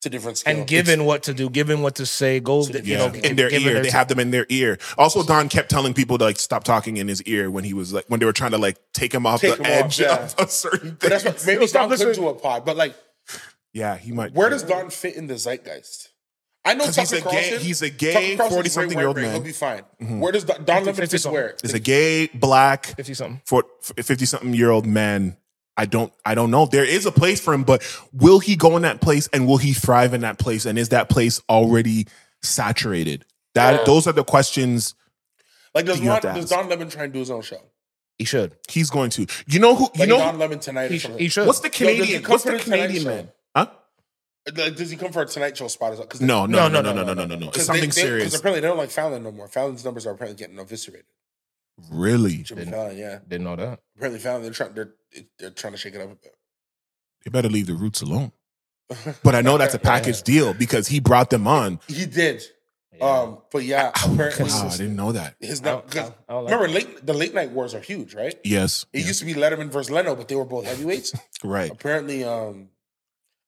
S2: to different scale.
S5: And given what to do, given what to say, go.
S2: So that-
S5: you
S4: Yeah,
S5: know,
S4: in their
S5: given
S4: ear, they
S5: time.
S4: have them in their ear. Also, Don kept telling people to like stop talking in his ear when he was like when they were trying to like take him off
S2: Take
S4: the
S2: him off,
S4: edge
S2: yeah.
S4: of a certain
S2: But
S4: thing.
S2: that's what, maybe
S4: stop
S2: stop listening
S4: listening.
S2: to a pod. But like,
S4: yeah, he might.
S2: where does Don fit in the zeitgeist? I know
S4: 'Cause
S2: Tucker
S4: he's a gay-
S2: Carlson-
S4: he's a gay
S2: Tucker Carlson's
S4: 40-something
S2: great
S4: year old
S2: white brain,
S4: man. Mm-hmm.
S2: He'll be fine. Where does Don, Don Lemon fit
S5: 50-something.
S2: where?
S4: is a gay black
S5: 50 something.
S4: for fifty something year old man. I don't I don't know. There is a place for him, but will he go in that place and will he thrive in that place? And is that place already saturated? That those are the questions
S2: Like does,
S4: You have
S2: Ron,
S4: to
S2: does
S4: ask.
S2: Don Lemon try and do his own show?
S5: He should.
S4: he's going to. You know who you
S2: Like
S4: know
S2: Don Lemon tonight
S5: He,
S2: or
S5: sh-
S2: something.
S5: he should.
S4: what's the
S2: Yo, does he
S4: Canadian?
S2: come
S4: what's
S2: for
S4: the
S2: Tonight
S4: Canadian
S2: Show?
S4: man? Huh?
S2: Like, does he come for a Tonight Show spot? Or something? 'Cause
S4: No, no, no, no, no, no, no, no, no. It's
S2: 'cause
S4: something
S2: they, they, 'cause
S4: serious.
S2: Apparently, they don't like Fallon no more. Fallon's numbers are apparently getting eviscerated.
S4: Really?
S2: Jimmy Fallon, yeah.
S5: Didn't know that.
S2: Apparently, Fallon they're trying they're they're trying to shake it up a bit.
S4: They better leave the roots alone. But I know that's a package deal because he brought them on.
S2: He did. Um, but yeah, apparently
S4: Oh, I didn't know that.
S2: his not because
S3: I don't like
S2: remember late the late night wars are huge, right?
S4: Yes.
S2: It used to be Letterman versus Leno, but they were both heavyweights.
S4: Right.
S2: apparently, um,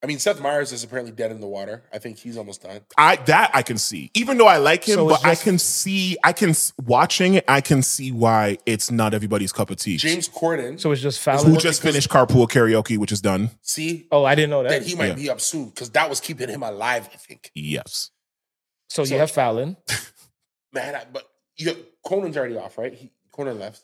S2: I mean Seth Meyers is apparently dead in the water. I think he's almost done.
S4: I that I can see. Even though I like him,
S3: So
S4: but
S3: it's
S4: I
S3: just-
S4: can see I can s- watching it, I can see why it's not everybody's cup of tea.
S2: James Corden,
S3: So it's just Fallon.
S4: Who just finished carpool karaoke, which is done.
S2: see
S3: oh, I didn't know
S2: that
S3: that.
S2: he might
S4: Yeah.
S2: be up soon because that was keeping him alive. I think.
S4: Yes.
S3: so
S2: so-
S3: you have Fallon.
S2: Man, I, but you Conan's already off, right? He, Conan left.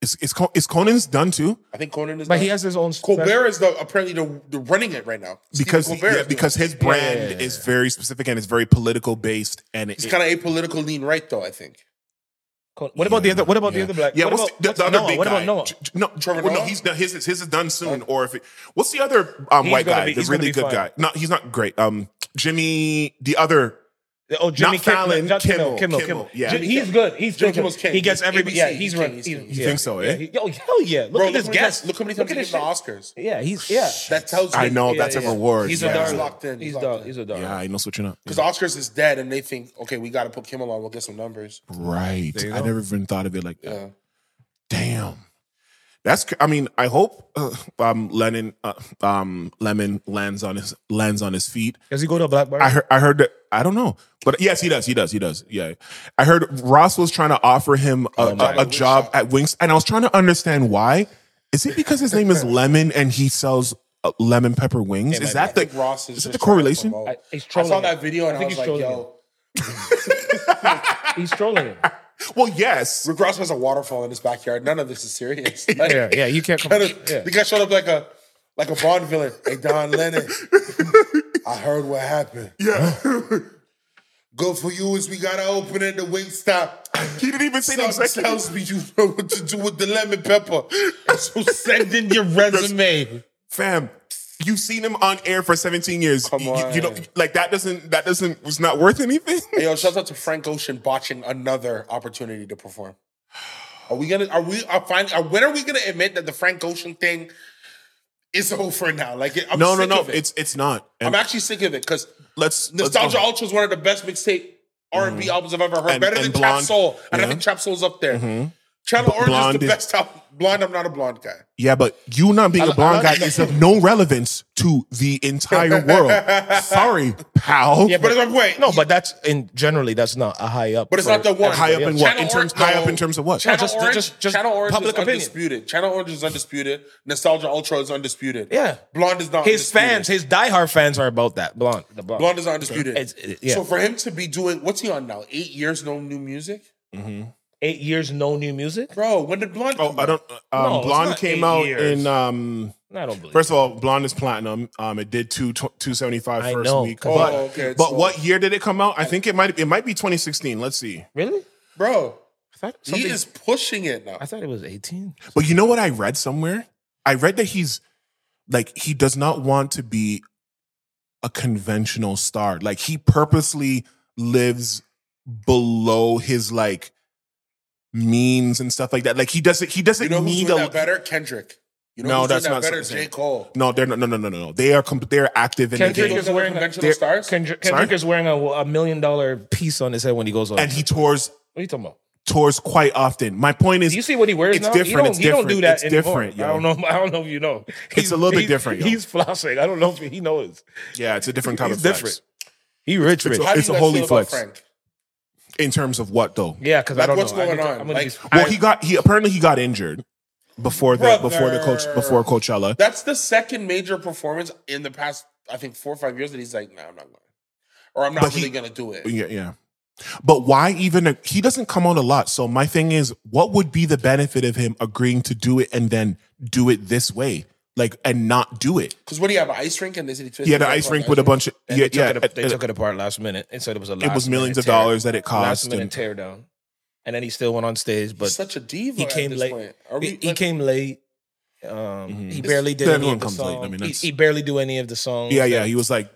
S4: Is is, Co- is Conan's done too?
S2: I think Conan is.
S3: But
S2: done.
S3: he has his own
S2: Colbert is the apparently the, the running it right now Stephen
S4: Because
S2: Colbert
S4: yeah,
S2: is doing
S4: because
S2: it.
S4: his brand
S3: Yeah.
S4: is very specific and it's very political based and it,
S2: he's kind of apolitical lean right though. I think
S3: Con- What about
S4: Yeah,
S3: the other? What about
S4: yeah.
S3: the other black?
S4: Yeah,
S3: what
S4: what's
S3: about,
S4: the,
S3: what's
S4: the other
S3: Noah?
S4: big
S3: What
S4: guy?
S3: about Noah?
S4: J- j- No,
S2: Trevor
S4: well, no,
S2: Noah?
S4: he's done, his is- his is done soon. Or if it, what's the other um,
S3: He's
S4: white
S3: gonna
S4: guy?
S3: be-
S4: the
S3: he's gonna
S4: really
S3: be
S4: good
S3: fine.
S4: guy. No, he's not great. Um, Jimmy, the other
S3: Oh, Jimmy
S4: Not
S3: Kim-
S4: Fallon,
S3: not
S4: Kimmel,
S3: Kimmel, Kimmel,
S4: Kimmel,
S3: Kimmel.
S4: yeah.
S3: Jim- he's good. He's
S2: Jimmy
S3: good.
S2: Kimmel's king.
S3: He gets
S2: He's
S3: everybody.
S2: ABC,
S3: Yeah, he's
S2: he's
S3: run.
S2: king, he's
S3: he's-
S2: king.
S3: yeah,
S4: You think so, eh?
S3: Yeah, he- yo, hell yeah! Look
S2: Bro, how many
S3: at this
S2: times-
S3: guest.
S2: Look how many
S3: Look
S2: times
S3: at
S2: he
S3: this
S2: did in the
S3: shit.
S2: Oscars.
S3: Yeah, he's yeah.
S2: That tells you
S4: I know
S3: yeah,
S4: that's
S3: yeah.
S4: a reward.
S2: he's
S4: yeah.
S2: a darling locked in.
S3: He's
S2: locked
S3: dog.
S2: in.
S3: He's a dog.
S4: Yeah, I know switching up.
S2: Because Oscars is dead, and they think, okay, we got to put Kimmel on. We'll get some numbers.
S4: Right. I never even thought of it like that.
S2: Yeah.
S4: Damn. That's. cr- I mean, I hope uh, um, Lennon, uh, um, Lemon lands on his lands on his feet.
S3: Does he go to a black bar?
S4: I heard. I heard that. I don't know, but yes, he does. He does. He does. Yeah. I heard Ross was trying to offer him
S2: Oh,
S4: a, a, a job at Wings, and I was trying to understand why. Is it because his name is Lemon and he sells uh, lemon pepper wings? is that the
S2: Ross is,
S4: Is it
S2: just
S4: the
S2: trying to
S4: correlation?
S2: promote.
S3: I- he's
S2: I
S3: trolling
S2: saw
S3: it.
S2: that video and I,
S3: think
S2: was
S3: he's
S2: like,
S3: trolling
S2: yo,
S3: He's trolling him.
S4: Well, yes.
S2: Rick Ross has a waterfall in his backyard. None of this is serious.
S3: Yeah, yeah. You can't come. Yeah.
S2: The guy showed up like a like a Bond villain. Hey, Don Lennon. I heard what happened.
S4: Yeah.
S2: Good for you is we gotta open at the wing stop.
S4: he didn't even say the
S2: Something
S4: exact
S2: tells me you know what to do with the lemon pepper. So send in your resume.
S4: fam you've seen him on air for 17 years
S2: Come
S4: You- You,
S2: on.
S4: don't like that doesn't that doesn't it's not worth anything
S2: Hey, yo, shout out to Frank Ocean botching another opportunity to perform. Are we gonna? Are we? Are finally? Are, when are we gonna admit that the Frank Ocean thing is over now? Like, I'm
S4: no no
S2: sick
S4: no
S2: Of it.
S4: it's it's not
S2: I'm
S4: and
S2: actually sick of it because
S4: let's let's-
S2: Nostalgia
S4: oh,
S2: Ultra is one of the best mixtape R and B albums I've ever heard.
S4: And-
S2: Better
S4: and
S2: than
S4: Blonde.
S2: Trap Soul, and
S4: Yeah. Mm-hmm.
S2: I think Trap Soul's up there. Channel Orange
S4: Blonde
S2: is the
S4: is-
S2: best album. Blonde, I'm not a blonde guy.
S4: yeah but you not being a blonde guy is of no relevance to the entire world sorry pal
S3: Yeah,
S2: But it's like, wait,
S3: No, but that's in generally that's not a high up.
S2: But it's not the one.
S4: high up in what in
S2: Channel
S4: terms
S2: Orange,
S4: high up
S2: no.
S4: in terms of what
S2: Channel
S3: just-
S2: Orange,
S3: just- just
S2: Channel Orange
S3: public
S2: is
S3: opinion.
S2: undisputed. Channel Orange is undisputed. Nostalgia Ultra is undisputed.
S3: Yeah.
S2: Blonde is not.
S3: his
S2: undisputed.
S3: fans, his diehard fans are about that blonde. The blonde.
S2: Blonde is undisputed.
S3: It's- it- yeah.
S2: So for him to be doing what's he on now? Eight years, no new music,
S3: Eight years, no new music.
S2: bro. When did Blonde?
S4: oh i don't um
S3: No, it's
S4: blonde
S3: not
S4: came
S3: eight
S4: out
S3: years.
S4: in um
S3: No, I don't believe.
S4: First of all, Blonde is platinum. Um, it did two, 275
S3: I
S4: first
S3: know,
S4: week.
S3: come
S4: but
S2: on. Oh, okay, it's
S4: but
S2: slow.
S4: what year did it come out? I think it might it might be 2016. Let's see.
S3: it. really?
S2: bro,
S3: I thought
S2: he
S3: something-
S2: is pushing it now.
S3: I thought it was eighteen.
S4: But you know what I read somewhere? I read that he's like he does not want to be a conventional star. Like he purposely lives below his like means and stuff like that. Like he doesn't he doesn't
S2: You know who's
S4: need
S2: doing
S4: a
S2: that better? Kendrick. You know
S4: No,
S2: who's
S4: that's
S2: doing
S4: not
S2: that better?
S4: something.
S2: J. Cole.
S4: No, they're not, no no no no no. They are comp- they're active in the
S3: Kendrick
S4: game.
S3: is-
S2: Those are
S3: wearing a-
S2: conventional
S4: they're-
S2: stars.
S3: Kendrick,
S4: Sorry?
S3: Kendrick is wearing a, a million dollar piece on his head when he goes on.
S4: And he tours
S3: what are you talking about?
S4: tours quite often. My point is
S3: Do you see what he wears
S4: it's
S3: now? he
S4: different,
S3: don't,
S4: it's
S3: he don't do
S4: different,
S3: that
S4: it's
S3: anymore.
S4: different, yo.
S3: I don't know. I don't know if you know.
S4: a little bit
S3: he's-
S4: different, yo.
S3: He's flossing. I don't know if he knows.
S4: yeah, it's a different kind
S3: He's
S4: of flex.
S3: different. He rich, rich.
S2: How do
S4: It's
S2: you
S4: a
S2: guys
S4: holy
S2: feel about
S4: flex.
S2: Frank?
S4: In terms of what though?
S3: Yeah, because I
S2: Like,
S3: don't
S2: what's
S3: know. I
S2: going
S3: think
S2: on?
S3: I'm gonna
S2: Like,
S3: be-
S4: Well, he got he apparently he got injured before the before the coach
S2: Brother.
S4: before Coachella.
S2: That's the second major performance in the past, I think, four or five years that he's like, nah, I'm not going. Or I'm not
S4: But he-
S2: really going to do it.
S4: Yeah, yeah. But why even he doesn't come on a lot. So my thing is, what would be the benefit of him agreeing to do it and then do it this way, like and not do it?
S2: Because what do you have, an ice rink? And they said he twisted
S4: He had an
S2: his
S4: ice
S2: ankle
S4: rink
S2: on
S4: with
S2: the
S4: a bunch of
S3: And
S4: yeah,
S3: they,
S4: yeah.
S3: took it, they took it apart last minute and said it was a last
S4: it was
S3: minute
S4: millions of
S3: tear-
S4: dollars that it
S3: Last
S4: cost.
S3: minute
S4: And,
S3: tear down. And then he still went on stage,
S2: He's
S3: but
S2: such a diva.
S3: he came
S2: at this
S3: late.
S2: Point. Are we,
S3: he, he
S2: like,
S3: came late. Um, He barely did any
S4: Everyone
S3: of the
S4: comes late. I
S3: songs.
S4: mean,
S3: he,
S4: that's-
S3: he barely do any of the songs.
S4: Yeah, yeah.
S3: that-
S4: He was like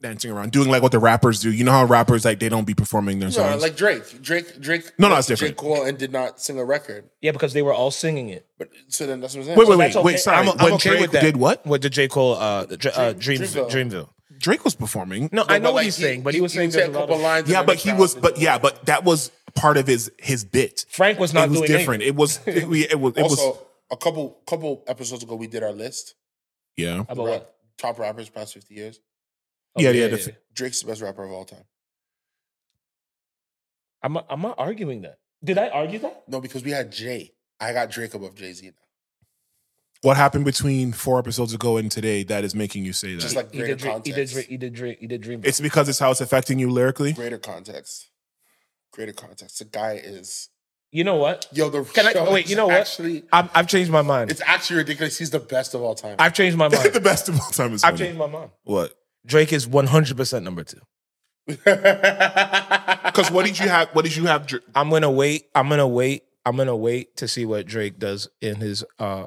S4: dancing around, doing like what the rappers do. You know how rappers like they don't be performing their
S2: No,
S4: songs.
S2: like Drake. Drake. Drake.
S4: No, no, it's
S2: Drake
S4: different.
S2: Cole and did not sing a record.
S3: yeah, because they were all singing it.
S2: But so then that's what I'm saying.
S4: wait, wait,
S2: So
S4: wait,
S3: That's okay.
S4: wait. Sorry.
S3: I'm, I'm
S4: when
S3: okay
S4: Drake
S3: with that.
S4: did what?
S3: With the J Cole, uh, the, Dr- uh,
S2: Dream-
S3: Dreamville. Dreamville.
S2: Dreamville.
S4: Drake was performing.
S3: No, I
S2: but
S3: know what
S2: like,
S3: he's saying, but he, was saying
S2: said
S3: there's a lot of-
S2: lines. and
S4: Yeah,
S2: then
S4: but
S2: it
S4: he
S2: sounds
S4: was.
S2: and-
S4: But yeah, but that was part of his his bit.
S3: Frank was not
S4: it was
S3: doing
S4: different. It was. It, we- it was. It
S2: also
S4: was.
S2: a couple couple episodes ago we did our list.
S4: Yeah.
S3: About what?
S2: Top rappers past fifty years.
S3: Oh,
S4: yeah, yeah, the-
S2: Drake's the best rapper of all time.
S3: I'm not, I'm not arguing that. Did I argue that?
S2: No, because we had Jay. I got Drake above Jay Z.
S4: What happened between four episodes ago and today that is making you say that?
S2: Just like
S3: He
S2: greater
S3: did, Dre- he did,
S2: context.
S3: Dre- he did, Dre- he did Dreamville.
S4: it's because it's how it's affecting you lyrically.
S2: Greater context. Greater context. The guy is
S3: you know what?
S2: yo. The
S3: Can I-
S2: show
S3: wait,
S2: is
S3: you know what?
S2: Actually,
S3: I'm, I've changed my mind.
S2: it's actually ridiculous. He's the best of all time.
S3: I've changed my
S4: the
S3: mind.
S4: best of all time is.
S3: I've
S4: funny.
S3: changed my mind.
S4: What?
S3: Drake is 100% number two.
S4: Because what did you have? What did you have? Dr-
S3: I'm gonna wait. I'm gonna wait. I'm gonna wait to see what Drake does in his uh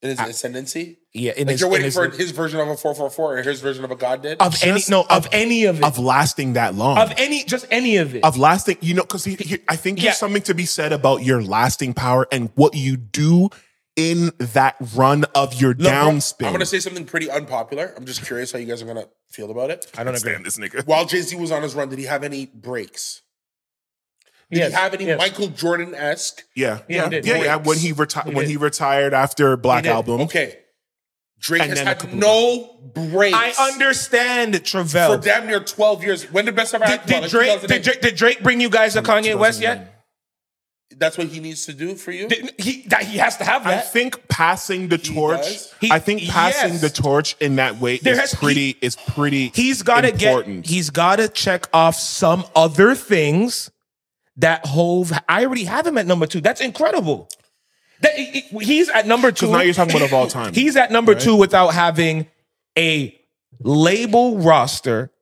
S2: in his ascendancy.
S3: yeah in
S2: Like
S3: his
S2: you're
S3: in
S2: waiting
S3: his-
S2: for his version of a 444 and his version of a God did.
S3: of any
S4: just
S3: no of, any of it
S4: of
S3: of,
S4: lasting that long.
S3: any just any of it.
S4: of lasting, you know, because I think
S3: Yeah.
S4: there's something to be said about your lasting power and what you do in that run of your downspin.
S2: I'm gonna say something pretty unpopular. I'm just curious how you guys are gonna feel about it.
S3: I don't agree.
S4: this nigga.
S2: While Jay Z was on his run, did he have any breaks? Did
S3: Yes,
S2: he have any
S3: yes.
S2: Michael Jordan esque?
S4: Yeah,
S3: Yeah,
S4: yeah,
S3: he
S4: yeah.
S3: did.
S4: yeah. When he retired, when he retired after Black
S3: He did.
S4: Album,
S2: Okay, Drake
S4: And
S2: has
S4: then a
S2: had
S4: couple
S2: no breaks.
S3: I understand
S2: for
S3: Travell. Did,
S2: damn near 12 years. When the best ever
S3: did
S2: Act came out, like
S3: Drake did,
S2: 2008.
S3: Drake did Drake bring you guys to Kanye West yet?
S2: That's what he needs to do for you.
S3: Did, he that he has to have
S4: I
S3: that.
S4: think passing the torch.
S2: does?
S3: He-
S4: I think passing
S3: yes.
S4: the torch in that way
S3: There
S4: is
S3: has-
S4: pretty. is pretty.
S3: he's got to get
S4: important.
S3: he's got to check off some other things that Hove I already have him at number 2. That's incredible. That he- he- he's at number 2.
S4: Because now you're talking about of all time.
S3: He's at number 2 without having a label roster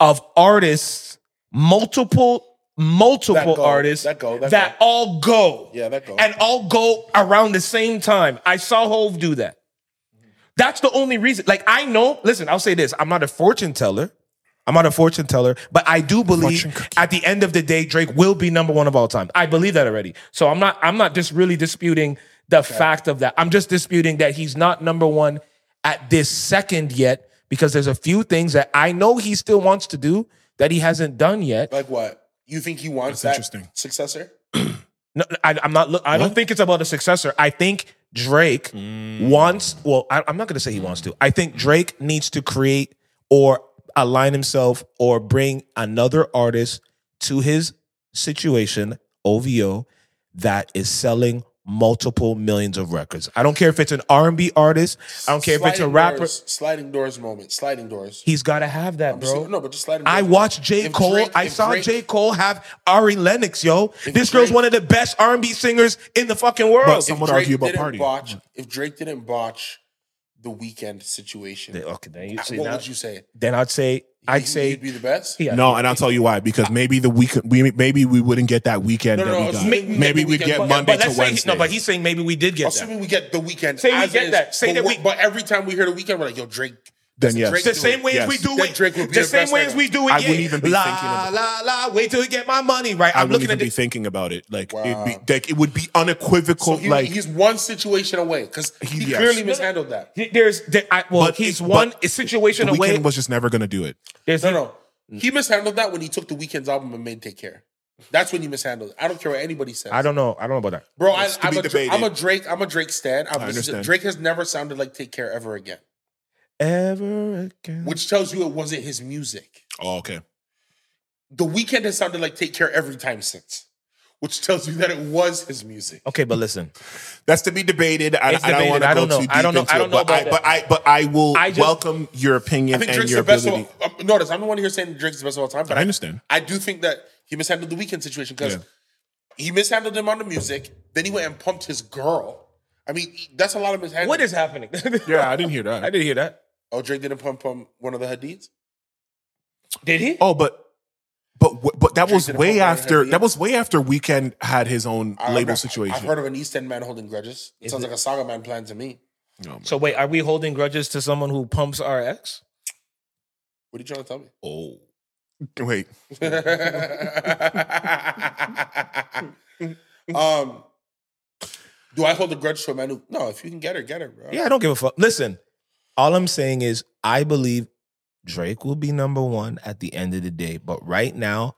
S3: of artists, multiple multiple
S2: That go,
S3: artists
S2: that go, that go.
S3: all go.
S2: Yeah, that go.
S3: And all go around the same time. I saw Hove do that. That's the only reason. Like I know, listen, I'll say this. I'm not a fortune teller. I'm not a fortune teller, but I do believe
S4: Fortune cookie.
S3: at the end of the day, Drake will be number one of all time. I believe that already. So I'm not I'm not just really disputing the fact of that. I'm just disputing that he's not number one at this second yet, because there's a few things that I know he still wants to do that he hasn't done yet.
S2: Like what? You think he wants
S4: That's
S2: that
S4: interesting.
S2: successor?
S3: No, I, I'm not. Look, I don't think it's about a successor. I think Drake wants. Well, I, I'm not going to say he wants to. I think Drake needs to create or align himself or bring another artist to his situation OVO that is selling multiple millions of records. I don't care if it's an R&B artist. I don't care if it's a
S2: Sliding
S3: rapper.
S2: doors- sliding doors moment. Sliding doors.
S3: He's got to have that, bro.
S2: No, but just sliding doors.
S3: I watched J.
S2: If
S3: Cole.
S2: Drake-
S3: I
S2: if
S3: saw
S2: Drake-
S3: J. Cole have Ari Lennox, yo. This girl's
S2: Drake-
S3: one of the best R&B singers in the fucking world.
S4: But some would
S2: Drake
S4: argue about
S2: didn't
S4: party.
S2: Botch, if Drake didn't botch the weekend situation, uh,
S3: Okay, then you
S2: what
S3: see now.
S2: would you say?
S3: Then I'd say I'd
S2: He'd-
S3: say
S2: he'd be the best.
S3: Yeah.
S4: No, and I'll tell you why. Because maybe the week, we maybe we wouldn't get that weekend
S2: No, no,
S4: that
S2: no,
S4: we got.
S2: maybe-
S4: Maybe,
S2: maybe we
S4: we'd
S2: get
S4: get
S2: Monday.
S4: Monday
S3: but
S4: to
S3: let's say he-
S4: Wednesday.
S3: no, but he's saying maybe we did get that.
S2: Assuming we get the weekend.
S3: Say we
S2: as
S3: get
S2: is,
S3: that. Say
S2: but
S3: that we-
S2: But every time we hear the weekend, we're like, yo, Drake.
S4: Then
S2: that's
S4: yes.
S2: Drake
S3: The
S2: doing
S3: same
S2: it.
S3: ways
S4: Yes.
S3: we do
S2: Then
S3: it.
S2: Drake would be
S3: the
S2: the
S3: same
S2: best
S3: ways
S2: right
S3: we do it.
S4: I
S3: yeah.
S4: wouldn't even be
S3: la,
S4: thinking about it.
S3: La la Wait till we get my money right.
S4: I
S3: I'm
S4: wouldn't
S3: looking
S4: even
S3: at
S4: be
S3: this.
S4: thinking about it. Like
S2: Wow.
S4: it'd be like it would be unequivocal.
S2: So he-
S4: like
S2: he's one situation away because he,
S4: He- yes.
S2: clearly mishandled that.
S3: There's there, I, well,
S4: But
S3: he's
S4: it-
S3: one
S4: but
S3: situation
S4: the weekend
S3: away.
S4: was just never gonna do it.
S3: There's
S2: No,
S3: Mm.
S2: no. He mishandled that when he took the weekend's album and made Take Care. That's when he mishandled it. I don't care what anybody says.
S3: I don't know. I don't know about that.
S2: Bro, I,
S4: to
S2: I'm,
S4: be
S2: a, Dra-
S4: debated.
S2: I'm a Drake. I'm a Drake stan. I'm,
S4: I
S2: this is-
S4: understand.
S2: Drake has never sounded like Take Care ever again,
S3: Ever again.
S2: which tells you it wasn't his music.
S4: Oh, okay.
S2: The Weeknd has sounded like Take Care every time since, which tells you that it was his music.
S3: Okay, but listen.
S4: That's to be debated. I,
S3: It's
S4: I don't
S3: debated.
S4: want
S3: I
S4: to go
S3: don't know.
S4: too deep
S3: I don't know.
S4: into
S3: I don't
S4: it,
S3: know
S4: but I,
S3: about
S4: but I but I will
S3: I just-
S4: welcome your opinion
S2: I think
S4: and
S2: Drake's
S4: your
S2: the best. Of,
S4: ability.
S2: all- um, notice, I'm the one here saying Drake's the best of all time, but
S4: I understand.
S2: I do think that he mishandled the Weeknd situation because
S4: Yeah.
S2: he mishandled him on the music. Then he went and pumped his girl. I mean, he- that's a lot of mishandling.
S3: What is happening?
S4: Yeah, I didn't hear
S3: I
S4: that.
S3: didn't hear that.
S2: Oh, Drake didn't pump pump one of the Hadids.
S3: Did he?
S4: Oh, but. But wh- but that was
S2: did a
S4: way
S2: whole lot of
S4: after
S2: heavy-
S4: that was way after Weekend had his own
S2: I- I've
S4: label
S2: not- I've
S4: situation.
S2: heard of an East End man holding grudges. It sounds
S3: it-
S2: like a saga man plan to me.
S3: So wait, are we holding grudges to someone who pumps our ex?
S2: What are you trying to tell me?
S5: Oh.
S4: Wait,
S2: um, do I hold a grudge to a man who? No, if you can get her, get her, bro.
S3: Yeah, I don't give a fuck. Listen, all I'm saying is I believe Drake will be number one at the end of the day, but right now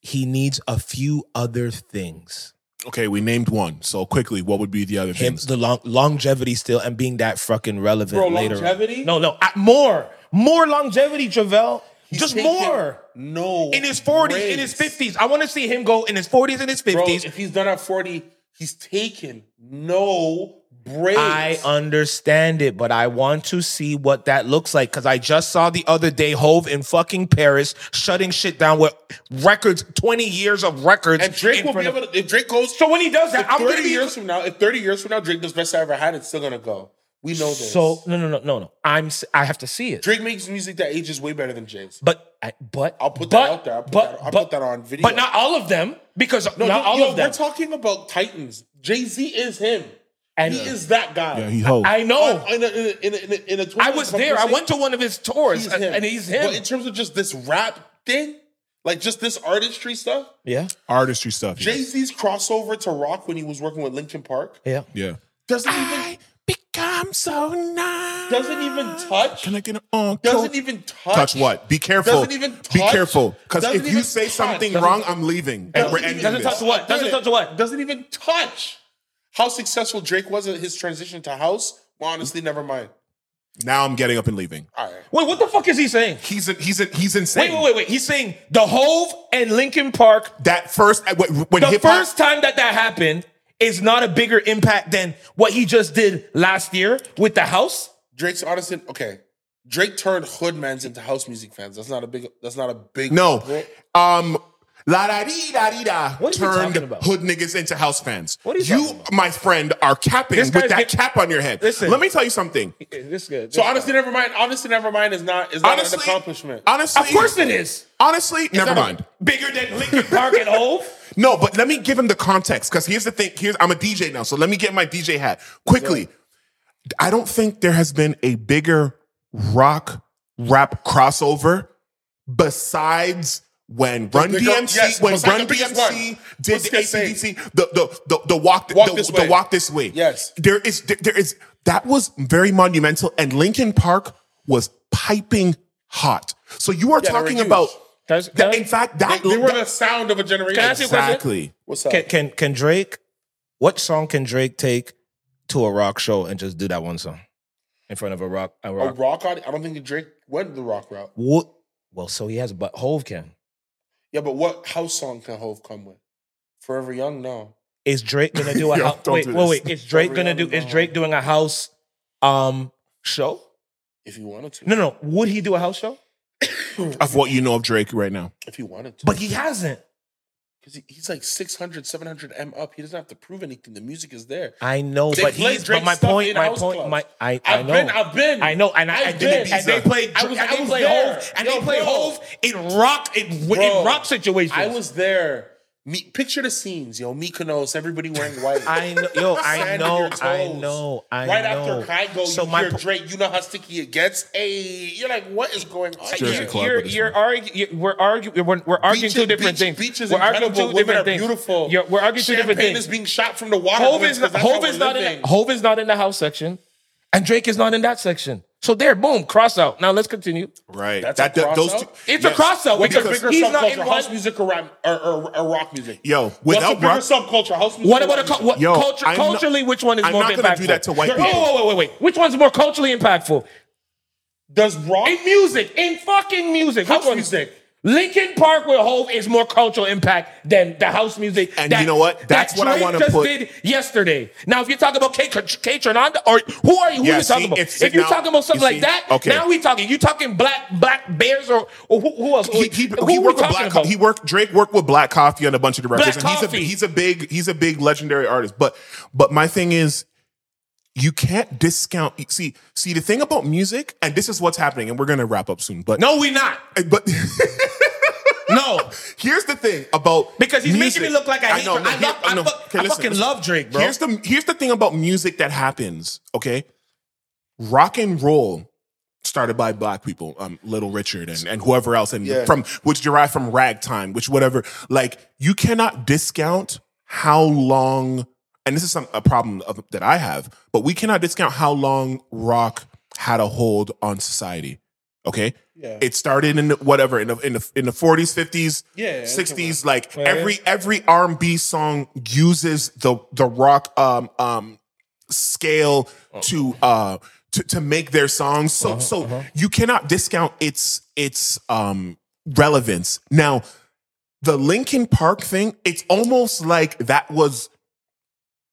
S3: he needs a few other things.
S4: okay, we named one. So quickly, what would be the other
S3: Him,
S4: things?
S3: the long, longevity still, and being that fucking relevant
S2: Bro,
S3: later. on.
S2: longevity?
S3: No, no, I- more, more longevity, Travell.
S2: He's
S3: Just
S2: taking
S3: more.
S2: No,
S3: In his forties, in his
S2: breaks.
S3: fifties, I want to see him go in his forties and his
S2: bro.
S3: fifties.
S2: If he's done at forty, he's taken no breaks.
S3: I understand it, but I want to see what that looks like because I just saw the other day Hove in fucking Paris shutting shit down with records, twenty years of records.
S2: and Drake
S3: in
S2: will be
S3: front of-
S2: able to. If Drake goes,
S3: So when he does that,
S2: if
S3: I'm gonna
S2: thirty
S3: be
S2: years from now, if thirty years from now Drake does best I ever had, it's still gonna go. We know this.
S3: so no, no, no, no, no. I'm s- I have to see it,
S2: Drake makes music that ages way better than Jay's.
S3: but I- but
S2: I'll put
S3: but,
S2: that out there. I'll put,
S3: but,
S2: that, I'll
S3: but,
S2: put that on video.
S3: But not all of them because not
S2: yo,
S3: all
S2: yo,
S3: of them.
S2: We're talking about Titans. Jay Z is him.
S3: And-
S2: he is that guy. Oh,
S4: yeah, he ho.
S3: I know.
S2: In a, in a, in a, in a, in a
S3: I was there. I went to one of his tours,
S2: He's
S3: and-
S2: him.
S3: and he's him.
S2: But in terms of just this rap thing, like just this artistry stuff,
S3: yeah,
S4: Artistry stuff.
S2: Jay Z's crossover to rock when he was working with Linkin Park
S3: yeah.
S4: yeah.
S2: doesn't even
S4: become so nice.
S2: doesn't even touch.
S4: Can I get an encore?
S2: doesn't even touch.
S4: touch what? Be careful.
S2: Doesn't even
S4: Be
S2: touch.
S4: careful. Because
S2: Doesn't
S4: if you
S2: even
S4: say
S2: touch.
S4: something
S2: Doesn't-
S4: wrong, I'm leaving. And we're
S2: Doesn't
S4: ending
S2: even-
S4: this.
S3: touch what? Doesn't touch what?
S2: Doesn't even touch. How successful Drake was at his transition to house? Well, honestly, never mind.
S4: Now I'm getting up and leaving.
S2: All right.
S3: Wait, what the fuck is he saying?
S4: He's a, he's a, he's
S3: Wait,
S4: insane.
S3: wait, wait, wait. He's saying the Hove and Linkin Park.
S4: That first when, when
S3: The
S4: hip hop
S3: first time that that happened is not a bigger impact than what he just did last year with the house.
S2: Drake's honestly okay. Drake turned hoodmans into house music fans. That's not a big. That's not a big.
S4: No. Um, la da dee da dee da
S3: What is he
S4: turned
S3: talking about?
S4: hood niggas into house fans.
S3: What is he
S4: you,
S3: talking about?
S4: my friend, are capping
S3: This
S4: with that
S3: guy's get-
S4: cap on your head.
S3: Listen.
S4: Let me tell you something.
S3: This good.
S2: So honestly, never mind. Honestly, never mind is not is not
S4: Honestly,
S2: an accomplishment.
S4: honestly,
S3: of course it is
S4: Honestly, never mind.
S3: bigger than Linkin Park and Hove.
S4: No, but let me give him the context because here's the thing. Here's I'm a DJ now, so let me get my DJ hat quickly. I don't think there has been a bigger rock rap crossover besides when Run
S2: bigger-
S4: DMC
S2: yes,
S4: when
S2: besides
S4: Run
S2: the biggest
S4: DMC
S2: one.
S4: did
S2: What's
S4: the
S2: he saying?
S4: ACDC the the the, the walk,
S2: Walk
S4: the,
S2: This
S4: the
S2: Way.
S4: walk this way.
S2: Yes.
S4: there is there, there is that was very monumental, and Linkin Park was piping hot. So you are
S2: Yeah, they were
S4: talking
S2: huge.
S4: about.
S3: Can I-
S4: that-
S3: can I-
S4: in fact, that
S2: they were
S4: that-
S2: the sound of a generation.
S3: Can I ask you a question?
S4: exactly.
S2: What's up?
S3: Can, can can Drake? What song can Drake take to a rock show and just do that one song in front of a rock? A
S2: a
S3: rock.
S2: rock audi- I don't think Drake went the rock route.
S3: What? Well, so he has, but Hove can.
S2: Yeah, but what house song can Hove come with? Forever Young? No.
S3: Is Drake gonna do a
S4: Yo,
S3: house?
S4: don't
S3: Wait,
S4: do this.
S3: wait, wait. Is Drake gonna do? Is Drake doing a house um show?
S2: If you wanted to.
S3: No, no. Would he do a house show?
S4: of what you know of Drake right now.
S2: If you wanted to.
S3: But he hasn't.
S2: Because he, he's like 600, 700 M up. He doesn't have to prove anything. The music is there.
S3: I know,
S2: They
S3: but
S2: play
S3: he's.
S2: Drake
S3: but my
S2: stuff
S3: point,
S2: in
S3: my
S2: house
S3: point,
S2: clubs.
S3: my. I, I
S2: I've
S3: know.
S2: been- I've been.
S3: I know, and I, I
S2: I've
S3: did
S2: been.
S3: and they played.
S2: I was-
S3: and
S2: I
S3: they
S2: was
S3: played
S2: there.
S3: Hove, and
S2: Yo,
S3: they played
S2: bro.
S3: Hove in rock in,
S2: Bro,
S3: in rock situations.
S2: I was there. Me, picture the scenes, yo. Mykonos, everybody wearing white.
S3: I know, yo, I
S2: Sand in
S3: know,
S2: your toes.
S3: I know, I
S2: right
S3: know.
S2: after Kygo,
S3: so
S2: you
S3: my
S2: hear
S3: po-
S2: Drake. You know how sticky it gets. Hey, you're like, what is going on?
S3: you're,
S4: Jersey
S2: here?
S4: Club,
S3: you're,
S4: but it's
S3: you're
S4: fine.
S3: arguing. You're, we're arguing. We're, we're arguing
S2: Beaches-
S3: two
S2: beach-
S3: different things.
S2: Beach is
S3: we're arguing
S2: incredible.
S3: two
S2: Women
S3: different
S2: are
S3: things.
S2: beautiful.
S3: You're- we're arguing two different
S2: Champagne
S3: things.
S2: is being shot from the water.
S3: Hove
S2: wings
S3: is
S2: 'cause
S3: not,
S2: that's how
S3: Hove
S2: we're
S3: is not in
S2: living.
S3: that, Hove is not in the house section, and Drake is not in that section. So there, boom, cross out. Now let's continue.
S4: Right.
S2: That's
S4: that,
S2: a
S4: that- those
S2: cross
S4: two,
S2: out?
S3: It's a cross out
S2: What's
S3: because
S2: a bigger
S3: he's
S2: subculture,
S3: not in one.
S2: house music or, rap, or, or, or rock music?
S4: Yo,
S2: what's a
S4: without
S2: bigger
S4: rock-
S2: subculture, house music.
S3: What
S2: or
S3: about a
S2: rock
S3: cul-
S2: music?
S3: what,
S4: Yo,
S3: culture,
S4: I'm not-
S3: culturally? which one is
S4: I'm
S3: more
S4: not
S3: impactful?
S4: gonna do that to white
S3: Whoa,
S4: people.
S3: whoa, whoa, wait, wait. Which one's more culturally impactful?
S2: Does rock
S3: In music, in fucking music,
S2: House
S3: Which one-
S2: music.
S3: Linkin Park with Hove is more cultural impact than the house music.
S4: And you know what? That's what I
S3: Drake
S4: wanna
S3: just
S4: put-
S3: did yesterday. Now, if you're talking about K. K Tronanda, or who are you? Who
S4: Yeah,
S3: are you
S4: see,
S3: talking about?
S4: it's-
S3: If you're
S4: now-
S3: talking about something
S4: you see,
S3: like that,
S4: okay.
S3: now we talking. You talking black black bears or, or who, who else?
S4: He, he,
S3: who
S4: he
S3: we
S4: worked with
S3: talking
S4: Black.
S3: about?
S4: He worked. Drake worked with Black Coffee on a bunch of the records.
S3: Black
S4: and he's a
S3: Coffee.
S4: he's a big he's a big legendary artist. But but my thing is, you can't discount. See see the thing about music, and this is what's happening. And we're gonna wrap up soon. But eh,
S3: no, we not.
S4: but
S3: No.
S4: Here's the thing about
S3: Because he's making it look like I hate Drake. I
S4: here-
S3: love- I fuck- I fucking love Drake, bro.
S4: Here's the here's the thing about music that happens. Okay, rock and roll started by black people, um, Little Richard and, and whoever else, and
S2: Yeah.
S4: from which derived from ragtime, which whatever. Like you cannot discount how long, and this is some a problem of, that I have, but we cannot discount how long rock had a hold on society. Okay,
S2: Yeah.
S4: it started in the- whatever in the in the in the forties, fifties,
S2: Yeah, that's
S4: sixties. Like every every R and B song uses the the rock um um scale
S2: Uh-huh.
S4: to uh to, to make their songs. So so
S2: uh-huh.
S4: you cannot discount its its um relevance. Now the Linkin Park thing, it's almost like that was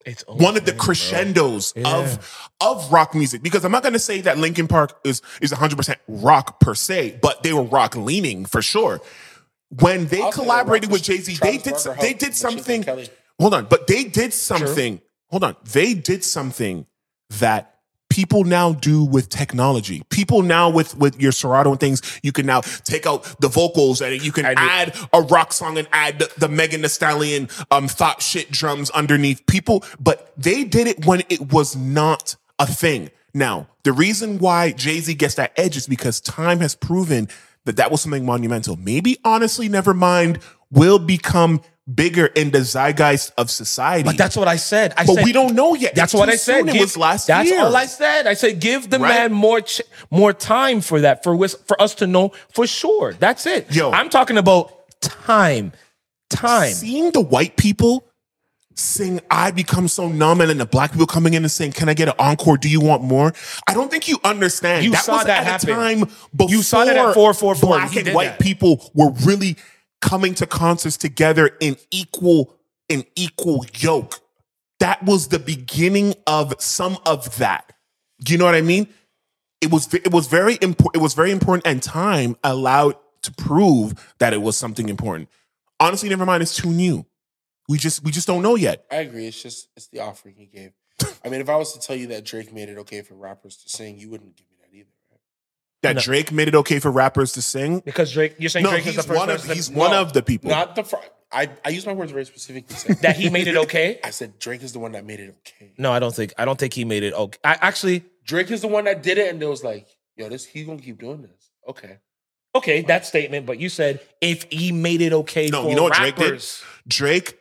S3: It's
S4: one of the crescendos of of rock music because I'm not going to say that Linkin Park is is 100% rock per se, but they were rock leaning for sure. When they
S2: I'll say they're
S4: collaborated with
S2: rock with
S4: Jay Z, they
S2: Travis
S4: did
S2: Barker
S4: some,
S2: helped
S4: they
S2: Machine
S4: did
S2: Gun
S4: something.
S2: Kelly.
S4: Hold on, but they did something. Hold on, they did something that people now do with technology. People now with with your Serato and things, you can now take out the vocals and you can add a rock song and add the, the Megan Thee Stallion um, thought shit drums underneath. People, but they did it when it was not a thing. Now, the reason why Jay Z gets that edge is because time has proven that that was something monumental. Maybe honestly, never mind. Will become bigger in the zeitgeist of society.
S3: But that's what I said. I
S4: But
S3: said,
S4: we don't know yet.
S3: That's
S4: It's
S3: what
S4: too
S3: I said.
S4: soon. It was last
S3: that's
S4: year.
S3: all I said. I said give the
S4: Right.
S3: man more ch- more time for that for whis- for us to know for sure. That's it.
S4: Yo.
S3: I'm talking about time, time.
S4: seeing the white people sing I become so numb and then the black people coming in and saying, Can I get an encore? Do you want more? I don't think you understand.
S3: You
S4: that
S3: saw
S4: was
S3: that
S4: at
S3: happen.
S4: a time before
S3: You saw that at 444.
S4: black
S3: He
S4: and
S3: did
S4: white
S3: that.
S4: people were really coming to concerts together in equal in equal yoke. That was the beginning of some of that. Do you know what I mean? It was it was very important. It was very important, and time allowed to prove that it was something important. Honestly, never mind. It's too new. We just we just don't know yet.
S2: I agree. It's just it's the offering he gave. I mean, if I was to tell you that Drake made it okay for rappers to sing, you wouldn't give me that either. Right?
S4: That Drake made it okay for rappers to sing.
S3: Because Drake, you're saying
S4: No,
S3: Drake is the
S4: he's
S3: first
S4: one of
S3: person
S4: he's
S2: No,
S4: one of the people.
S2: Not the fr- I I use my words very specifically. Sam.
S3: that he made it okay.
S2: I said Drake is the one that made it okay.
S3: No, I don't think. I don't think he made it okay. I actually,
S2: Drake is the one that did it, and it was like, yo, this he gonna keep doing this. Okay,
S3: okay, that statement. But you said if he made it okay.
S4: No,
S3: for
S4: you know what Drake did?
S3: rappers.
S4: Drake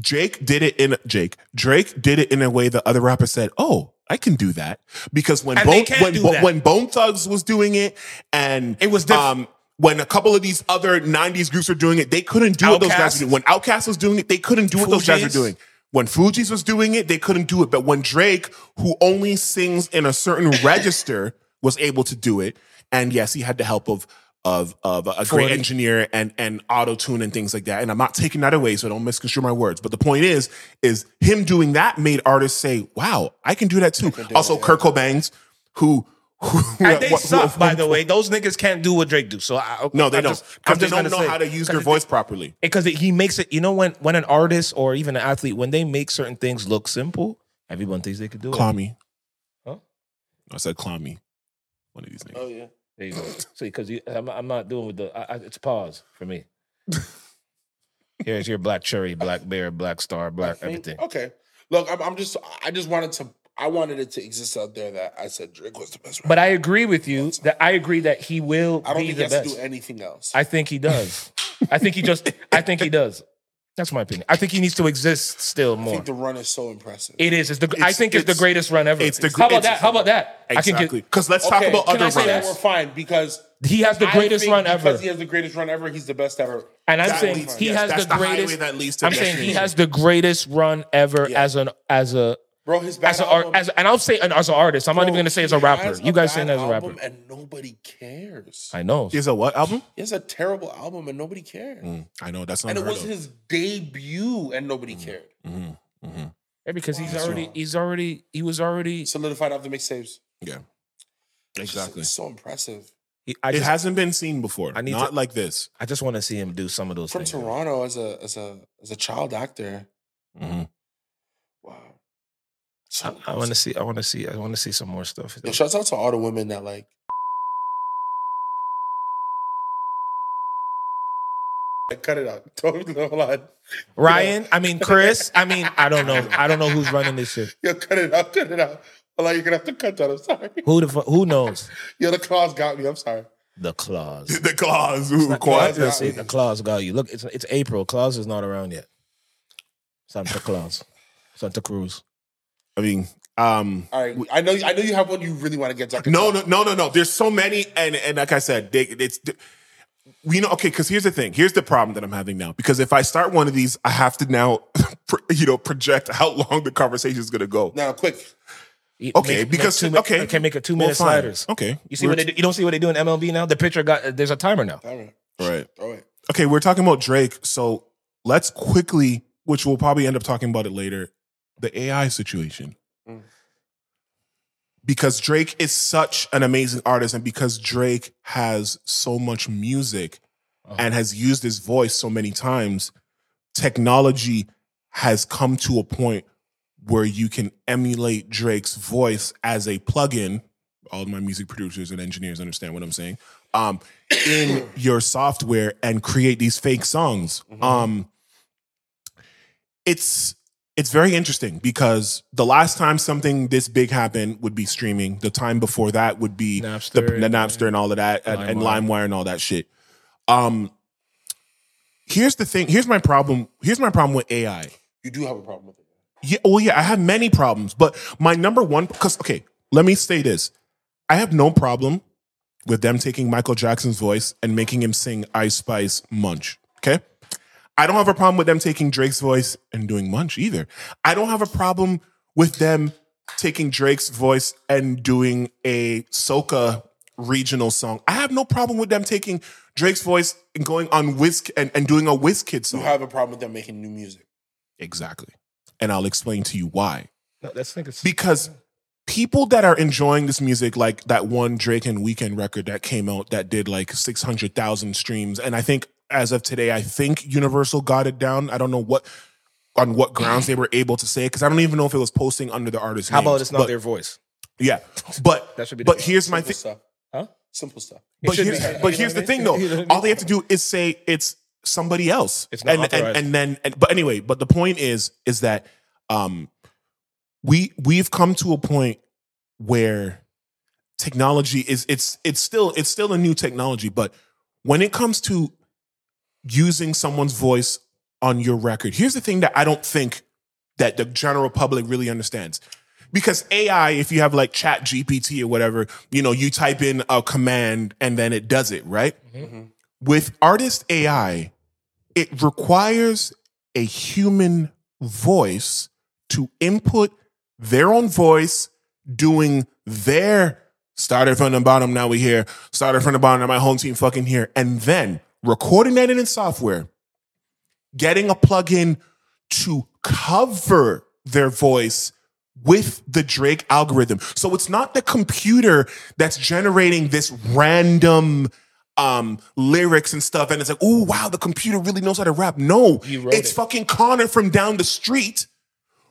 S4: Drake did it in Jake Drake did it in a way that other rappers said, "Oh, I can do that." Because when
S3: And they
S4: Bone,
S3: can
S4: when
S3: do
S4: Bo-
S3: that.
S4: when Bone Thugs was doing it, and um,
S3: It was diff-
S4: when a couple of these other '90s groups were doing it, they couldn't do what those guys
S3: Outkast.
S4: were doing. When Outkast was doing it, they couldn't do what those guys were
S3: Fugees.
S4: doing. When Fuji's was doing it, they couldn't do it. But when Drake, who only sings in a certain register, was able to do it, and yes, he had the help of of of a great
S3: 40.
S4: engineer and and auto tune and things like that. And I'm not taking that away, so don't misconstrue my words. But the point is, is him doing that made artists say, "Wow, I can do that too." Also, Kurt Cobain's who who,
S3: And they
S4: who- who-
S3: suck,
S4: who-
S3: by the way. Those niggas can't do what Drake do. So I,
S4: No, they
S3: I'm
S4: don't.
S3: just- I'm
S4: because they
S3: just
S4: don't
S3: gonna
S4: know
S3: say-
S4: how to use
S3: 'cause
S4: their
S3: it-
S4: voice properly.
S3: because it- he makes it. You know when when an artist or even an athlete when they make certain things look simple, everyone thinks they could do it.
S4: Clammy.
S3: Huh?
S4: I said clammy. One of these names.
S2: yeah,
S3: There you go. See, because I'm, I'm not doing with the. I, I, it's pause for me. Here's your black cherry, black bear, black star,
S2: I
S3: black
S2: think-
S3: everything.
S2: Okay, look, I'm, I'm just I just wanted to I wanted it to exist out there that I said Drake was the best. Rapper.
S3: But I agree with you that I agree that he will
S2: I don't
S3: be
S2: think he
S3: the
S2: has to
S3: best.
S2: do anything else.
S3: I think he does. I think he just. I think he does. That's my opinion. I think he needs to exist still
S2: I
S3: more.
S2: think the run is so impressive.
S3: It is. It's the. I
S4: It's-
S3: think it's,
S4: it's-
S3: the greatest run ever.
S4: it's the
S3: How about
S4: it's-
S3: that? How about that? I can
S4: Exactly.
S3: get.
S4: Because let's talk about
S2: can
S4: other
S2: I say that
S4: runners.
S2: we're fine because
S3: He has the
S2: I
S3: greatest
S2: think
S3: run ever.
S2: Because he has the greatest run ever. He's the best ever.
S3: And I'm
S4: That
S3: saying
S4: leads-
S3: he
S4: yes,
S3: has
S4: that's
S3: the
S4: the highway
S3: greatest.
S4: that leads to
S3: I'm saying he
S4: destiny.
S3: has the greatest run ever as an as a
S2: Bro, his bad
S3: as an
S2: album,
S3: art as and I'll say an, as an artist. I'm not
S2: bro,
S3: even gonna say as a
S2: he
S3: rapper.
S2: has
S3: You guys
S2: bad
S3: saying that as a rapper?
S2: album And nobody cares.
S3: I know.
S4: Is a what album?
S2: He has a terrible album and nobody cared.
S4: I know that's not.
S2: And it
S4: Mm, unheard
S2: was
S4: of. Mm.
S2: his debut and nobody cared.
S4: Mm-hmm.
S3: Yeah, because he's already he's already he was already.
S2: Solidified off the mixtapes.
S4: Yeah.
S2: It's just-
S4: Exactly.
S2: It's so impressive.
S3: he- I
S4: it
S3: just
S4: hasn't been seen before.
S3: I need
S4: not
S3: to-
S4: like this.
S3: I just want to see him do some of those
S2: From
S3: things.
S2: Toronto as a as a as a child actor.
S3: Mm-hmm.
S2: Wow. So
S3: I, I want to see. I want to see. I want to see some more stuff.
S2: Yo, shouts out to all the women that like Cut it out. Don't no, hold on.
S3: Ryan. I mean Chris. I mean I don't know. I don't know who's running this shit.
S2: Yo, cut it out. Cut it out. Like you're gonna have to cut that. I'm sorry.
S5: Who the fu- who knows?
S2: Yo, the claws got me. I'm sorry.
S5: The claws.
S4: The claws. Ooh,
S2: claws,
S4: quad.
S2: it's-
S5: See, the claws got you. Look, it's it's April. Claus is not around yet. Santa Claus. Santa Cruz.
S4: I mean, um,
S2: All right. I know. I know you have one you really want to get. So I can
S4: no,
S2: tell.
S4: no, no, no, no. There's so many, and and like I said, they, it's you know, okay. Because here's the thing. Here's the problem that I'm having now. Because if I start one of these, I have to now, pro- you know, project how long the conversation is going to go.
S2: No, quick.
S5: Eat-
S4: Okay,
S5: make- make
S4: because
S5: two mi-
S4: okay,
S5: I can make a two
S4: Well,
S5: minute
S4: fine.
S5: sliders.
S4: Okay,
S5: You see what they do? You don't see what they do in MLB now. The pitcher got uh, there's a timer now.
S2: All right.
S4: right?
S2: All right.
S4: Okay, we're talking about Drake, so let's quickly, which we'll probably end up talking about it later, the AI situation.
S2: Mm.
S4: Because Drake is such an amazing artist, and because Drake has so much music Uh-huh. and has used his voice so many times, technology has come to a point where you can emulate Drake's voice as a plugin. All of my music producers and engineers understand what I'm saying. Um, in your software and create these fake songs.
S5: Mm-hmm.
S4: Um, it's it's very interesting because the last time something this big happened would be streaming. The time before that would be
S5: Napster
S4: the, the
S5: and-
S4: Napster and all of that, and, and
S5: LimeWire.
S4: LimeWire and all that shit. Um, here's the thing. Here's my problem. Here's my problem with AI.
S2: You do have a problem with it.
S4: Yeah, well, yeah, I have many problems, but my number one, because okay, let me say this: I have no problem with them taking Michael Jackson's voice and making him sing "Ice Spice Munch." Okay, I don't have a problem with them taking Drake's voice and doing Munch either. I don't have a problem with them taking Drake's voice and doing a soca regional song. I have no problem with them taking Drake's voice and going on Whisk and, and doing a Wizkid
S2: You
S4: song.
S2: have a problem with them making new music.
S4: exactly, and I'll explain to you why
S5: No, let's think. It's,
S4: because people that are enjoying this music, like that one Drake and Weekend record that came out that did like 600,000 streams. And I think as of today, I think Universal got it down. I don't know what, on what grounds they were able to say it, because I don't even know if it was posting under the artist.
S5: how about
S4: names,
S5: it's not
S4: but-
S5: their voice?
S4: Yeah. But,
S5: That should be the-
S4: but here's my
S2: Simple
S4: thing.
S2: stuff.
S5: Huh?
S2: Simple stuff.
S4: But
S5: should
S4: here's,
S5: be. You know
S4: but here's
S5: what
S4: the
S5: I mean?
S4: thing, though.
S5: You know what I
S4: All they have to do is say it's somebody else.
S5: It's not
S4: and, and
S5: authorized.
S4: and then and, but anyway, but the point is is that um we we've come to a point where technology is it's it's still it's still a new technology, but when it comes to using someone's voice on your record, here's the thing that I don't think that the general public really understands. Because AI, if you have like chat GPT or whatever, you know, you type in a command and then it does it, right?
S2: Mhm.
S4: With artist AI, it requires a human voice to input their own voice doing their started from the bottom, now we here, started from the bottom, now my home team fucking here, and then recording that in its software, getting a plugin to cover their voice with the Drake algorithm. So it's not the computer that's generating this random um lyrics and stuff and it's like, "Oh, wow, the computer really knows how to rap." No,
S5: wrote
S4: it's
S5: it.
S4: fucking Connor from down the street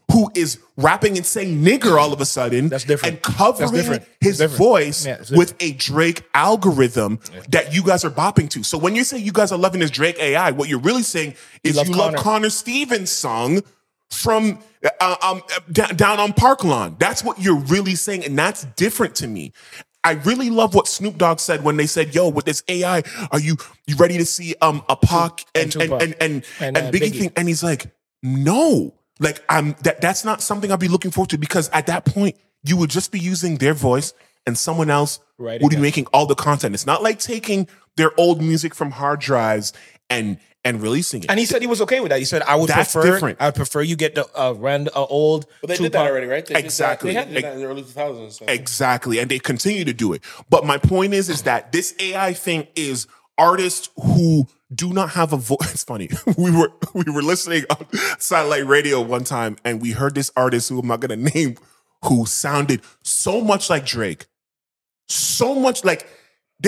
S4: who is rapping and saying nigger all of a sudden
S5: That's different.
S4: and covering
S5: That's different.
S4: his
S5: That's different.
S4: voice
S5: Yeah, it's
S4: with a Drake algorithm that you guys are bopping to. So when you say you guys are loving this Drake AI, what you're really saying is you,
S5: love
S4: love
S5: Connor.
S4: Connor Stevens' song from uh, um, down, down on Park Lawn. That's what you're really saying, and that's different to me. I really love what Snoop Dogg said when they said, "Yo, with this AI, are you you ready to see um a Pac and and
S5: Tupac.
S4: and and,
S5: And,
S4: and,
S5: uh,
S4: Biggie
S5: Biggie.
S4: thing?" And he's like, "No, like I'm that that's not something I'd be looking forward to because at that point you would just be using their voice and someone else
S5: Writing
S4: would be
S5: it.
S4: making all the content. It's not like taking their old music from hard drives and and releasing it.
S5: And he said he was okay with that. He said I would
S4: That's
S5: prefer
S4: different.
S5: I would prefer you get the uh, rand uh, old.
S2: But they did that
S5: Tupac-
S2: already, right? They did that-
S4: Exactly.
S2: they did that in the early 2000s. so-
S4: Exactly. And they continue to do it. But my point is, is that this AI thing is artists who do not have a voice. It's funny. We were we were listening on satellite radio one time and we heard this artist who I'm not gonna name who sounded so much like Drake. So much like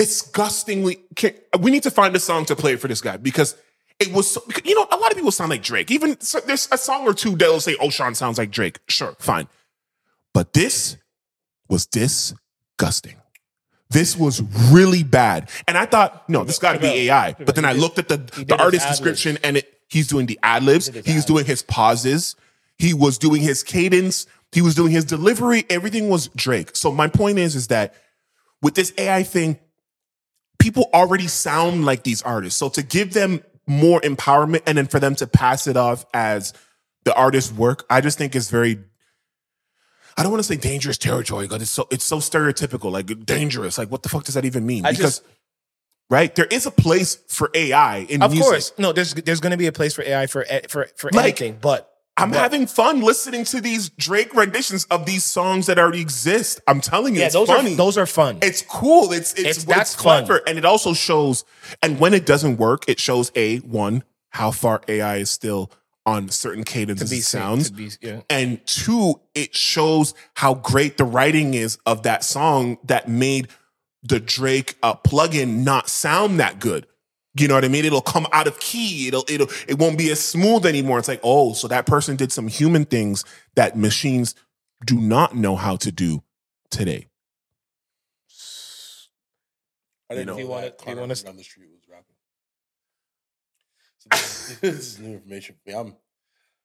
S4: disgustingly can, we need to find a song to play for this guy because it was so, you know a lot of people sound like Drake. Even so, there's a song or two that'll say Oshawn sounds like Drake. Sure, fine. But this was disgusting. This was really bad. And I thought, no, this got to be AI. But then I looked at the, the
S5: his ad-libs.
S4: artist description and it, he's doing the ad libs, he's doing his pauses, he was doing his cadence. He was doing his delivery. Everything was Drake. So my point is, is that with this AI thing, people already sound like these artists. So to give them more empowerment and then for them to pass it off as the artist's work, I just think is very I don't want to say dangerous territory because it's so it's so stereotypical, like dangerous. Like what the fuck does that even mean?
S3: I
S4: because
S3: just-
S4: right, there is a place for AI in
S5: Of
S4: music.
S5: course, no. There's there's going to be a place for AI for e- for for
S4: Like-
S5: anything, but
S4: I'm
S5: but-
S4: having fun listening to these Drake renditions of these songs that already exist. I'm telling you,
S5: yeah,
S4: it's
S5: those
S4: funny.
S5: are those are fun.
S4: it's cool. It's it's,
S5: It's- that's fun.
S4: clever, and it also shows. And when it doesn't work, it shows a one how far AI is still on certain cadences and sounds,
S5: To be- yeah.
S4: and two, it shows how great the writing is of that song that made the Drake uh, plugin not sound that good. You know what I mean? It'll come out of key. It'll it'll it won't be as smooth anymore. It's like oh, so that person did some human things that machines do not know how to do today.
S2: I
S4: You know,
S2: didn't
S4: do
S2: know
S4: you
S2: that
S5: wanna- do you
S2: Connor
S5: wanna-
S2: from down the street was rapping. So this, this is new information for me. I'm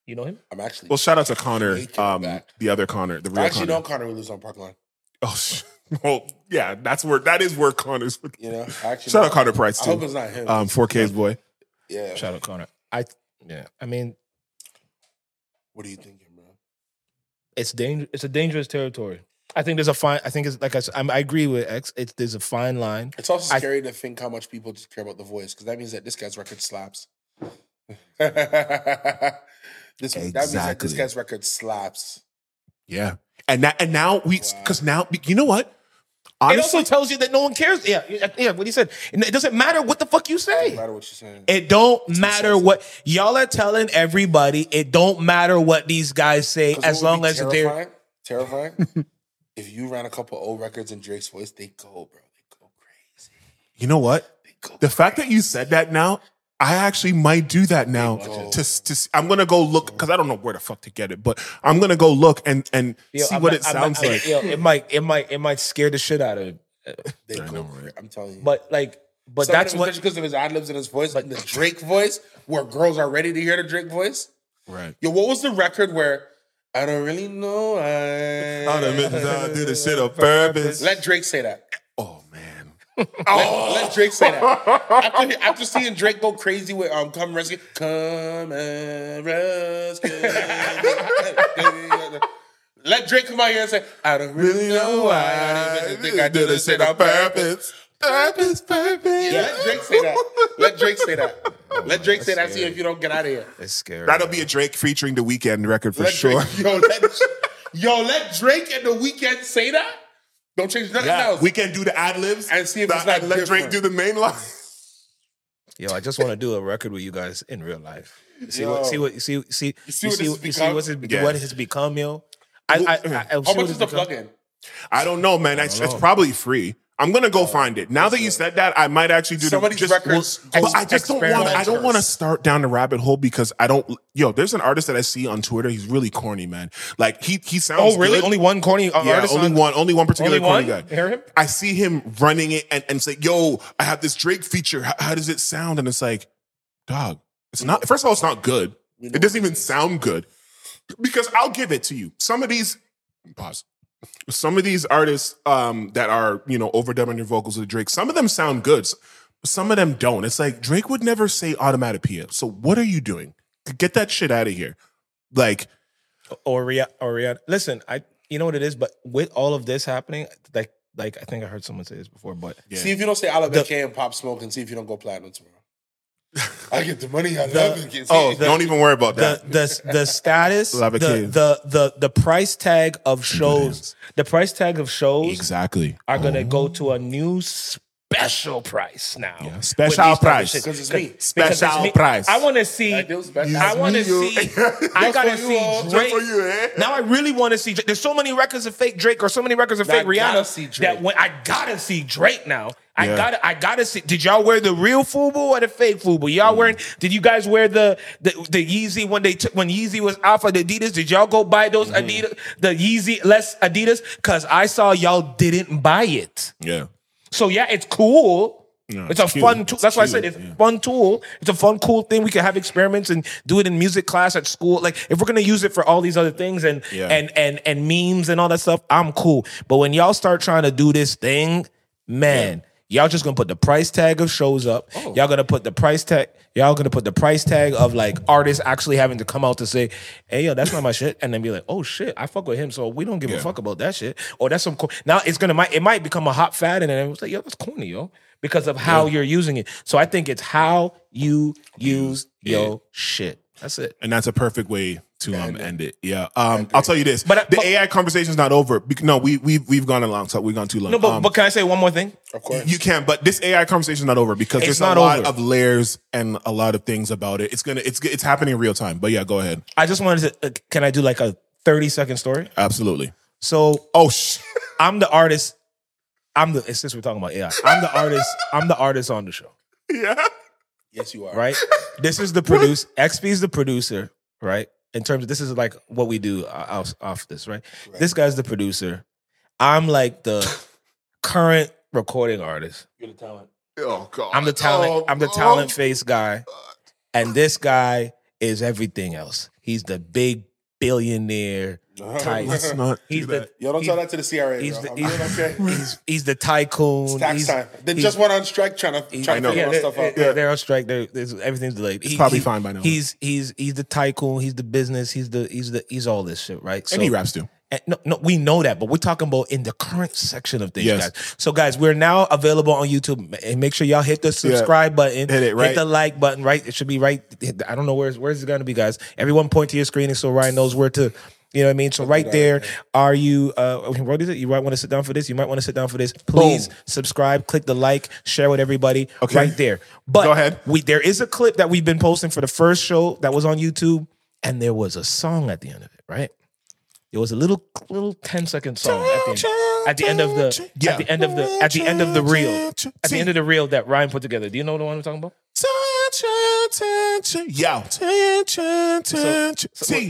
S5: You know him?
S2: I'm actually
S4: Well, shout out to Connor,
S2: He came
S4: um,
S2: back.
S4: the other Connor, the real
S2: I actually
S4: Connor.
S2: know Connor who lives on Park Line.
S4: Oh, sh- well, yeah, that's where that is where Connor's.
S2: You know, I actually
S4: Shout
S2: know-
S4: out Connor Price
S2: I hope
S4: too.
S2: it's not him.
S4: Um, 4K's boy.
S2: yeah.
S5: Shout out Connor. I yeah. I mean,
S2: What are you thinking, bro?
S5: it's danger. It's a dangerous territory. I think there's a fine. I think it's like I said. I'm, I agree with X. It's there's a fine line.
S2: It's also
S5: I-
S2: scary to think how much people just care about the voice because that means that this guy's record slaps. this that means that this
S4: Exactly.
S2: guy's record slaps.
S4: Yeah, and that and now we because now you know what.
S5: It
S4: Honestly,
S5: also tells you that no one cares. Yeah, yeah. What he said. It doesn't matter what the fuck you
S2: No
S5: say.
S2: matter what you're saying.
S3: It don't matter what y'all are telling everybody. It don't matter what these guys say
S2: 'Cause
S3: as
S2: what would
S3: long
S2: be
S3: as they're
S2: terrifying, terrifying. if you ran a couple old records in Drake's voice, they go, bro. They go crazy.
S4: you know what?
S2: They go.
S4: The fact that you said that now, I actually might do that now.
S2: Watch it.
S4: To, s- to s- I'm gonna go look because I don't know where the fuck to get it, but I'm gonna go look and and
S5: Yo,
S4: see
S5: I'm
S4: what
S5: not-
S4: it
S5: I'm not-
S4: sounds
S5: I'm-
S4: like.
S5: yo, it might. It might. It might scare the shit out of. Him.
S2: They go. cra- I'm telling you.
S5: But like. But that's what.
S2: because of his ad libs and his voice, like the Drake voice, where girls are ready to hear the Drake voice.
S4: Right.
S2: Yo, what was the record where I don't really know? I,
S4: I done mentioned how I do this shit on purpose.
S2: Let Drake say that.
S4: oh man.
S2: Let Drake say that. After, after seeing Drake go crazy with um, "Come Rescue," "Come and Rescue," me." let Drake come out here and say, "I don't really know why." I don't even think I do this shit on purpose.
S4: Purpose, purpose.
S2: Yeah, let Drake say that. Let Drake say that. Let Drake say that. See if you don't get out of here.
S5: It's scary.
S4: That'll be a Drake featuring the weekend record for
S2: Let
S4: sure.
S2: Drake, yo, let, yo, let Drake and the Weekend say that. Don't change nothing else.
S4: We can do the ad libs
S2: And see if it's not
S4: let Drake
S2: different.
S4: do the main line.
S5: Yo, I just want to do a record with you guys in real life. See
S2: Yo.
S5: what see what see see you see,
S2: see what this has
S5: you see
S2: become?
S5: what's it,
S4: Yeah.
S5: what it has become, yo. I I, I, I
S2: How
S5: see what
S2: much
S5: it's
S2: is the
S5: become.
S2: plug-in?
S4: I don't know, man. It's, it's probably free. I'm gonna
S5: Oh.
S4: go find it. Now that you said that, I might actually do
S2: Somebody's
S4: the just,
S2: records
S4: Well,
S2: goes
S4: but I just don't want. I don't want to
S2: experimenters.
S4: start down the rabbit hole because I don't. Yo, there's an artist that I see on Twitter. He's really corny, man. Like he he sounds.
S5: Oh really?
S4: good.
S5: Only one corny uh,
S4: Yeah,
S5: artist
S4: only
S5: on-
S4: one, only one particular
S5: Only one?
S4: corny guy.
S5: Hear him?
S4: I see him running it and, and say, "Yo, I have this Drake feature. How, how does it sound?" And it's like, dog, it's not. First of all, it's not good. It doesn't even sound good. Because I'll give it to you. Some of these pause. Some of these artists um, that are you know overdubbing their vocals with Drake. Some of them sound good. Some of them don't. It's like Drake would never say automatic Pia. So what are you doing? Get that shit out of here. Like
S5: or Ria- or Rihanna. Listen, I you know what it is, but with all of this happening, like like I think I heard someone say this before, but
S2: See if you don't say Alabama K and Pop Smoke and see if you don't go platinum tomorrow. I get the money. I love it. See,
S4: oh,
S2: if-
S4: don't even worry about
S3: the
S4: that.
S3: the the status, the,
S4: Love it, kids.
S3: the the the price tag of shows, the price tag of shows
S4: exactly.
S3: are gonna go to a new special price now.
S4: Oh. Yeah,
S3: with
S4: special
S3: these type of
S4: price.
S3: shit.
S2: because it's me.
S3: Because it's
S4: Special
S3: me-
S4: price.
S3: I want to see.
S2: Like, it was special.
S3: I want to
S4: It's me,
S3: see. I gotta
S2: Just for you all.
S3: see
S2: Just
S3: Drake.
S4: for you, eh?
S3: Now I really want to see. Drake. There's so many records of fake Drake or so many records of
S2: Now I
S3: fake Rihanna
S2: gotta see Drake.
S3: that when I gotta see Drake now. I
S4: Yeah.
S3: gotta, I gotta see. Did y'all wear the real FUBU or the fake FUBU? Y'all
S4: Mm.
S3: wearing? Did you guys wear the the, the Yeezy when they took when Yeezy was off of the Adidas? Did y'all go buy those
S4: Mm-hmm.
S3: Adidas, the Yeezy less Adidas? Cause I saw y'all didn't buy it.
S4: Yeah.
S3: So yeah, it's cool,
S4: No,
S3: It's a
S4: cute.
S3: fun tool. That's why I said
S4: cute,
S3: it's a fun tool. It's a fun, cool thing. We can have experiments and do it in music class at school. Like if we're gonna use it for all these other things and
S4: Yeah.
S3: and and and memes and all that stuff, I'm cool. But when y'all start trying to do this thing, man, y'all just gonna put the price tag of shows up. Y'all gonna put the price tag. Y'all gonna put the price tag of like artists actually having to come out to say, "Hey, yo, that's not my shit," and then be like, "Oh shit, I fuck with him, so we don't give a fuck about that shit." Or that's some cool. Now it's gonna might it might become a hot fad, and then it's like, "Yo, that's corny, yo," because of how you're using it. So I think it's how you use your shit. That's it.
S4: and that's a perfect way to um, end it. Yeah, um, I'll tell you this,
S3: But I-
S4: but the
S3: but-
S4: AI conversation's not over. Bec- No, we we we've gone along, so we've gone too long.
S3: No, but,
S4: Um,
S3: but can I say one more thing?
S2: Of course.
S4: you can, but this AI conversation's not over because there's
S3: not
S4: a lot
S3: over.
S4: of layers and a lot of things about it. It's gonna it's it's happening in real time. But yeah, go ahead.
S3: I just wanted to. Uh, can I do like a thirty second story?
S4: Absolutely.
S3: So
S4: Oh, sh-
S3: I'm the artist. I'm the since we're talking about AI. I'm the artist. I'm the artist on the show,
S4: yeah.
S2: yes, you are.
S3: right? This is the produce. XP is the producer, right? In terms of this is like what we do uh, off, off this, right? This guy's the producer. I'm like the current recording artist.
S2: You're the talent.
S1: Oh God.
S3: I'm the talent.
S1: Oh,
S3: I'm the
S1: oh.
S3: talent face guy, and this guy is everything else. He's the big billionaire type.
S4: Let's not.
S3: He's
S4: do that.
S2: oh.
S3: the
S2: Yo, don't
S3: he's-
S2: tell that to the CRA.
S3: he's
S2: bro.
S3: the-
S2: I'm
S3: he's-
S2: doing okay.
S3: He's, he's the tycoon.
S2: It's tax
S3: he's,
S2: time. They
S3: he's-
S2: just went on strike trying to
S3: He's-
S2: trying to
S3: yeah,
S2: figure
S3: they're,
S2: stuff out.
S3: they're- they're on strike. They're, there's- everything's delayed. He's
S4: probably fine by now.
S3: He's he's he's the tycoon. He's the business. He's the he's the he's all this shit, right?
S4: And he raps too.
S3: and- no, no, we know that, but we're talking about in the current section of things,
S4: Yes.
S3: guys. So, guys, we're now available on YouTube, Ma- and make sure y'all hit the subscribe button,
S4: Hit it, right.
S3: the like button, right? It should be right. hit the- I don't know where's where's it gonna be, guys. Everyone point to your screen, and so Ryan knows where to. You know what I mean? So right there, are you? Uh, what is it? You might want to sit down for this. You might want to sit down for this. Please subscribe, click the like, share with everybody.
S4: Okay.
S3: right there. But
S4: Go ahead.
S3: We there is a clip that we've been posting for the first show that was on YouTube, and there was a song at the end of it, right? It was a little little 10 second song at the end, at the end of the
S4: Yeah.
S3: at the end of the at the end of the reel at the end of the reel that Ryan put together. Do you know the one I'm talking about?
S4: Yeah. See,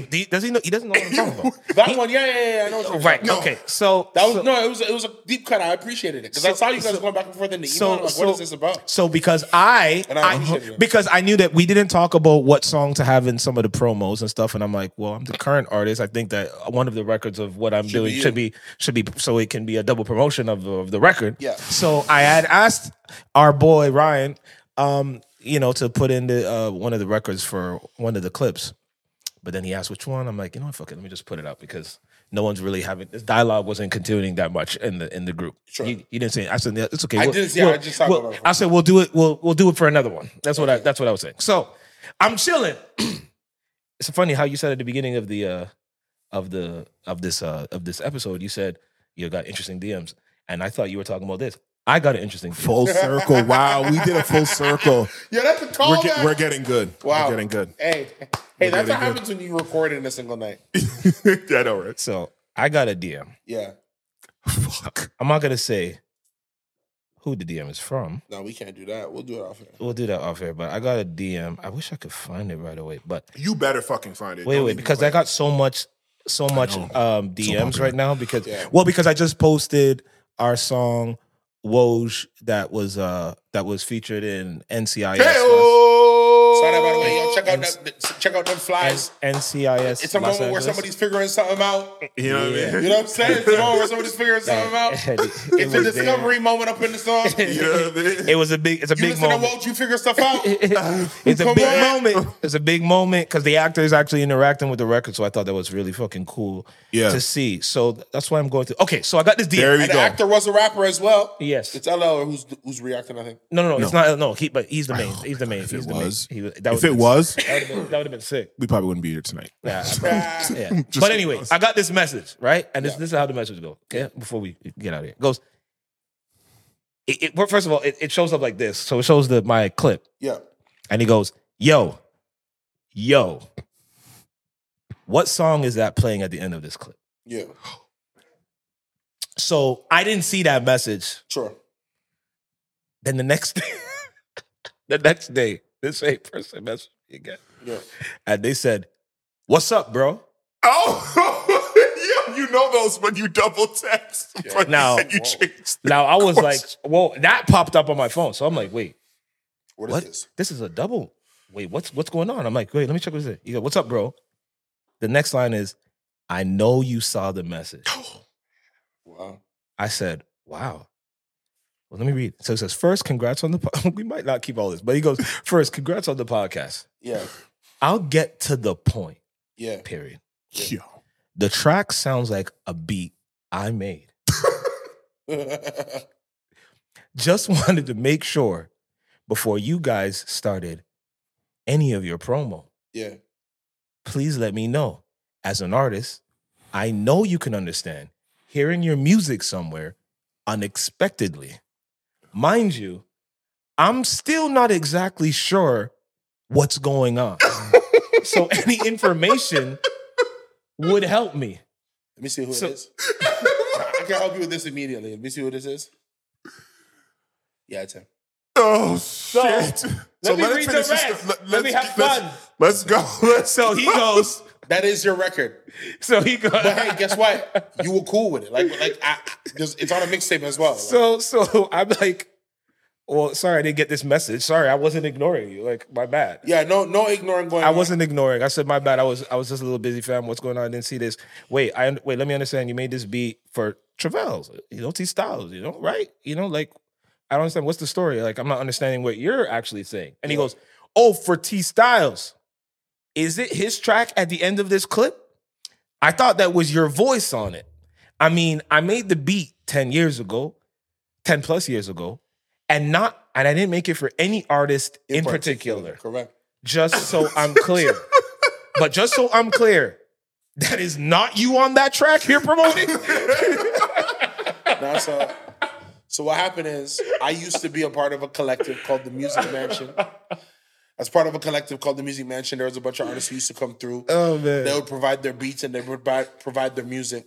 S3: Do you- does he know? He doesn't know what I'm talking about.
S2: That one, yeah, yeah, yeah. I know what you're
S3: Right.
S2: talking about.
S3: Okay. So
S2: That was
S3: so,
S2: no, it was it was a deep cut. I appreciated it because I
S3: So-
S2: saw you guys going back and forth in the email.
S3: so,
S2: I'm like,
S3: so-
S2: what is this about?
S3: So because I,
S2: And I
S3: I-
S2: appreciate it.
S3: because I knew that we didn't talk about what song to have in some of the promos and stuff, and I'm like, well, I'm the current artist. I think that one of the records of what I'm doing
S2: be
S3: should be should be so it can be a double promotion of, of the record.
S2: Yeah.
S3: So I had asked our boy Ryan, um, you know, to put in the uh, one of the records for one of the clips. But then he asked which one. I'm like, you know what? Fuck it. Let me just put it up because no one's really having this dialogue wasn't continuing that much in the in the group. Sure. You, you didn't say. I said "Yeah, it's okay.
S2: I
S3: We'll-
S2: didn't see it. I
S3: we'll-
S2: just saw it
S3: we'll-
S2: on my phone.
S3: I said we'll do it. We'll we'll do it for another one. That's what I that's what I was saying. So I'm chilling. it's funny how you said at the beginning of the uh of the of this uh of this episode. You said you got interesting DMs, and I thought you were talking about this. I got an interesting. DM.
S4: full circle. Wow, we did a full circle.
S2: Yeah, that's a
S4: We're,
S2: callback.
S4: get, we're getting good.
S2: Wow.
S4: We're getting good.
S2: hey, hey, that's
S4: getting
S2: what happens when you record in a single night.
S4: yeah, I know, right?
S3: So I got a DM.
S2: Yeah.
S4: Fuck.
S3: I'm not gonna say who the DM is from.
S2: No, we can't do that. We'll do it off air.
S3: We'll do that off air, but I got a DM. I wish I could find it right away, but
S4: You better fucking find it.
S3: wait,
S4: Don't
S3: wait,
S4: leave me
S3: because I
S4: blank.
S3: got so much, so much um, DMs right now because
S2: Yeah.
S3: well, because I just posted our song Woj that was uh that was featured in NCIS
S4: oh,
S3: last-
S2: Sorry by the way, yo, check out
S3: And-
S2: that, check out them flies.
S3: N- NCIS.
S2: It's a
S3: Los
S2: moment where
S3: Angeles.
S2: somebody's figuring something out.
S4: You know what I mean?
S2: You know what I'm saying? It's a moment where somebody's figuring something out.
S3: It
S2: It's a
S3: was there.
S2: discovery moment up in the song.
S4: You
S2: You
S4: know what I mean?
S3: It was a big. It's a big
S2: listen to
S3: moment.
S2: Walt, you figure stuff out.
S3: it's a
S2: Come
S3: big
S2: on.
S3: moment. It's a big moment because the actor is actually interacting with the record. So I thought that was really fucking cool
S4: Yeah.
S3: to see. So that's why I'm going to. Okay, so I got this DM.
S4: There we
S2: And
S4: go.
S2: the actor was a rapper as well.
S3: Yes.
S2: It's LL who's who's reacting, I think.
S3: no, no, no, It's not. No, he. But he's the main. He's the main. If he's
S4: it
S3: the main.
S4: was.
S3: He that
S4: if
S3: would've
S4: it
S3: been-
S4: was,
S3: that would've been- that would have been sick.
S4: we probably wouldn't be here tonight.
S3: Yeah, I probably-
S2: Ah.
S3: yeah.
S4: Just-
S3: but anyway, I got this message, right? And this, this is how the message goes, okay? Before we get out of here. It goes, it, it- well, first of all, it, it shows up like this. So it shows the my clip.
S2: Yeah.
S3: And he goes, yo, yo, what song is that playing at the end of this clip?
S2: Yeah.
S3: So I didn't see that message.
S2: Sure.
S3: Then the next day, the next day, this same person messaged me again.
S2: Yeah.
S3: And they said, what's up, bro?
S4: Oh, yeah, you know those when you double text. But
S3: Now-
S4: and you change.
S3: Now I was like, "Whoa!" That popped up on my phone, so I'm like, "Wait,
S2: What is
S3: what?
S2: this?
S3: This is a double. Wait, what's what's going on?" I'm like, "Wait, let me check what this is." You go, "What's up, bro?" The next line is, "I know you saw the message."
S2: Wow.
S3: I said, "Wow." Well, let me read. So it says, first, congrats on the." Po-. we might not keep all this, but he goes, first, congrats on the podcast.
S2: Yeah.
S3: I'll get to the point.
S2: Yeah.
S3: Period.
S4: Yo.
S3: The track sounds like a beat I made.
S2: yeah.
S3: Just wanted to make sure before you guys started any of your promo. Please let me know. As an artist, I know you can understand hearing your music somewhere unexpectedly. Mind you, I'm still not exactly sure what's going on. so any information would help me.
S2: Let me see who
S3: So-
S2: it is. I can help you with this immediately. Let me see who this is. Yeah, it's him.
S4: Oh shit. So
S3: me
S4: us
S3: read the
S4: finish this-
S3: rest. Let
S4: let's-
S3: me have
S4: let's-
S3: fun.
S4: Let's go. Let's
S3: So he goes,
S2: That is your record.
S3: so he goes.
S2: But hey, guess what? You were cool with it. Like, like I, there's- it's on a mixtape as well. Like,
S3: So so I'm like, well, sorry, I didn't get this message. Sorry, I wasn't ignoring you. Like, my bad.
S2: yeah, no, no ignoring going.
S3: I
S2: on.
S3: wasn't ignoring. I said my bad. I was I was just a little busy, fam. What's going on? I didn't see this. Wait, I wait. Let me understand. You made this beat for Travels. You don't see Styles. You know, right? You know, like I don't understand. What's the story? Like I'm not understanding what you're actually saying. And he goes, "Oh, for T Styles, is it his track at the end of this clip? I thought that was your voice on it. I mean, I made the beat ten years ago, ten plus years ago, and not." And I didn't make it for any artist in, particular
S2: Correct.
S3: just so I'm clear. but just so I'm clear, that is not you on that track you're promoting.
S2: Now, so, so what happened is I used to be a part of a collective called the Music Mansion. As part of a collective called the Music Mansion, there was a bunch of artists who used to come through.
S3: oh man.
S2: They would provide their beats and they would provide, provide their music.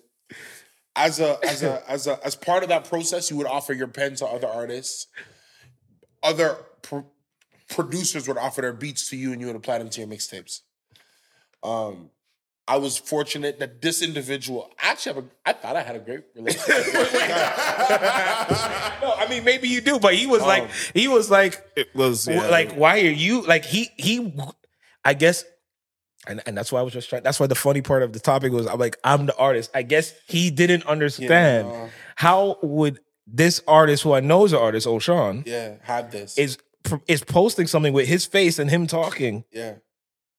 S2: As a as a as a as part of that process, you would offer your pen to other artists. Other pro- producers would offer their beats to you, and you would apply them to your mixtapes. Um, I was fortunate that this individual. I actually have a. I thought I had a great relationship. with this guy.
S3: No, I mean maybe you do, but he was like he was like
S4: It was
S3: w- like why are you like he he I guess and, and that's why I was just trying. That's why the funny part of the topic was I'm like, I'm the artist. I guess he didn't understand
S2: Yeah. uh,
S3: how would this artist who I know is an artist, O'Shawn,
S2: Yeah, had this.
S3: is is posting something with his face and him talking
S2: yeah,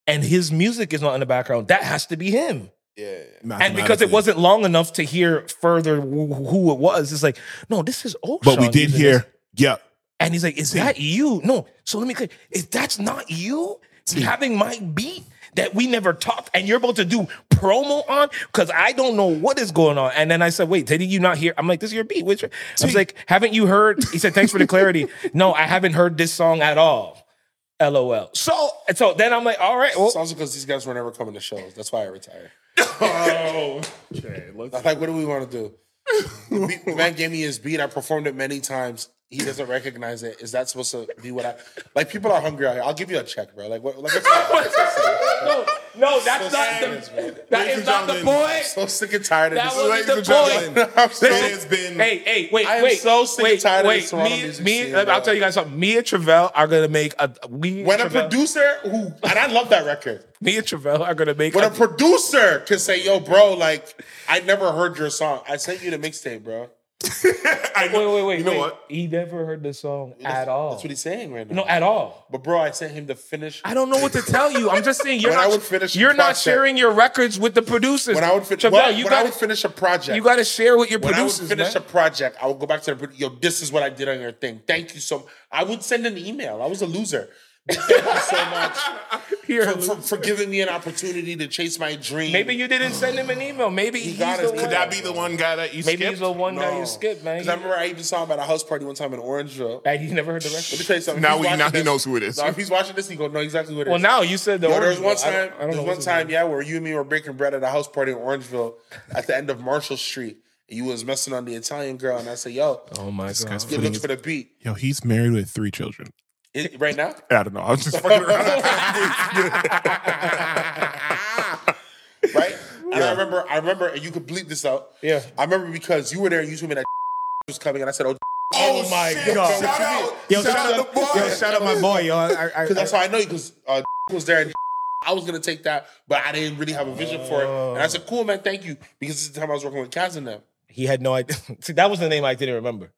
S3: and his music is not in the background, that has to be him.
S2: yeah.
S3: And because it wasn't long enough to hear further wh- who it was, it's like, no, this is Oshawn.
S4: But we did
S3: using
S4: hear.
S3: this.
S4: Yeah.
S3: And he's like, is that you? No. So let me clear. If that's not you having my beat that we never talked and you're about to do promo on, because I don't know what is going on. And then I said, wait, did you not hear? I'm like, this is your beat. Which I was like, haven't you heard? He said, thanks for the clarity. no, I haven't heard this song at all. LOL. So, and so then I'm like, all right, well,
S2: It's also because these guys were never coming to shows. That's why I retired. oh, okay. Like, what do we want to do? The beat- the man gave me his beat. I performed it many times. He doesn't recognize it. Is that supposed to be what I like? People are hungry out here. I'll give you a check, bro. Like, what? Like,
S3: no, no, that's not
S2: serious,
S3: the.
S2: bro.
S3: That
S4: Ladies
S3: is
S4: and
S3: not the
S4: gentlemen,
S3: boy.
S2: so sick and tired of
S3: That
S2: this.
S3: was
S4: Ladies
S3: the
S4: and
S3: point.
S4: gentlemen,
S2: I'm so-
S4: it has been.
S3: Hey, hey, wait,
S2: I am
S3: wait,
S2: so sick
S3: wait,
S2: and tired of
S3: wait.
S2: this Toronto
S3: me,
S2: music
S3: me,
S2: scene,
S3: I'll
S2: bro.
S3: tell you guys something. Me and Travell are gonna make a. We
S2: when a
S3: Travell,
S2: producer who and I love that record.
S3: me and Travell are gonna make.
S2: When a
S3: A,
S2: producer can say, "Yo, bro, like, I never heard your song. I sent you the mixtape, bro."
S4: I
S3: wait,
S4: know.
S3: wait, wait.
S4: You know
S3: wait.
S4: what?
S3: He never heard the song
S2: That's-
S3: at all.
S2: That's what he's saying right now.
S3: no, at all.
S2: But bro, I sent him the finish.
S3: I don't know what to tell you. I'm just saying you're
S2: When I
S3: not.
S2: would finish the
S3: you're not
S2: project-
S3: sharing your records with the producers.
S2: when I would finish,
S3: Travell,
S2: when,
S3: you
S2: when I
S3: got
S2: would finish a project,
S3: you got to share with your
S2: when I would
S3: producers.
S2: finish a
S3: man.
S2: project, I would go back to the pro- yo. This is what I did on your thing. Thank you so. much. I would send an email. I was a loser. Thank you so much
S3: Here,
S2: for, for, for giving me an opportunity to chase my dream.
S3: Maybe you didn't send him an email. Maybe he's
S2: got
S3: the
S2: it. Could
S3: one.
S4: Could that be the one guy that you
S3: Maybe
S4: skipped?
S3: he's the one guy
S2: No.
S3: you skipped, man.
S2: Oh. 'Cause I remember I even saw him at a house party one time in Orangeville.
S3: Like, he never heard the record.
S2: Let me tell you something.
S4: Now
S2: If he's
S4: we- now he
S2: watching this-
S4: knows who it is.
S2: Now, if he's watching this, he go know exactly who it is.
S3: Well, now you said the.
S2: Yo, there was
S3: Orangeville.
S2: one
S3: I don't-
S2: time.
S3: I don't
S2: There was
S3: know
S2: one
S3: what's his
S2: time, yeah, where you and me were breaking bread at a house party in Orangeville at the end of Marshall Street. And you was messing on the Italian girl, and I said, "Yo,
S3: name. Oh my
S4: guy's
S3: god.
S2: you look for the beat
S4: Yo, he's married with three children.
S2: It- right now."
S4: I don't know. I was just fucking around.
S2: right? And I I remember, I remember, and you could bleep this out.
S3: Yeah.
S2: I remember because you were there and you told me that was coming, and I said, "Oh,
S1: Oh, my
S2: God.
S1: Shout out.
S3: Yo,
S1: shout, out, the boy.
S3: yo, shout out my boy, yo. I, I,
S2: because that's how I know you." Because uh, was there, and I was gonna take that, but I didn't really have a vision for it. And I said, "Cool, man, thank you," because this is the time I was working with Kaz and them.
S3: he had no idea. See, that was the name I didn't remember.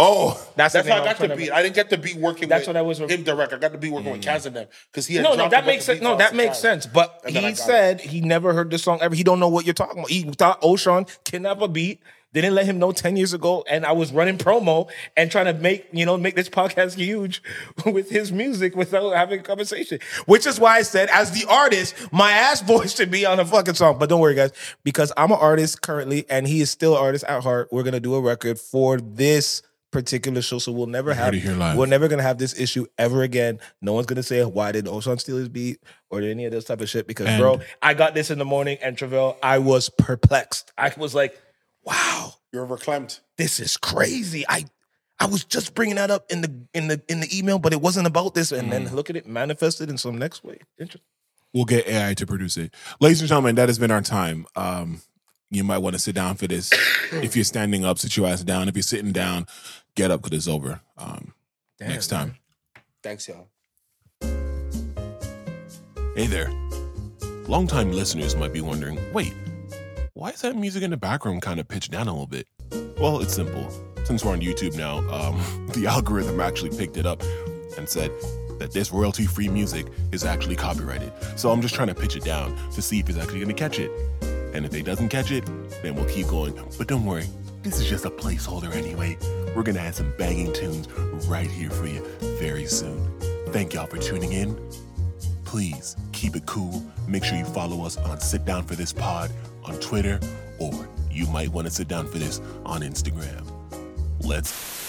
S4: Oh,
S3: That's,
S2: That's
S3: the
S2: how I
S3: name was
S2: got
S3: trying
S2: the
S3: to-
S2: beat. I didn't get the beat working.
S3: That's
S2: with
S3: what I was- Mm.
S2: him direct. I got the beat working with Kaz and them because he had
S3: No, no,
S2: dropped a
S3: that
S2: bunch
S3: makes
S2: of
S3: sense.
S2: beats
S3: No,
S2: off
S3: that
S2: the
S3: makes
S2: time.
S3: sense. But
S2: And then I
S3: he
S2: got it.
S3: said he never heard the song ever. He don't know what you're talking about. He thought Oshawn kidnapped a beat. They didn't let him know ten years ago, and I was running promo and trying to make you know make this podcast huge with his music without having a conversation. Which is why I said, as the artist, my ass voice should be on a fucking song. But don't worry, guys, because I'm an artist currently, and he is still an artist at heart. We're gonna do a record for this particular show, so we'll never have
S4: heard it here live.
S5: we'll
S4: Right.
S5: we're never gonna have this issue ever again. No one's gonna say why did Oshawn steal his beat or any of this type of shit. Because
S4: And-
S5: bro, I got this in the morning and Travell, I was perplexed. I was like, wow,
S2: You were reclaimed.
S5: this is crazy. I I was just bringing that up in the in the in the email, but it wasn't about this. And
S4: Mm.
S5: then look at it manifested in some next way. Interesting.
S4: we'll get AI to produce it. Ladies and gentlemen, that has been our time. Um, you might want to sit down for this. if you're standing up, sit your ass down. If you're sitting down, get up because it's over. Um, next time.
S2: Thanks, y'all.
S4: Hey there. Longtime listeners might be wondering wait, why is that music in the background kind of pitched down a little bit? Well, it's simple. Since we're on YouTube now, um, the algorithm actually picked it up and said that this royalty free music is actually copyrighted. So I'm just trying to pitch it down to see if it's actually going to catch it. And if it doesn't catch it, then we'll keep going. But don't worry, this is just a placeholder anyway. We're going to add some banging tunes right here for you very soon. Thank y'all for tuning in please keep it cool. Make sure you follow us on Sit Down for This Pod on Twitter, or you might want to sit down for this on Instagram. Let's.